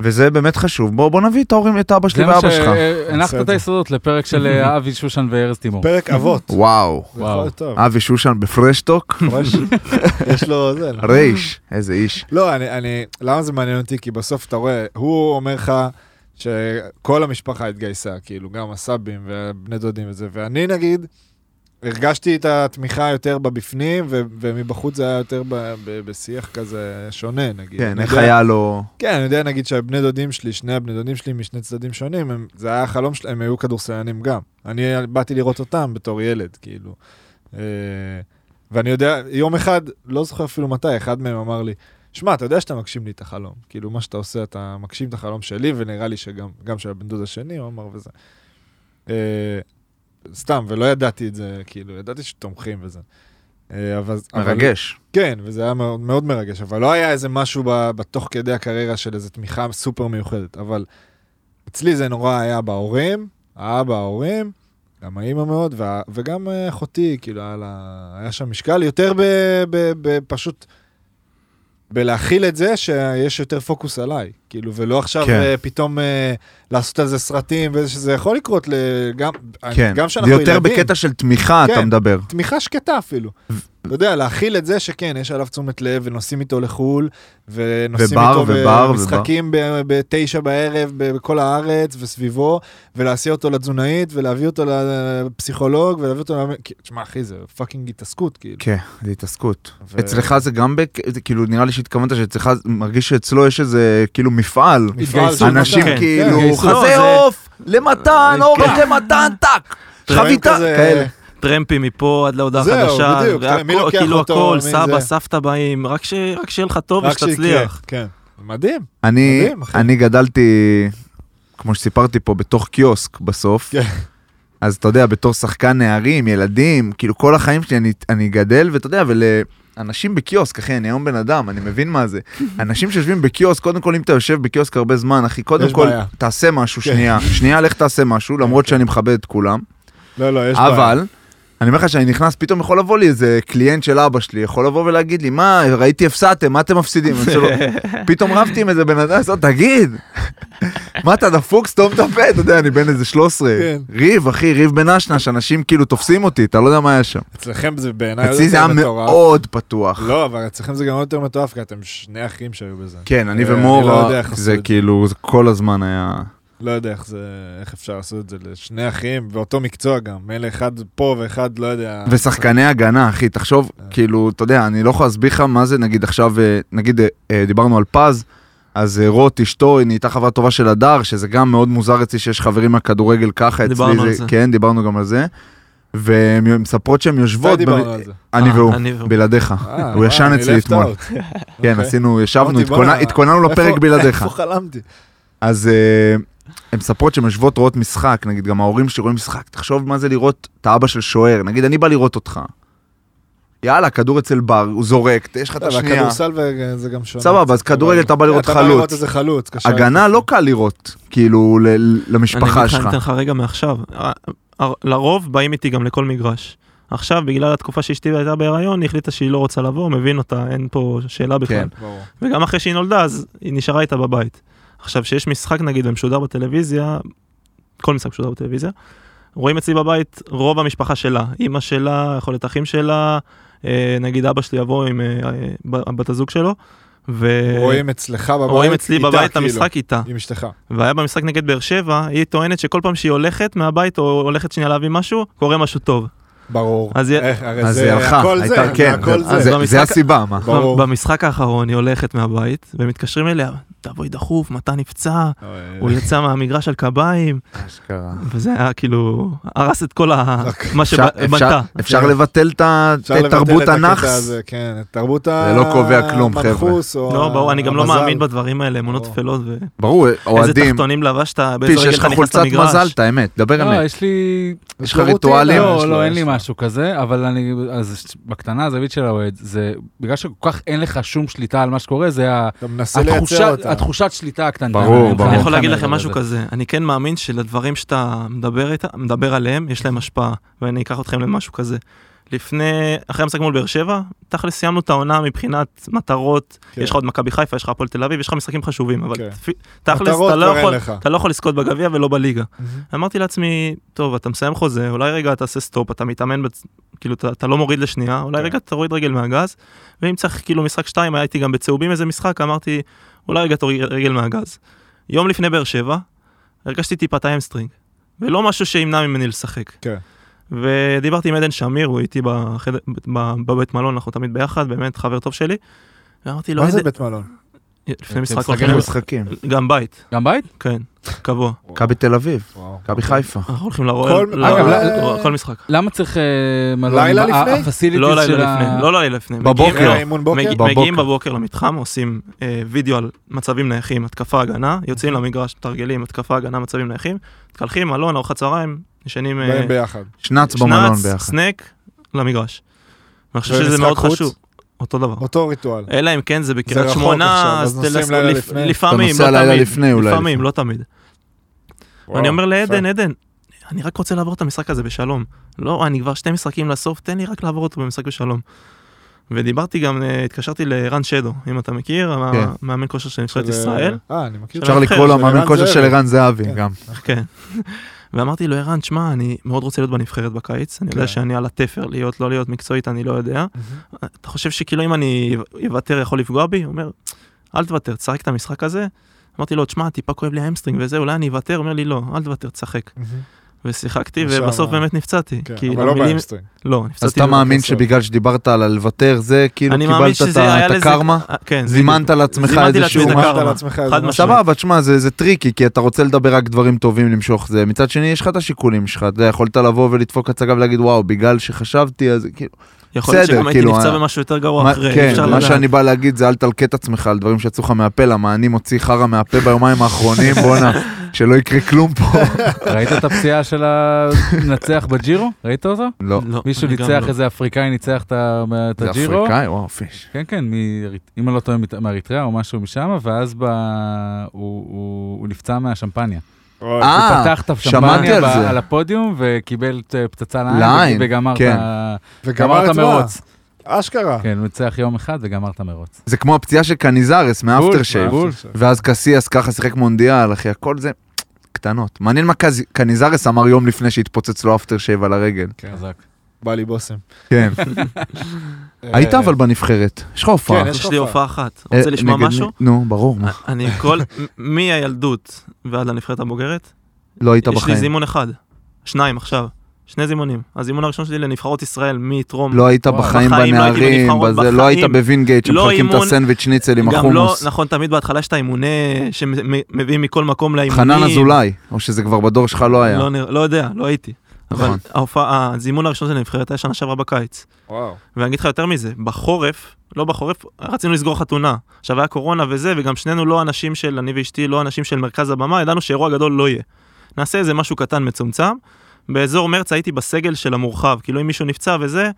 C: וזה באמת חשוב בוא בוא נביא את ההורים את אבא
A: זה
C: שלי
A: מה
C: ואבא שלך.
B: עושה
A: שהנחת
B: את
A: את
B: זה.
A: היסודות לפרק של
C: <laughs>
A: אה, אבי שושן וארז תימור.
B: פרק אבות.
C: וואו אה.
B: זה יכול להיות
A: וואו.
B: טוב.
C: אבי שושן
B: <laughs>
C: בפרשטוק
B: ממש. <laughs> יש לו זה. לא.
C: רייש איזה איש.
B: לא, אני, אני, למה זה מעניין אותי? כי בסוף אתה רואה, הוא אומר לך שכל המשפחה התגייסה, כאילו, גם הסבים ובני דודים וזה, ואני נגיד, הרגשתי את התמיכה יותר בבפנים, ו- ומבחוץ זה היה יותר ב- ב- בשיח כזה שונה, נגיד.
C: כן
B: אני
C: איך
B: יודע-
C: היה לו
B: כן, אני יודע, נגיד שהבני דודים שלי, שני הבני דודים שלי משני צדדים שונים, הם, זה היה החלום שלהם, הם היו כדורסלנים גם. אני באתי לראות אותם בתור ילד, כאילו. אה, ואני יודע, יום אחד, לא זוכר אפילו מתי, אחד מהם אמר לי, שמע, אתה יודע שאתה מגשים לי את החלום. כאילו, מה שאתה עושה, אתה מגשים את החלום שלי, ונראה לי שגם גם של הבן דוד השני, הוא אמר וזה. אה, סתם, ולא ידעתי את זה, כאילו, ידעתי שתומכים וזה. אה, אבל, אבל-
C: מרגש.
B: כן, וזה היה מאוד, מאוד מרגש, אבל לא היה איזה משהו ב- בתוך כדי הקריירה של איזו תמיכה סופר מיוחדת, אבל אצלי זה נורא היה בהורים, האבא, ההורים, גם האימא מאוד, וה, וגם אה, אחותי, כאילו, היה, לה, היה שם משקל יותר ב, ב, ב, פשוט בלהכיל את זה שיש יותר פוקוס עליי, כאילו, ולא עכשיו
C: כן.
B: כן. פתאום אה, לעשות על זה סרטים, ושזה יכול לקרות גם,
C: כן
B: גם
C: זה
B: שאנחנו
C: יותר
B: ילדים.
C: בקטע של תמיכה אתה
B: כן.
C: מדבר.
B: תמיכה שקטה אפילו. אתה יודע, להכיל את זה שכן, יש עליו תשומת לב, ונוסעים איתו לחו"ל, ונוסעים
C: ובר,
B: איתו
C: ובר,
B: במשחקים ב- בתשע בערב ב- בכל הארץ וסביבו, ולהסיע אותו לתזונאית, ולהביא אותו לפסיכולוג, ולהביא אותו... למאמן. כי- תשמע, אחי, זה פאקינג התעסקות, כאילו.
C: כן, זה התעסקות.
B: ו-
C: אצלך זה גם, בק- זה כאילו נראה לי שהתכוונת שאצלך, מרגיש שאצלו יש איזה כאילו מפעל.
B: מפעל
A: התגייסות,
B: של
C: אנשים
B: מתן.
D: כן,
C: כאילו,
A: כן.
C: חזה
D: לא, זה-
C: עוף, למתן,
D: כן.
C: אורן למתן, טאק,
B: דברים
C: חביתה,
B: כזה-
C: כאלה.
D: טרמפים מפה עד להודעה
B: זהו,
D: חדשה.
B: בדיוק,
D: והכל-
B: מי לוקח
D: כאילו
B: אותו,
D: הכל,
B: מי
D: סבא,
B: זה.
D: סבתא באים, רק ש- רק שיהיה לך טוב
B: רק שיקרה,
D: ושתצליח. אה,
B: כן. מדהים.
C: אני,
B: מדהים, אחי.
C: אני גדלתי, כמו שסיפרתי פה, בתוך קיוסק בסוף.
B: כן.
C: אז אתה יודע, בתור שחקן נערים, ילדים, כאילו כל החיים שלי אני, אני גדל, ואתה יודע, ולאנשים בקיוסק, אחי, אני היום בן אדם, אני מבין
B: <laughs>
C: מה זה. אנשים שיושבים בקיוסק, קודם כל, אם אתה יושב בקיוסק הרבה זמן, אחי, קודם
B: יש
C: כל,
B: בעיה.
C: תעשה משהו
B: כן.
C: שנייה. שנייה, לך תעשה משהו, למרות שאני מכבד את כולם.
B: לא, לא, יש בעיה.
C: אבל, אני אומר לך שאני נכנס, פתאום יכול לבוא לי איזה קליינט של אבא שלי, יכול לבוא ולהגיד לי, מה, ראיתי הפסדתם, מה אתם מפסידים? אני
B: <laughs>
C: שלא- פתאום רבתי עם איזה בן אדם, אז תגיד, מה אתה דפוק, סתום את הפה, אתה יודע, אני בן איזה 13.
B: כן.
C: ריב, אחי, ריב בנשנש, אנשים כאילו תופסים אותי, אתה לא יודע מה היה שם.
B: אצלכם לא, זה בעיניי עוד
C: אצלי זה היה
B: יותר מטורף.
C: מאוד פתוח.
B: לא, אבל אצלכם זה גם עוד יותר מטורף, כי אתם שני אחים שהיו בזה.
C: כן, אני
B: אה, אני לא
C: ומורה,
B: יודע איך עשו
C: זה
B: את זה.
C: כאילו, זה כל הזמן היה...
B: לא יודע איך זה, איך אפשר לעשות את זה לשני אחים, באותו מקצוע גם. מילא אחד פה ואחד, לא יודע.
C: ושחקני הגנה, אחי, תחשוב, כאילו, אתה יודע, אני לא יכול להסביר לך מה זה, נגיד עכשיו, אה, נגיד, אה, אה, דיברנו על פז, אז אה, רוט, אשתו, היא נהייתה חברה טובה של הדר, שזה גם מאוד מוזר אצלי שיש חברים מהכדורגל ככה, אצלי
D: דיברנו על
C: זה,
D: זה.
C: כן, דיברנו גם על זה, והן מספרות שהן
B: מתי
C: יושבות, במ-
B: דיברנו על זה?
C: אני
D: אה,
C: והוא,
D: אני והוא.
C: בלעדיך,
B: אה,
C: הוא ישן
B: וואי,
C: אצלי
B: left
C: אתמול,
B: out.
C: כן,
B: אוקיי.
C: עשינו, ישבנו,
B: אמרתי,
C: התכונ-
B: בואנה,
C: התכוננו לפרק
B: איפה-
C: בלעדיך.
B: איפה חלמתי?
C: אז אה, הן מספרות שהן יושבות רואות משחק, נגיד גם ההורים שלי רואים משחק, תחשוב מה זה לראות את האבא של שוער, נגיד אני בא לראות אותך. יאללה, כדור אצל בר, הוא זורק, יש לך את
B: אבל
C: השנייה.
B: הכדורסל ו- זה גם שונה.
C: סבבה, אז
B: קצת,
C: כדורגל
B: אבל-
C: אתה בא לראות
B: אתה בא לראות
C: חלוץ.
B: איזה חלוץ. קשר.
C: הגנה לא קל לראות, כאילו, ל- ל- למשפחה
D: אני אגיד לך, אני
C: שלך.
D: אתן לך רגע מעכשיו. ה- ה- לרוב באים איתי גם לכל מגרש. עכשיו, בגלל התקופה שאשתי הייתה בהיריון, היא החליטה שהיא לא רוצה לבוא, מבין אותה, אין פה שאלה בכלל.
C: כן.
B: ברור.
D: וגם אחרי שהיא נולדה, אז היא נשארה איתה בבית. עכשיו, כשיש משחק נגיד ומשודר בטלוויזיה, כל משחק משודר בטלוויזיה, רואים אצלי בבית רוב המשפחה שלה, אימא שלה, יכול להיות אחים שלה, אה, נגיד אבא שלי יבוא עם אה, אה, ב- בת הזוג שלו, ורואים
B: רואים אצלך בבית,
D: אה, אצלי
B: איתה,
D: בבית את
B: כאילו,
D: המשחק איתה.
B: עם אשתך.
D: והיה במשחק נגד באר שבע, היא טוענת שכל פעם שהיא הולכת מהבית או הולכת שנייה להביא משהו, קורה משהו טוב.
B: ברור.
D: אז היא-
B: איך, הרי
C: אז
B: זה-
C: היא הלכה,
B: הכל זה,
C: הייתה, כן,
B: הכל
C: זה-
B: זה.
C: זה- זה
D: במשחק-
C: הסיבה, מה.
B: ברור.
D: במשחק האחרון היא הולכת מהבית, ומתקשרים אליה, תבואי דחוף, מתן נפצע,
B: אוי,
D: הוא יצא מהמגרש על קביים, וזה היה כאילו, הרס את כל ה... מה
C: אפשר- אפשר-
D: שבנתה.
C: אפשר לבטל את ה-
B: כן. אפשר לבטל
C: את תרבות
B: את הקטע
C: הנאחס.
B: הזה, כן, את תרבות
C: זה לא קובע כלום, חבר'ה.
B: המנחוס או
D: לא, ברור, אני גם לא
B: המזל.
D: מאמין בדברים האלה, אמונות
B: ברור.
D: טפלות,
C: ברור,
D: ואיזה
C: אוהדים.
D: תחתונים לבשת, באיזה
C: פיש,
D: רגל
C: יש
D: אתה
C: לך
D: נכנס
C: חולצת מזל,
D: למגרש.
C: את האמת, דבר
A: לא,
C: אמת.
A: יש לי...
C: יש לך
B: רוטינה, יש
C: ריטואלים?
B: אה?
A: לא,
B: לו,
A: לא, אין
B: יש
A: לי
B: לו.
A: משהו כזה, אבל אני... אז בקטנה, הזווית של האוהד, זה בגלל שכל כך אין לך שום שליטה על מה שקורה, זה ה-
B: אתה מנסה לייצר
A: התחושה-
B: אותה.
A: התחושת שליטה הקטנטנה.
C: ברור,
A: אני
C: ברור.
D: אני יכול להגיד
A: מעבר
D: לכם משהו
A: לזה.
D: כזה, אני כן מאמין שלדברים שאתה מדבר איתה- מדבר עליהם, יש להם השפעה, ואני אקח אתכם למשהו כזה. לפני, אחרי המשחק מול באר שבע, תכל'ס סיימנו את העונה מבחינת מטרות,
B: כן.
D: יש לך עוד מכבי חיפה, יש לך הפועל תל אביב, יש לך משחקים חשובים, אבל
B: כן.
D: תפי- תכל'ס
B: מטרות
D: אתה לא
B: כבר אין
D: יכול-
B: לך.
D: אתה לא יכול לזכות בגביע ולא בליגה.
B: מהמם.
D: אמרתי לעצמי, טוב, אתה מסיים חוזה, אולי רגע תעשה סטופ, אתה מתאמן, בצ... כאילו, אתה, אתה לא מוריד לשנייה, אולי
B: כן.
D: רגע תוריד רגל מהגז, ואם צריך כאילו משחק 2, הייתי גם בצהובים איזה משחק, אמרתי, אולי רגע תוריד רגל מהגז. יום לפני באר שבע, הרגשתי טיפת האמסטרינג, ולא משהו שימנע ממני לשחק.
B: כן.
D: ודיברתי עם עדן שמיר, הוא איתי בחדר, ב- בבית מלון, אנחנו תמיד ביחד, באמת חבר טוב שלי. ואמרתי לו,
B: מה זה
D: "עדן-"
B: בית כן, מלון?
D: לפני משחק,
A: משחקים?
D: הולכים-
C: משחקים.
D: גם בית,
A: גם בית?
D: כן, קבוע.
C: מכבי תל אביב,
B: וואו.
C: מכבי חיפה.
D: אנחנו הולכים לרועל,
B: כל- אגב,
D: לא-
B: ל-
D: כל משחק.
A: למה צריך אה, מלון?
B: לילה
A: ה-
B: לפני?
A: הפסיליטיז
D: לא
A: של
D: לילה
A: ה-
D: לפני, לא לילה לפני.
C: בבוקר.
D: מגיעים-
B: אה, אימון בוקר?
D: מגיע-
C: בבוקר.
D: מגיעים בבוקר למתחם, עושים אה, וידאו על מצבים נייחים, התקפה הגנה, יוצאים למגרש, מתרגלים, התקפה הגנה, מצבים נייחים, מתקלחים, מלון, ארוחת צהריים, ישנים אה,
B: באים ביחד.
C: שנץ במלון
D: שנץ,
C: ביחד.
D: סנק, למגרש. ואני חושב שזה
B: ומשחק
D: מאוד
B: חוץ?
D: חשוב. אותו דבר.
C: אוקיי.
B: אותו ריטואל.
D: אלא אם כן זה בקריית
B: רחוק עכשיו,
D: שמונה,
B: אז
D: אז
B: נוסעים
D: תלס-
B: לילה
D: לפ-
B: לפני.
C: אתה
D: לפעמים,
C: נוסע
D: לא
C: לילה
D: תמיד.
C: לפני אולי.
D: לפעמים, לא תמיד. ואני אומר לעדן, עדן, אני רק רוצה לעבור את המשחק הזה בשלום. לא, אני כבר שתי משחקים לסוף, תן לי רק לעבור אותו במשחק בשלום. ודיברתי גם, אה, התקשרתי לערן שדו, אם אתה מכיר,
C: כן.
D: המאמן כושר של נבחרת ישראל.
B: אה, אני מכיר.
C: אפשר
D: של
C: לקרוא לו
B: של
C: מאמן
B: ערן
C: כושר של
B: זאבי.
C: ערן זהבי
B: כן.
C: גם.
D: כן. <laughs> ואמרתי לו, ערן, שמע, אני מאוד רוצה להיות בנבחרת בקיץ, אני
B: כן.
D: יודע שאני על התפר, להיות, לא להיות מקצועית, אני לא יודע. אתה חושב שכאילו אם אני אוותר יכול לפגוע בי? הוא אומר, אל תוותר, תשחק את המשחק הזה. אמרתי לו, תשמע, טיפה כואב לי האמסטרינג וזה, אולי אני אוותר? הוא אומר לי, לא, אל תוותר, תשחק.
B: מהמם.
D: ושיחקתי,
B: ושמה-
D: ובסוף באמת נפצעתי.
B: כן,
D: כי
B: אבל לא
D: המילים-
B: באמסטרינג.
D: לא, נפצעתי.
C: אז אתה
D: בבית
C: מאמין
B: בסדר.
C: שבגלל שדיברת על הלוותר זה, כאילו
D: אני מאמין
C: קיבלת את
D: שזה
C: ה-
D: היה
C: את
D: לזה-
C: הקרמה?
D: אה, כן,
C: זימנת
D: בדיוק.
C: לעצמך
D: זימנתי
C: איזשהו
D: לעצמי את
B: משהו.
D: הקרמה.
B: אמרת לעצמך איזה
D: חד
B: משהו.
D: משמעית.
C: סבבה, תשמע, זה, זה טריקי, כי אתה רוצה לדבר רק דברים טובים למשוך זה. מצד שני, יש לך את השיקולים שלך, אתה יודע, יכולת לבוא ולדפוק הצגה ולהגיד, וואו, בגלל שחשבתי, אז כאילו...
D: יכול להיות
C: בסדר,
D: שגם הייתי
C: כאילו,
D: נפצע
C: אה,
D: במשהו יותר גרוע
C: מה,
D: אחרי, אי
C: כן,
D: אפשר
C: מה
D: לדעת.
C: שאני בא להגיד זה אל תלקט את עצמך על דברים שיצאו לך מהפה, למה אני מוציא חרא מהפה ביומיים
D: <laughs>
C: האחרונים, בואנה, שלא יקרה כלום פה.
A: ראית את הפציעה של
D: <laughs>
A: הנצח בג'ירו? ראית אותו?
C: לא,
D: לא,
A: מישהו
D: אני גם
A: ניצח,
D: לא.
A: איזה אפריקאי ניצח את ה- את
C: זה
A: הג'ירו.
C: אפריקאי, וואו, פיש.
A: כן, כן, מארית- אם אני לא טועה, מת- מאריתריאה או משהו משם, ואז ב... הוא, הוא, הוא נפצע מהשמפניה.
B: אוי,
C: אה,
A: הוא פתח את
C: שמעתי
A: השמפניה
C: על
A: ב-
C: זה.
A: על הפודיום וקיבל אה, פצצה לעין
C: לעין,
A: וגמר את
C: כן.
A: ה- גמר
B: וגמר
A: את
B: את מה?
A: המרוץ.
B: אשכרה.
A: כן, הוא ניצח יום אחד וגמר את המרוץ.
C: זה כמו הפציעה של קניזרס מאפטר שייב.
A: בול.
C: ואז קסיאס ככה שיחק מונדיאל, אחי, הכל זה קטנות. מעניין מה קז- קניזרס אמר יום לפני שהתפוצץ לו אפטר שייב על הרגל.
B: כן.
A: חזק.
B: בא לי בושם.
C: כן. <laughs> היית
B: אה,
C: אבל בנבחרת, יש לך הופעה.
B: כן, יש
D: יש לי
B: הופעה.
D: הופעה אחת. רוצה
C: אה,
D: לשמוע
C: נגד
D: משהו? אה,
C: מי? נו, ברור, מה.
D: אני כל, מ- מהילדות ועד לנבחרת הבוגרת,
C: לא היית
D: יש לי
C: בחיים.
D: זימון אחד, שניים עכשיו, שני זימונים. הזימון הראשון שלי לנבחרות ישראל מטרום,
C: לא היית
A: וואו.
C: בחיים
D: בחיים לא הייתי
C: בנערים,
D: בנבחרות,
C: בזה, לא היית
D: בחיים.
C: בווינגייט
D: לא
C: שמחלקים את
D: אימון.
C: הסנדוויץ' שניצל עם
D: גם לא,
C: החומוס.
D: נכון, תמיד בהתחלה יש את האימונה שמביאים מכל מקום לאימונים.
C: חנן אזולאי, או שזה כבר בדור שלך לא היה.
D: לא, נרא- לא יודע, לא הייתי. אבל
C: נכון.
D: ההופעה, הזימון הראשון של הנבחרת היה שנה שעברה בקיץ.
B: וואו.
D: ואני אגיד לך יותר מזה, בחורף, לא בחורף, רצינו לסגור חתונה. עכשיו היה קורונה וזה, וגם שנינו לא אנשים של, אני ואשתי לא אנשים של מרכז הבמה, ידענו שאירוע גדול לא יהיה. נעשה איזה משהו קטן מצומצם. באזור מרץ הייתי בסגל של המורחב, כאילו אם מישהו נפצע וזה,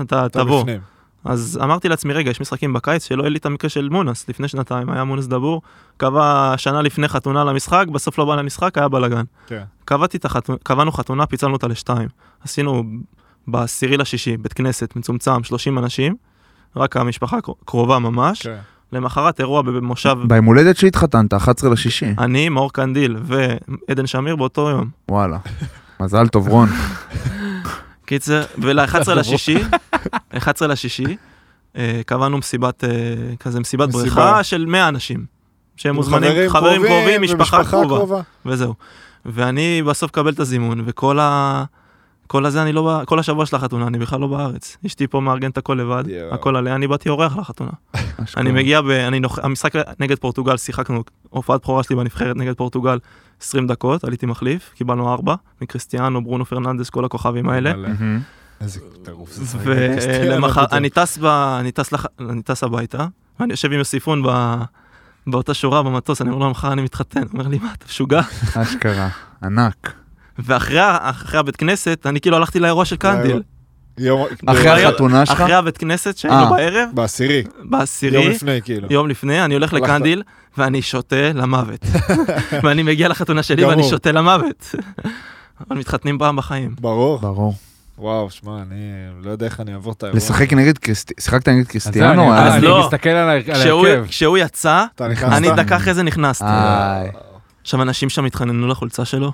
D: אתה
B: אתה
D: תבוא.
B: בפנים.
D: אז אמרתי לעצמי, רגע, יש משחקים בקיץ שלא היה לי את המקרה של מונס, לפני שנתיים היה מונס דבור, קבע שנה לפני חתונה למשחק, בסוף לא בא למשחק, היה בלאגן.
B: כן.
D: קבעתי את החתונה, קבענו חתונה, פיצלנו אותה לשתיים. עשינו בעשירי לשישי, בית כנסת, מצומצם, 30 אנשים, רק המשפחה הקר- קרובה ממש.
B: כן.
D: למחרת אירוע במושב,
C: ביום הולדת שהתחתנת, 11 לשישי.
D: אני, מאור קנדיל ועדן שמיר באותו יום.
C: וואלה. מזל טוב, רון.
D: קיצר, ול-11
B: <laughs>
D: לשישי, 11 לשישי, אה, קבענו מסיבת, אה, כזה מסיבת
B: מסיבה.
D: בריכה של 100 אנשים. שהם
B: עם
D: מוזמנים, חברים קרובים, משפחה
B: ומשפחה
D: קרובה, וזהו. ואני בסוף מקבל את הזימון, וכל ה... כל הזה אני לא בא, כל השבוע של החתונה אני בכלל לא בארץ. אשתי פה מארגנת את הכל לבד,
B: יואו.
D: הכל עליה, אני באתי אורח לחתונה.
C: אשכרה.
D: אני מגיע, ב, אני נוח, המשחק נגד פורטוגל, שיחקנו, הופעת בכורה שלי בנבחרת נגד פורטוגל, 20 דקות, עליתי מחליף, קיבלנו 4, מקריסטיאנו, ברונו פרננדס, כל הכוכבים האלה.
B: מלא.
C: מהמם.
B: איזה טירוף זה. שחק.
D: ולמחר,
B: פתאום.
D: אה, אני טס ב... אני טס לח... אני טס הביתה, ואני יושב עם יוסיפון ב... באותה שורה במטוס, אני אומר לו, מחר אני מתחתן. הוא אומר לי, מה, אתה משוגע?
C: אשכרה. ענק.
D: ואחרי ה- אחרי הבית כנסת, אני כאילו הלכתי לאירוע של קנדיל.
B: יום-
C: אחרי
B: ב-
C: החתונה שלך?
D: לא, אחרי הבית כנסת
C: אה.
D: שהיינו בערב,
B: בעשירי. יום
D: בעשירי,
B: לפני, כאילו.
D: יום לפני, אני הולך
B: הלכת-
D: לקנדיל, ואני שותה למוות. ואני מגיע לחתונה שלי ואני
B: גמור.
D: שותה למוות. אבל מתחתנים פעם בחיים.
B: ברור.
C: ברור.
B: וואו, שמע, אני לא יודע איך אני אעבור את האירוע.
C: לשחק נגד קריסטיאנו? שיחקת נגד
A: אז זהו,
C: קריסטיאנו?
A: אני-
C: אה,
D: אז
A: אני
D: לא.
A: מסתכל על ה- על
D: כשהוא-
A: ההרכב.
D: כשהוא יצא,
B: אתה נכנסת.
D: אני דקה אחרי זה נכנסתי.
C: איי.
D: עכשיו אנשים שם התחננו לחולצה שלו.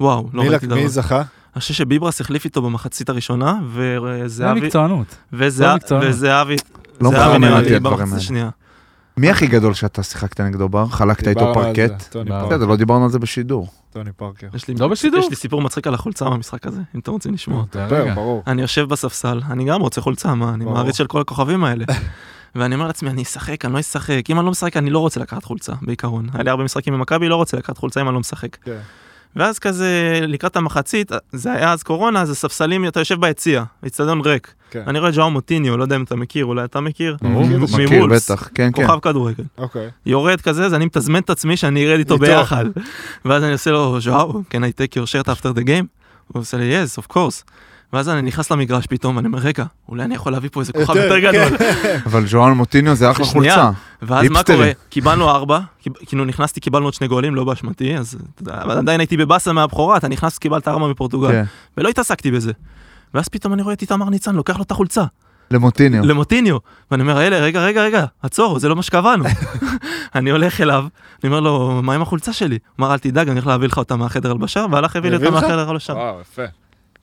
D: וואו, לא
B: מי
D: ראיתי
B: לק-
D: דבר.
B: מי זכה?
D: אני חושב שביברס החליף איתו במחצית הראשונה,
A: זה
D: וזהבי,
A: מקצוענות.
D: וזהב-
A: לא מקצוענות.
D: וזהבי,
C: לא
D: זהבי
B: מחמם
D: נראה
B: אותי
D: לי
C: הדברים
D: במחצית
C: האלה.
D: השנייה.
C: מי הכי גדול שאתה שיחקת נגדו בר? חלקת איתו
B: דיברנו על זה,
C: פרקט?
B: טוני
A: דיברנו.
B: פארקר.
C: בסדר, לא דיברנו על זה בשידור.
B: טוני פארקר.
D: יש לי-
A: לא בשידור.
D: יש לי סיפור מצחיק על החולצה מהמשחק הזה, אם אתם רוצים לשמוע.
A: זה
B: בסדר,
A: הרגע.
B: ברור.
D: אני יושב בספסל, אני גם רוצה חולצה, מה, אני
B: ברור.
D: מעריץ של כל הכוכבים האלה. ואני אומר לעצמי, אני אשחק, אני לא אשחק, אם אני לא משחק, אני לא רוצה לקחת חולצה, בעיקרון. היה לי הרבה משחקים במכבי, לא רוצה לקחת חולצה אם אני לא משחק.
B: כן.
D: ואז כזה, לקראת המחצית, זה היה אז קורונה, אז הספסלים, אתה יושב ביציע, אצטדיון ריק.
B: כן.
D: אני רואה את ז'או מוטיניו, לא יודע אם אתה מכיר, אולי אתה מכיר,
A: ברור.
B: מכיר,
D: מוולס.
C: מכיר, בטח. כן, כן.
D: כוכב כדורגל.
B: אוקיי.
D: יורד כזה, אז אני מתזמן את עצמי שאני ארד איתו
B: איתו.
D: ביחד. ואז אני עושה לו, ז'או, can I take your shirt after the game? הוא עושה לי, yes, of course. ואז אני נכנס למגרש פתאום, ואני אומר, רגע, אולי אני יכול להביא פה איזה כוכב יותר גדול.
C: אבל ז'ואן מוטיניו זה אחלה
D: שנייה.
C: חולצה.
D: ואז מה
C: היפסטרים.
D: קורה? קיבלנו ארבע, קיב- כאילו נכנסתי, קיבלנו עוד שני גולים, לא באשמתי, אז אבל עדיין הייתי בבאסה מהבכורה, אתה נכנס, קיבלת ארבע מפורטוגל.
C: כן.
D: ולא התעסקתי בזה. ואז פתאום אני רואה את איתמר ניצן, לוקח לו את החולצה,
C: למוטיניו.
B: לא.
D: למוטיניו. ואני אומר, אלה, רגע, רגע, רגע, עצור, זה לא מה שקבענו. אני הולך אליו, אני אומר לו, מה עם החולצה שלי? הוא אמר, אל תדאג, אני הולך להביא לך אותה מהחדר הלבשה, והלך הביא לי
B: הביא
D: אותה
B: לך?
D: מהחדר הלבשה.
B: וואו, יפה.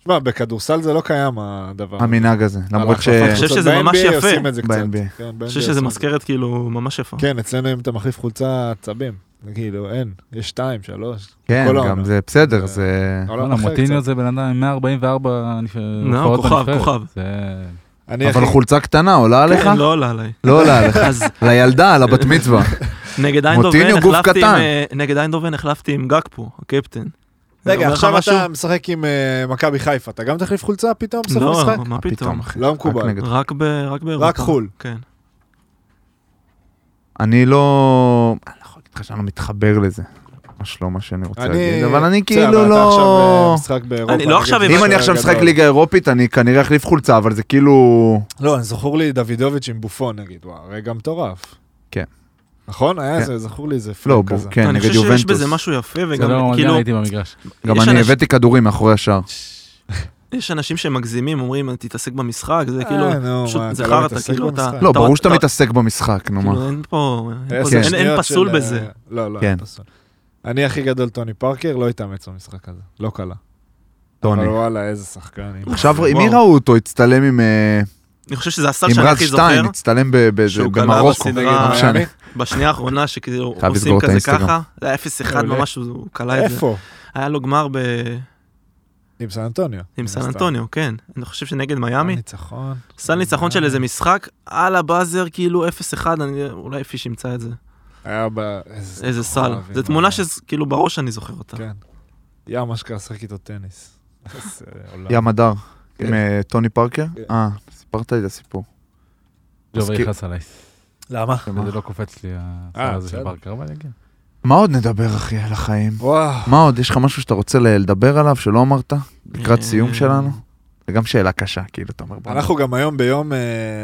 B: שמע, בכדורסל זה לא קיים הדבר. הזה.
C: המנהג הזה. למרות ש...
B: אנחנו
D: אני חושב שזה
B: ב-NBA
D: ממש יפה.
B: עושים את זה קצת.
C: ב-NBA.
B: כן, ב-NBA
D: אני חושב
B: עושים
D: שזה
B: את זה.
D: מזכרת כאילו ממש יפה.
B: כן, אצלנו אם אתה מחליף חולצה, עצבים. כאילו, אין. יש שתיים, שלוש.
C: כן,
B: כל העונה. אה,
C: גם זה בסדר,
B: זה-
C: זה...
B: העולם
A: וואלה,
B: אחר
A: מוטיניו
B: קצת.
A: זה בן אדם עם 144 נפ-
D: נו,
A: הופעות
D: כוכב,
A: בנבחרת.
D: כוכב.
A: זה-
B: אני
C: אבל
B: הכי-
C: חולצה קטנה עולה עליך?
D: כן, לא עולה עליי.
C: לא עולה עליך.
D: אז
C: <laughs> לילדה,
B: אה,
C: לבת מצווה.
D: נגד איינדובן
C: מוטיניו גוף
D: החלפתי עם,
C: קטן.
D: אה, נגד איינדובן החלפתי עם גקפו, הקפטן. אני
B: רגע,
D: אומר לך
B: עכשיו
D: משהו?
B: אתה משחק עם אה, מכבי חיפה, אתה גם תחליף חולצה פתאום בסוף
D: לא,
B: המשחק?
D: מה פתאום.
C: אחי?
B: לא
C: רק
B: מקובל.
C: נגד-
D: רק ב- רק באירופה.
B: רק חו"ל.
D: כן.
C: אני לא... אני לא יכול להגיד לך שאני לא מתחבר לזה. ממש לא מה שאני רוצה
B: אני-
C: להגיד, אבל אני
B: בסדר, אבל
C: כאילו
B: אתה עכשיו, אה,
C: לא...
B: משחק באירופה.
D: אני לא
B: נגד
D: עכשיו עם
C: אם אני
B: משהו
C: עכשיו משחק
B: גדול.
C: ליגה אירופית, אני כנראה אחליף חולצה, אבל זה כאילו...
B: לא, אני זכור לי דוידוביץ' עם בופון נגיד, וואו, רגע מטורף.
C: כן.
B: נכון? היה
C: כן.
B: זה, זכור לי איזה
C: לא,
B: פלאק
C: בוא,
B: כזה.
C: כן,
D: אני
C: נגד
D: חושב שיש בזה
C: יובנטוס.
D: משהו יפה,
A: זה
D: וגם
A: לא אני
D: כאילו,
A: הייתי במגרש.
C: גם
D: יש
C: אני
D: אנשים-
C: הבאתי כדורים מאחורי השער.
D: יש אנשים שמגזימים, אומרים, תתעסק במשחק, זה
B: אה,
D: כאילו,
B: נו,
D: פשוט
B: מה, אתה
D: זה
B: לא
D: חרטא,
B: מתעסק
D: כאילו, אתה...
B: במשחק?
C: לא,
D: אתה-
C: ברור שאתה
D: אתה-
C: מתעסק במשחק, נו מה.
D: כאילו, אין פה, אין פה-
B: עשר
D: אין- אין
B: שניות
D: פסול
B: של,
D: בזה.
B: אה, לא, לא,
C: כן.
B: אין פסול. אני הכי גדול טוני פארקר, לא התאמץ במשחק הזה. לא קלה.
C: טוני.
B: אבל וואלה, איזה שחקן. אם-
C: עכשיו, עם מי
D: וואו.
C: ראו אותו? הצטלם עם... אה,
D: אני חושב שזה הסל
C: עם
D: שאני
C: רז
D: הכי זוכר,
C: שטיין, הצטלם ב- ב-
D: שהוא כלה
C: במרוקו.
D: בסדרה.
C: לא
B: נגד
C: משנה.
B: מיאמי?
D: בשנייה האחרונה, שכאילו,
C: חייב
D: עושים
C: לסגור את
D: כזה
C: האינסטגרם.
D: ככה, זה היה 0-1
B: מעולה.
D: ממש, הוא כלה את אה, זה.
B: לא, איפה?
D: היה לו גמר ב-
B: עם סן אנטוניו.
D: עם סן
B: הסתם. אה,
D: אנטוניו, כן. אני חושב שנגד מיאמי.
B: ניצחון.
D: סל ניצחון
B: אה.
D: של איזה משחק, על הבאזר כאילו 0-1, אני- אולי פיש ימצא את זה.
B: היה ב... איזה
D: איזה
B: כוכב,
D: סל.
B: עם
D: זו תמונה
B: ה-
D: שכאילו בראש אני זוכר אותה.
B: אה, כן. יא, מה שקרה, שחק איתו טניס. איזה עולם.
C: ים הדר.
B: כן.
C: עם אה, טוני פארקר?
B: כן.
C: אה, סיפרת לי את הסיפור.
A: ג'ובי
C: מסכים.
A: יכעס עליי.
B: למה?
A: זה לא קופץ לי
B: אה,
A: הסל הזה של כן.
B: בסדר.
A: ברקר, אבל יגיע.
C: מה עוד נדבר, אחי, על החיים?
B: וואו.
C: מה עוד? יש לך משהו שאתה רוצה ל- לדבר עליו שלא אמרת? לקראת
D: אה,
C: סיום שלנו? זה גם שאלה קשה, כאילו, אתה אומר, בואנה.
B: אנחנו גם היום ביום אה,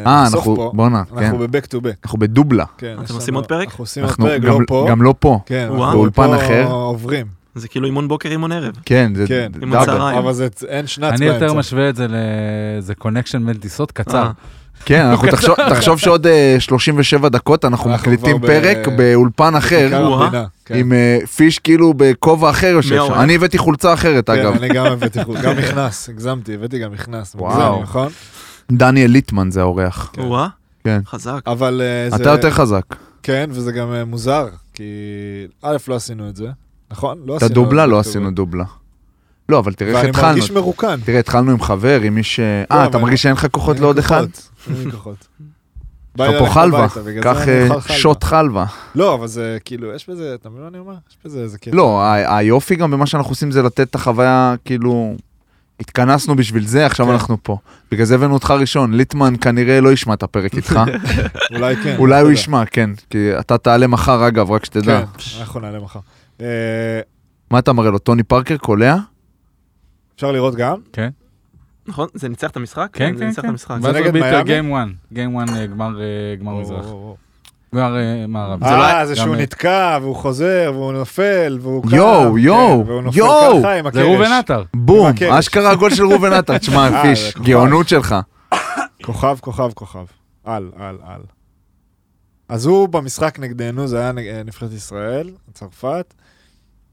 C: אה,
B: בסוף
C: אנחנו,
B: פה.
C: בואנה, כן.
B: אנחנו בבק טו בק.
C: אנחנו בדובלה.
B: כן,
D: אתם
B: יש
D: עושים
B: לנו-
D: עוד פרק?
B: אנחנו עושים עוד
C: אנחנו
B: פרק,
C: גם-
B: לא פה.
C: גם לא פה.
B: כן,
D: וואו.
B: אנחנו
C: באולפן
B: פה
C: אחר.
B: עוברים.
D: זה כאילו אימון בוקר, אימון ערב.
C: כן, זה
B: כן.
D: עם
C: דאבל.
D: הצהריים.
B: אבל זה אין שנץ
A: אני
B: באמצע.
A: יותר משווה את זה לאיזה קונקשן בין טיסות קצר.
D: אה,
C: כן, אנחנו
B: <laughs>
C: תחשוב- תחשוב שעוד אה, 37 דקות אנחנו
B: אנחנו
C: מקליטים
B: כבר ב-
C: פרק באולפן אחר,
B: בכיכר
D: וואה.
B: המדינה, כן.
C: עם אה, פיש כאילו בכובע אחר יושב
D: מהעורך.
C: שם. אני הבאתי חולצה אחרת,
B: כן,
C: אגב.
B: אני גם הבאתי חוץ, גם מכנס, הגזמתי, הבאתי גם מכנס,
C: וואו.
B: מוגזם, נכון?
C: דניאל ליטמן זה האורח.
B: כן.
D: וואה,
C: כן.
D: חזק.
B: אבל אה, זה...
C: אתה יותר חזק.
B: כן, וזה גם אה, מוזר, כי א', לא עשינו את זה, נכון? לא
C: את
B: עשינו
C: הדובלה
B: את
C: לא
B: זה.
C: עשינו דובלה. לא, אבל תראה איך
B: ואני
C: התחלנו.
B: מרגיש מרוקן.
C: תראה, התחלנו עם חבר, עם מיש... אה, אתה
B: אבל-
C: מרגיש שאין לך כוחות לעוד אחד?
B: אין
A: <laughs>
B: לי כוחות. בא לי
C: אתה פה
B: ללכת
C: חלבה,
B: הביתה, בגלל
C: קח
B: זה אני
C: אה,
B: אוכל חלבה.
C: שוט חלבה.
B: לא, אבל זה כאילו, יש בזה, אתה מבין מה אני אומר? יש בזה איזה קטע.
C: לא, ה- היופי גם במה שאנחנו עושים זה לתת את החוויה, כאילו, התכנסנו בשביל זה, עכשיו
B: כן.
C: אנחנו פה. בגלל זה הבאנו אותך ראשון, ליטמן כנראה לא ישמע את הפרק איתך,
B: אולי <laughs> כן.
C: אולי הוא
B: אתה יודע.
C: ישמע, כן, כי אתה תעלה מחר אגב, רק שתדע.
B: כן, אנחנו נעלה מחר. אה,
C: מה אתה מראה לו, טוני פארקר קולע?
B: אפשר לראות גם?
D: נכון? זה ניצח את המשחק?
A: כן,
D: זה
A: כן,
D: ניצח את
A: כן.
D: המשחק.
B: זה נגד
A: ביטר,
B: מיאמי?
A: גיים 1. גיים 1, גמר אה, גמר מזרח.
B: או, או, או.
A: גמר אה, מערב.
D: זה לא
B: אה,
D: היה-
B: זה
A: גם-
B: שהוא נתקע, והוא חוזר, והוא נופל, והוא קם.
C: יואו,
B: כן,
C: יואו,
B: והוא נופל
C: יואו.
B: ככה עם
A: זה
B: הקרש.
A: ראובן עטר.
C: בום,
B: עם הקרש.
C: אשכרה הגול של ראובן
B: <laughs>
C: עטר, תשמע,
B: אה,
C: פיש,
B: זה
C: גאונות שלך.
B: כוכב, כוכב, כוכב. על, על, על. אז הוא במשחק נגדנו, זה היה נג- אה, נבחרת ישראל, צרפת.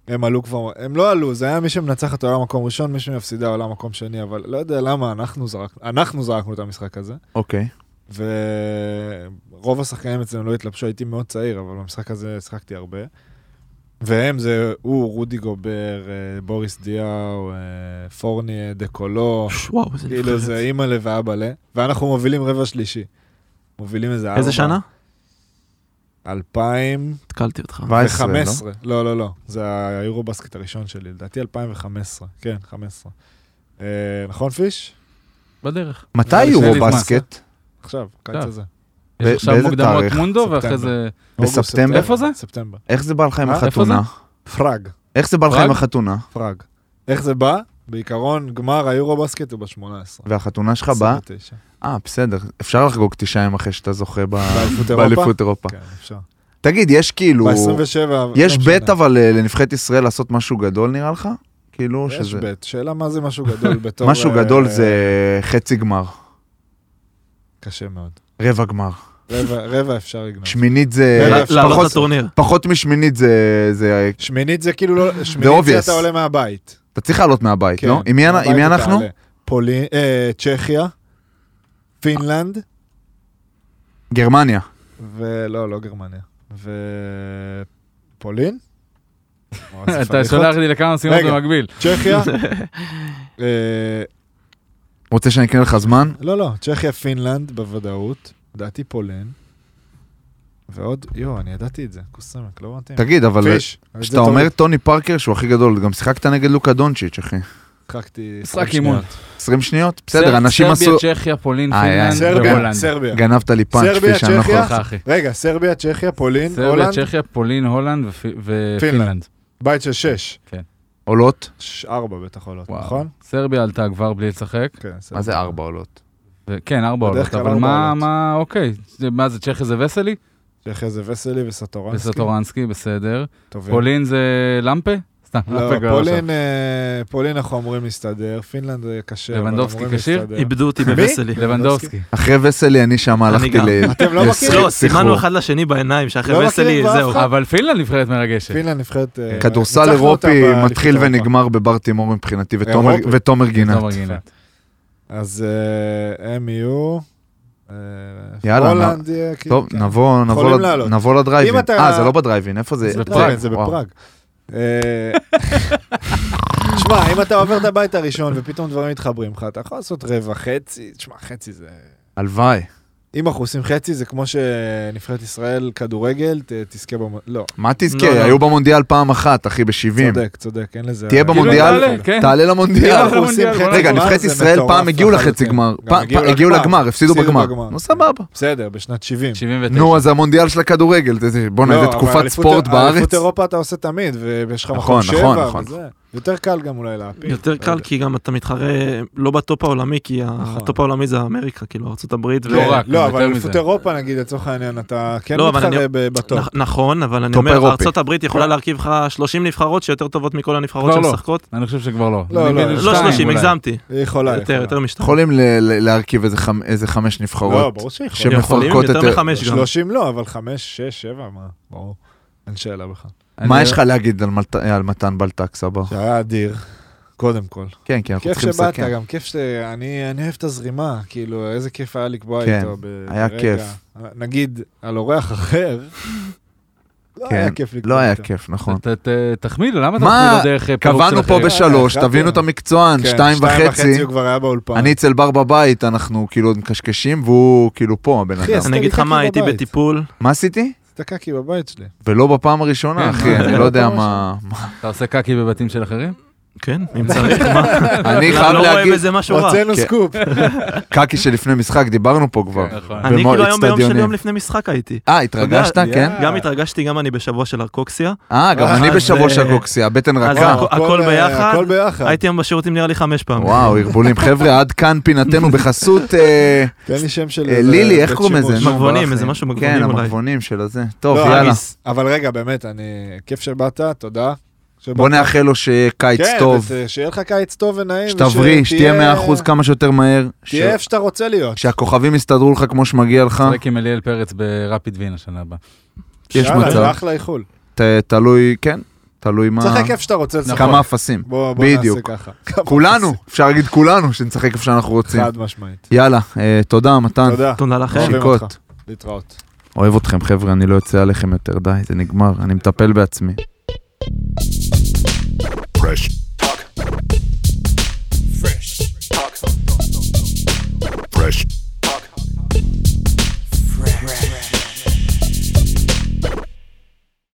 B: הם עלו כבר, הם לא עלו, זה היה מי שמנצחת עולה מקום ראשון, מי שמפסידה עולה מקום שני, אבל לא יודע למה אנחנו זרקנו, אנחנו זרקנו את המשחק הזה.
C: אוקיי.
B: ורוב השחקנים אצלנו לא התלבשו, הייתי מאוד צעיר, אבל במשחק הזה שיחקתי הרבה. והם זה הוא, רודי גובר, אה, בוריס דיאו, אה, פורני, דה קולו,
D: וואו, איזה
B: כאילו זה
D: נבחרת.
B: אימא'לה ואבאלה, ואנחנו מובילים רבע שלישי. מובילים איזה ארבע.
D: איזה שנה?
B: 2015.
D: התקלתי אותך.
C: 17,
B: לא,
C: לא?
B: לא, לא. זה האירובסקט הראשון שלי, לדעתי 2015. כן, 15. אה, נכון, פיש?
A: בדרך.
C: מתי
A: זה לפני
C: יורו
A: ליטמן.
C: בסקט?
B: עכשיו, קיץ
A: עכשיו.
B: הזה.
A: יש
C: ב-
A: עכשיו
C: באיזה
A: מוקדמות
C: תאריך?
A: מונדו, ואחרי
B: ספטמבר.
A: זה...
B: אוגוסט,
C: כן. בספטמבר?
A: איפה זה?
B: ספטמבר.
C: איך זה בא לך עם
B: אה, איפה
C: החתונה?
B: פראג.
C: איך זה בא לך
A: פראג?
C: עם החתונה?
B: פראג. איך זה בא? בעיקרון, גמר האירובסקט הוא ב-18.
C: והחתונה שלך באה? אה, בסדר. אפשר לחגוג תשעה ימים אחרי שאתה זוכה ב-
B: באליפות אירופה?
C: באליפות אירופה.
B: כן, אפשר. לא
C: תגיד, יש כאילו...
B: ב-27...
C: יש בית אבל אה, לנבחרת ישראל לעשות משהו גדול נראה לך? כאילו
B: יש
C: שזה...
B: בית. שאלה מה זה משהו
C: <laughs>
B: גדול בתור...
C: משהו
B: אה,
C: גדול זה חצי גמר,
B: קשה מאוד.
C: רבע גמר.
B: רבע, רבע אפשר לגנוב.
C: שמינית זה...
B: אה,
D: לה- לעלות
C: פחות-
D: לטורניר.
C: פחות משמינית זה... זה-
B: שמינית זה כאילו לא... שמינית
C: obvious.
B: זה אתה עולה מהבית.
C: אתה צריך לעלות מהבית,
B: כן,
C: לא? עם מי אנ-
B: מהבית
C: עם מי
B: אתה
C: אנחנו?
B: עולה. פולין... אה, צ'כיה, פינלנד,
C: גרמניה.
B: ולא, לא גרמניה. לא ו...
C: <laughs>
B: פולין? וואי, איזה
A: אתה
B: פדיחות.
A: שולח לי לכמה משימות
B: רגע.
A: במקביל.
C: <laughs>
B: צ'כיה? אה,
C: רוצה שאני אקנה לך זמן?
B: לא, לא, צ'כיה, פינלנד, בוודאות. לדעתי פולין. ועוד, יואו, אני ידעתי את זה, קוסמק, לא מתאים.
C: תגיד, אבל
B: פיש.
C: כשאתה אומר טוני פארקר שהוא הכי גדול, גם שיחקת נגד לוקה דונצ'יץ', אחי.
B: שיחקתי...
A: משחק אימון.
C: 20 שניות? בסדר,
A: סר-
C: אנשים עשו...
A: סרביה, צ'כיה, פולין,
C: אה, אה,
A: פינלנד
B: סרביה,
A: והולנד.
B: סרביה.
C: גנבת לי פאנץ',
B: סרביה,
C: כפי שאני לא יכול...
B: צ'כיה.
A: שלך, אחי.
B: רגע, סרביה, צ'כיה, פולין,
A: סרביה,
B: הולנד,
A: צ'כיה, פולין, הולנד ופי-
B: פינלנד.
A: ופינלנד.
B: בית של שש.
C: עולות?
B: ש- ארבע בטח עולות,
A: וואו.
B: נכון?
A: סרביה עלתה כבר בלי לשחק.
B: כן, סרביה.
C: מה זה ארבע עולות?
A: כן, ארבע
B: בדרך
A: עולות,
B: כלל
A: אבל
B: ארבע
A: מה,
B: עולות.
A: מה, אוקיי. זה- מה זה, צ'כיה זה וסלי?
B: צ'כיה זה וסלי וסטורנסקי.
A: וסטורנסקי, בסדר.
B: טובים.
A: פולין זה למפה? סתם,
B: לא,
A: למפה גר עכשיו.
B: פולין, אה, פולין אנחנו אמורים להסתדר, פינלנד זה קשה, אבל
A: לבנדובסקי
B: אמורים
A: כשיר?
B: להסתדר.
D: איבדו אותי
B: כן. מי?
D: בווסלי.
A: לבנדובסקי.
C: אחרי וסלי אני שם הלכתי
D: גם.
C: ל...
B: אתם לא מכירים?
D: לא, סימנו
C: סחרור.
D: אחד לשני בעיניים,
B: לא
D: שאחרי
B: מכירים
D: וסלי,
B: באף
D: זהו.
B: אחד.
A: אבל פינלנד נבחרת מרגשת.
B: פינלנד נבחרת... אה,
C: כדורסל
B: ניצחנו
C: אירופי
B: אותה אה, באליפות
C: מתחיל
B: אירופה.
C: ונגמר בבר תימור מבחינתי, ותומר-
B: אירופי.
C: ותומר גינת.
A: תומר גינת.
B: אז אה, הם יהיו... אה,
C: יאללה,
B: הולנד יהיה... כי-
C: טוב,
B: כן.
C: נבוא, נבוא,
B: יכולים
C: לד-
B: לעלות.
C: נבוא לדרייבין.
B: אם אתה-
C: אה, זה לא בדרייבין, איפה זה?
A: זה בפראג,
C: וואו.
B: בפראג. זה בפראג. אה, <laughs> שמע, אם אתה עובר את הבית הראשון ופתאום דברים מתחברים לך, אתה יכול לעשות רבע, חצי, תשמע, חצי זה...
C: הלוואי.
B: אם אנחנו עושים חצי, זה כמו שנבחרת ישראל כדורגל, ת- תזכה במ... לא,
C: מה
D: לא, לא.
C: תזכה? היו במונדיאל פעם אחת, אחי, ב-70.
B: צודק, צודק, אין לזה...
C: תהיה
A: כאילו,
C: במונדיאל?
A: תעלה, כן.
C: תעלה
A: תהיה
B: <laughs>
C: למונדיאל.
A: במונדיאל.
D: כן,
B: כן,
C: רגע,
A: גמר
C: נבחרת ישראל פעם הגיעו לחצי גמר,
B: גם
C: פעם-
B: הגיעו
C: פעם- הגיעו
B: לגמר.
C: לגמר, הפסידו
B: הפסידו
C: בגמר.
B: בגמר.
C: נו, סבבה.
B: בסדר, בשנת 70.
A: 79.
C: נו, אז המונדיאל של הכדורגל, זה- זה- בוא'נה,
B: לא,
C: איזה
B: אבל
C: תקופת
B: אליפות-
C: ספורט בארץ.
B: אליפות אירופה אתה עושה תמיד, ויש לך מקום
C: נכון, נכון,
B: שבע
C: נכון. אה,
B: וזה. יותר קל גם אולי להפיל.
D: יותר
B: לא
D: קל
B: יודע.
D: כי גם אתה מתחרה לא בטופ העולמי, כי ה-
B: נכון.
D: הטופ העולמי זה אמריקה, כאילו ארה"ב.
A: לא
B: כן,
A: רק,
B: לא,
A: יותר
B: אבל אליפות
A: מזה.
B: אירופה נגיד, לצורך העניין, אתה כן
D: לא, אבל
B: מתחרה
D: אני-
B: ב- בטופ.
D: נכון, אבל אני
C: טופ
D: אומר,
C: אירופי.
D: ארה"ב יכולה להרכיב לך 30 נבחרות שיותר טובות מכל הנבחרות
A: כבר לא.
D: שמשחקות.
A: אני חושב שכבר לא.
B: לא,
A: אני
B: לא,
A: מבין
D: לא
A: שתיים
D: 30,
A: אולי.
D: הגזמתי.
B: היא יכולה,
D: יותר,
B: יכולה.
D: יותר משתיים.
C: יכולים ל- ל- להרכיב איזה חמ- איזה חמש
B: לא,
C: נבחרות.
B: ברור שהיא יכולה.
C: שמפרקות
D: יכולים
C: את
D: יותר
C: ה-
D: מחמש גם.
B: 30 לא, אבל 5, 6, 7, מה? ברור. אין שאלה בכלל.
C: מה
A: אני-
C: יש לך להגיד על מלט- על מתן בלטק, סבא?
B: שהיה אדיר, קודם כל.
C: כן, כי אנחנו
B: כיף
C: צריכים
B: שבאת,
C: לסכם.
B: גם כיף ש... אני אני אוהב את הזרימה, כאילו, איזה כיף היה לקבוע
C: כן,
B: איתו. ב-
C: היה
B: ברגע.
C: כיף.
B: נגיד, על אורח אחר, לא
C: כן,
B: היה כיף לקבוע
C: לא היה
B: איתו.
C: כיף, נכון.
A: ת- ת- תחמיא לו, למה אתה
C: מה?
A: מחמיא לו דרך אה, פירוק
C: קבענו
A: של
C: פה
A: אחרים?
C: בשלוש,
B: אה, החלטנו.
C: תבינו את המקצוען,
B: כן,
C: שתיים וחצי.
B: הוא כבר היה באולפן.
C: אני אצל בר בבית, אנחנו כאילו עוד מקשקשים, והוא כאילו פה הבן
B: אחי,
C: אדם.
B: אז-
D: אני אגיד לך
B: הסתכלתי
D: מה, הייתי
B: בבית.
D: בטיפול,
C: מה עשיתי?
B: הסתכלתי בבית שלי.
C: ולא בפעם הראשונה,
A: כן,
C: אחי,
B: אה,
A: מה?
C: אני לא יודע מה...
A: אתה עושה קקי בבתים של אחרים?
D: כן, אם צריך, מה?
C: אני
D: לא
C: חייב
D: לא רואה
C: להגיד,
D: בזה משהו רע.
B: הוצאנו
C: כן.
B: סקופ.
C: קקי שלפני משחק, דיברנו פה כבר.
A: נכון.
D: אני
C: במו-
D: כאילו היום ביום של
C: אצטדיונים.
D: יום לפני משחק הייתי.
C: אה, התרגשת?
D: אתה
B: יודע,
C: כן.
B: אה.
D: גם התרגשתי, גם אני בשבוע של ארקוקסיה.
C: אה, גם
B: אה,
C: אני
D: אז,
C: בשבוע של
D: אה,
C: קוקסי, הבטן
D: אז
C: רכה.
D: הכ- הכל ביחד.
B: לא, הכל ביחד.
D: הייתי היום בשירותים נראה לי חמש פעמים.
C: וואו, ערבולים. חבר'ה, עד כאן פינתנו בחסות אה,
B: תן לי שם של...
C: אה,
B: איזה
C: לילי, איך
B: בית
C: קוראים לזה?
B: שימוש.
C: נו,
D: מגבונים,
C: ברח לי.
D: איזה משהו מגבונים
C: כן,
D: אולי.
C: המגבונים של הזה. טוב,
B: לא,
C: יאללה.
D: אגיס.
B: אבל רגע, באמת, אני... כיף שבאת, תודה. שבאת.
C: בוא נאחל לו שיהיה קיץ
B: כן,
C: טוב,
B: וש- שיהיה לך קיץ טוב ונעים.
C: שתבריא,
B: ושתהיה-
C: שתהיה 100% כמה שיותר מהר. ש-
B: תהיה איפה שאתה רוצה להיות.
C: שהכוכבים יסתדרו לך כמו שמגיע לך,
A: נשחק עם אליאל פרץ ברפיד ווינה שנה הבאה.
C: יש
B: יאללה, זה
C: מצב.
B: אחלה איחול.
C: ת- תלוי, כן, תלוי מה, נכון.
B: תשחק איפה שאתה רוצה לשחק.
C: כמה אפסים.
B: בוא בוא נעשה
C: בדיוק.
B: ככה. <laughs>
C: כולנו, אפשר להגיד כולנו, שנשחק איפה שאנחנו רוצים.
B: חד משמעית.
C: יאללה, אה, תודה, מתן.
B: תודה.
D: תודה לכם.
B: אוהבים
C: שיקות.
B: אותך. להתראות.
C: אוהב אתכם, חבר'ה, אני לא יוצא עליכם יותר, די, זה נגמר, אני מטפל בעצמי.
E: Fresh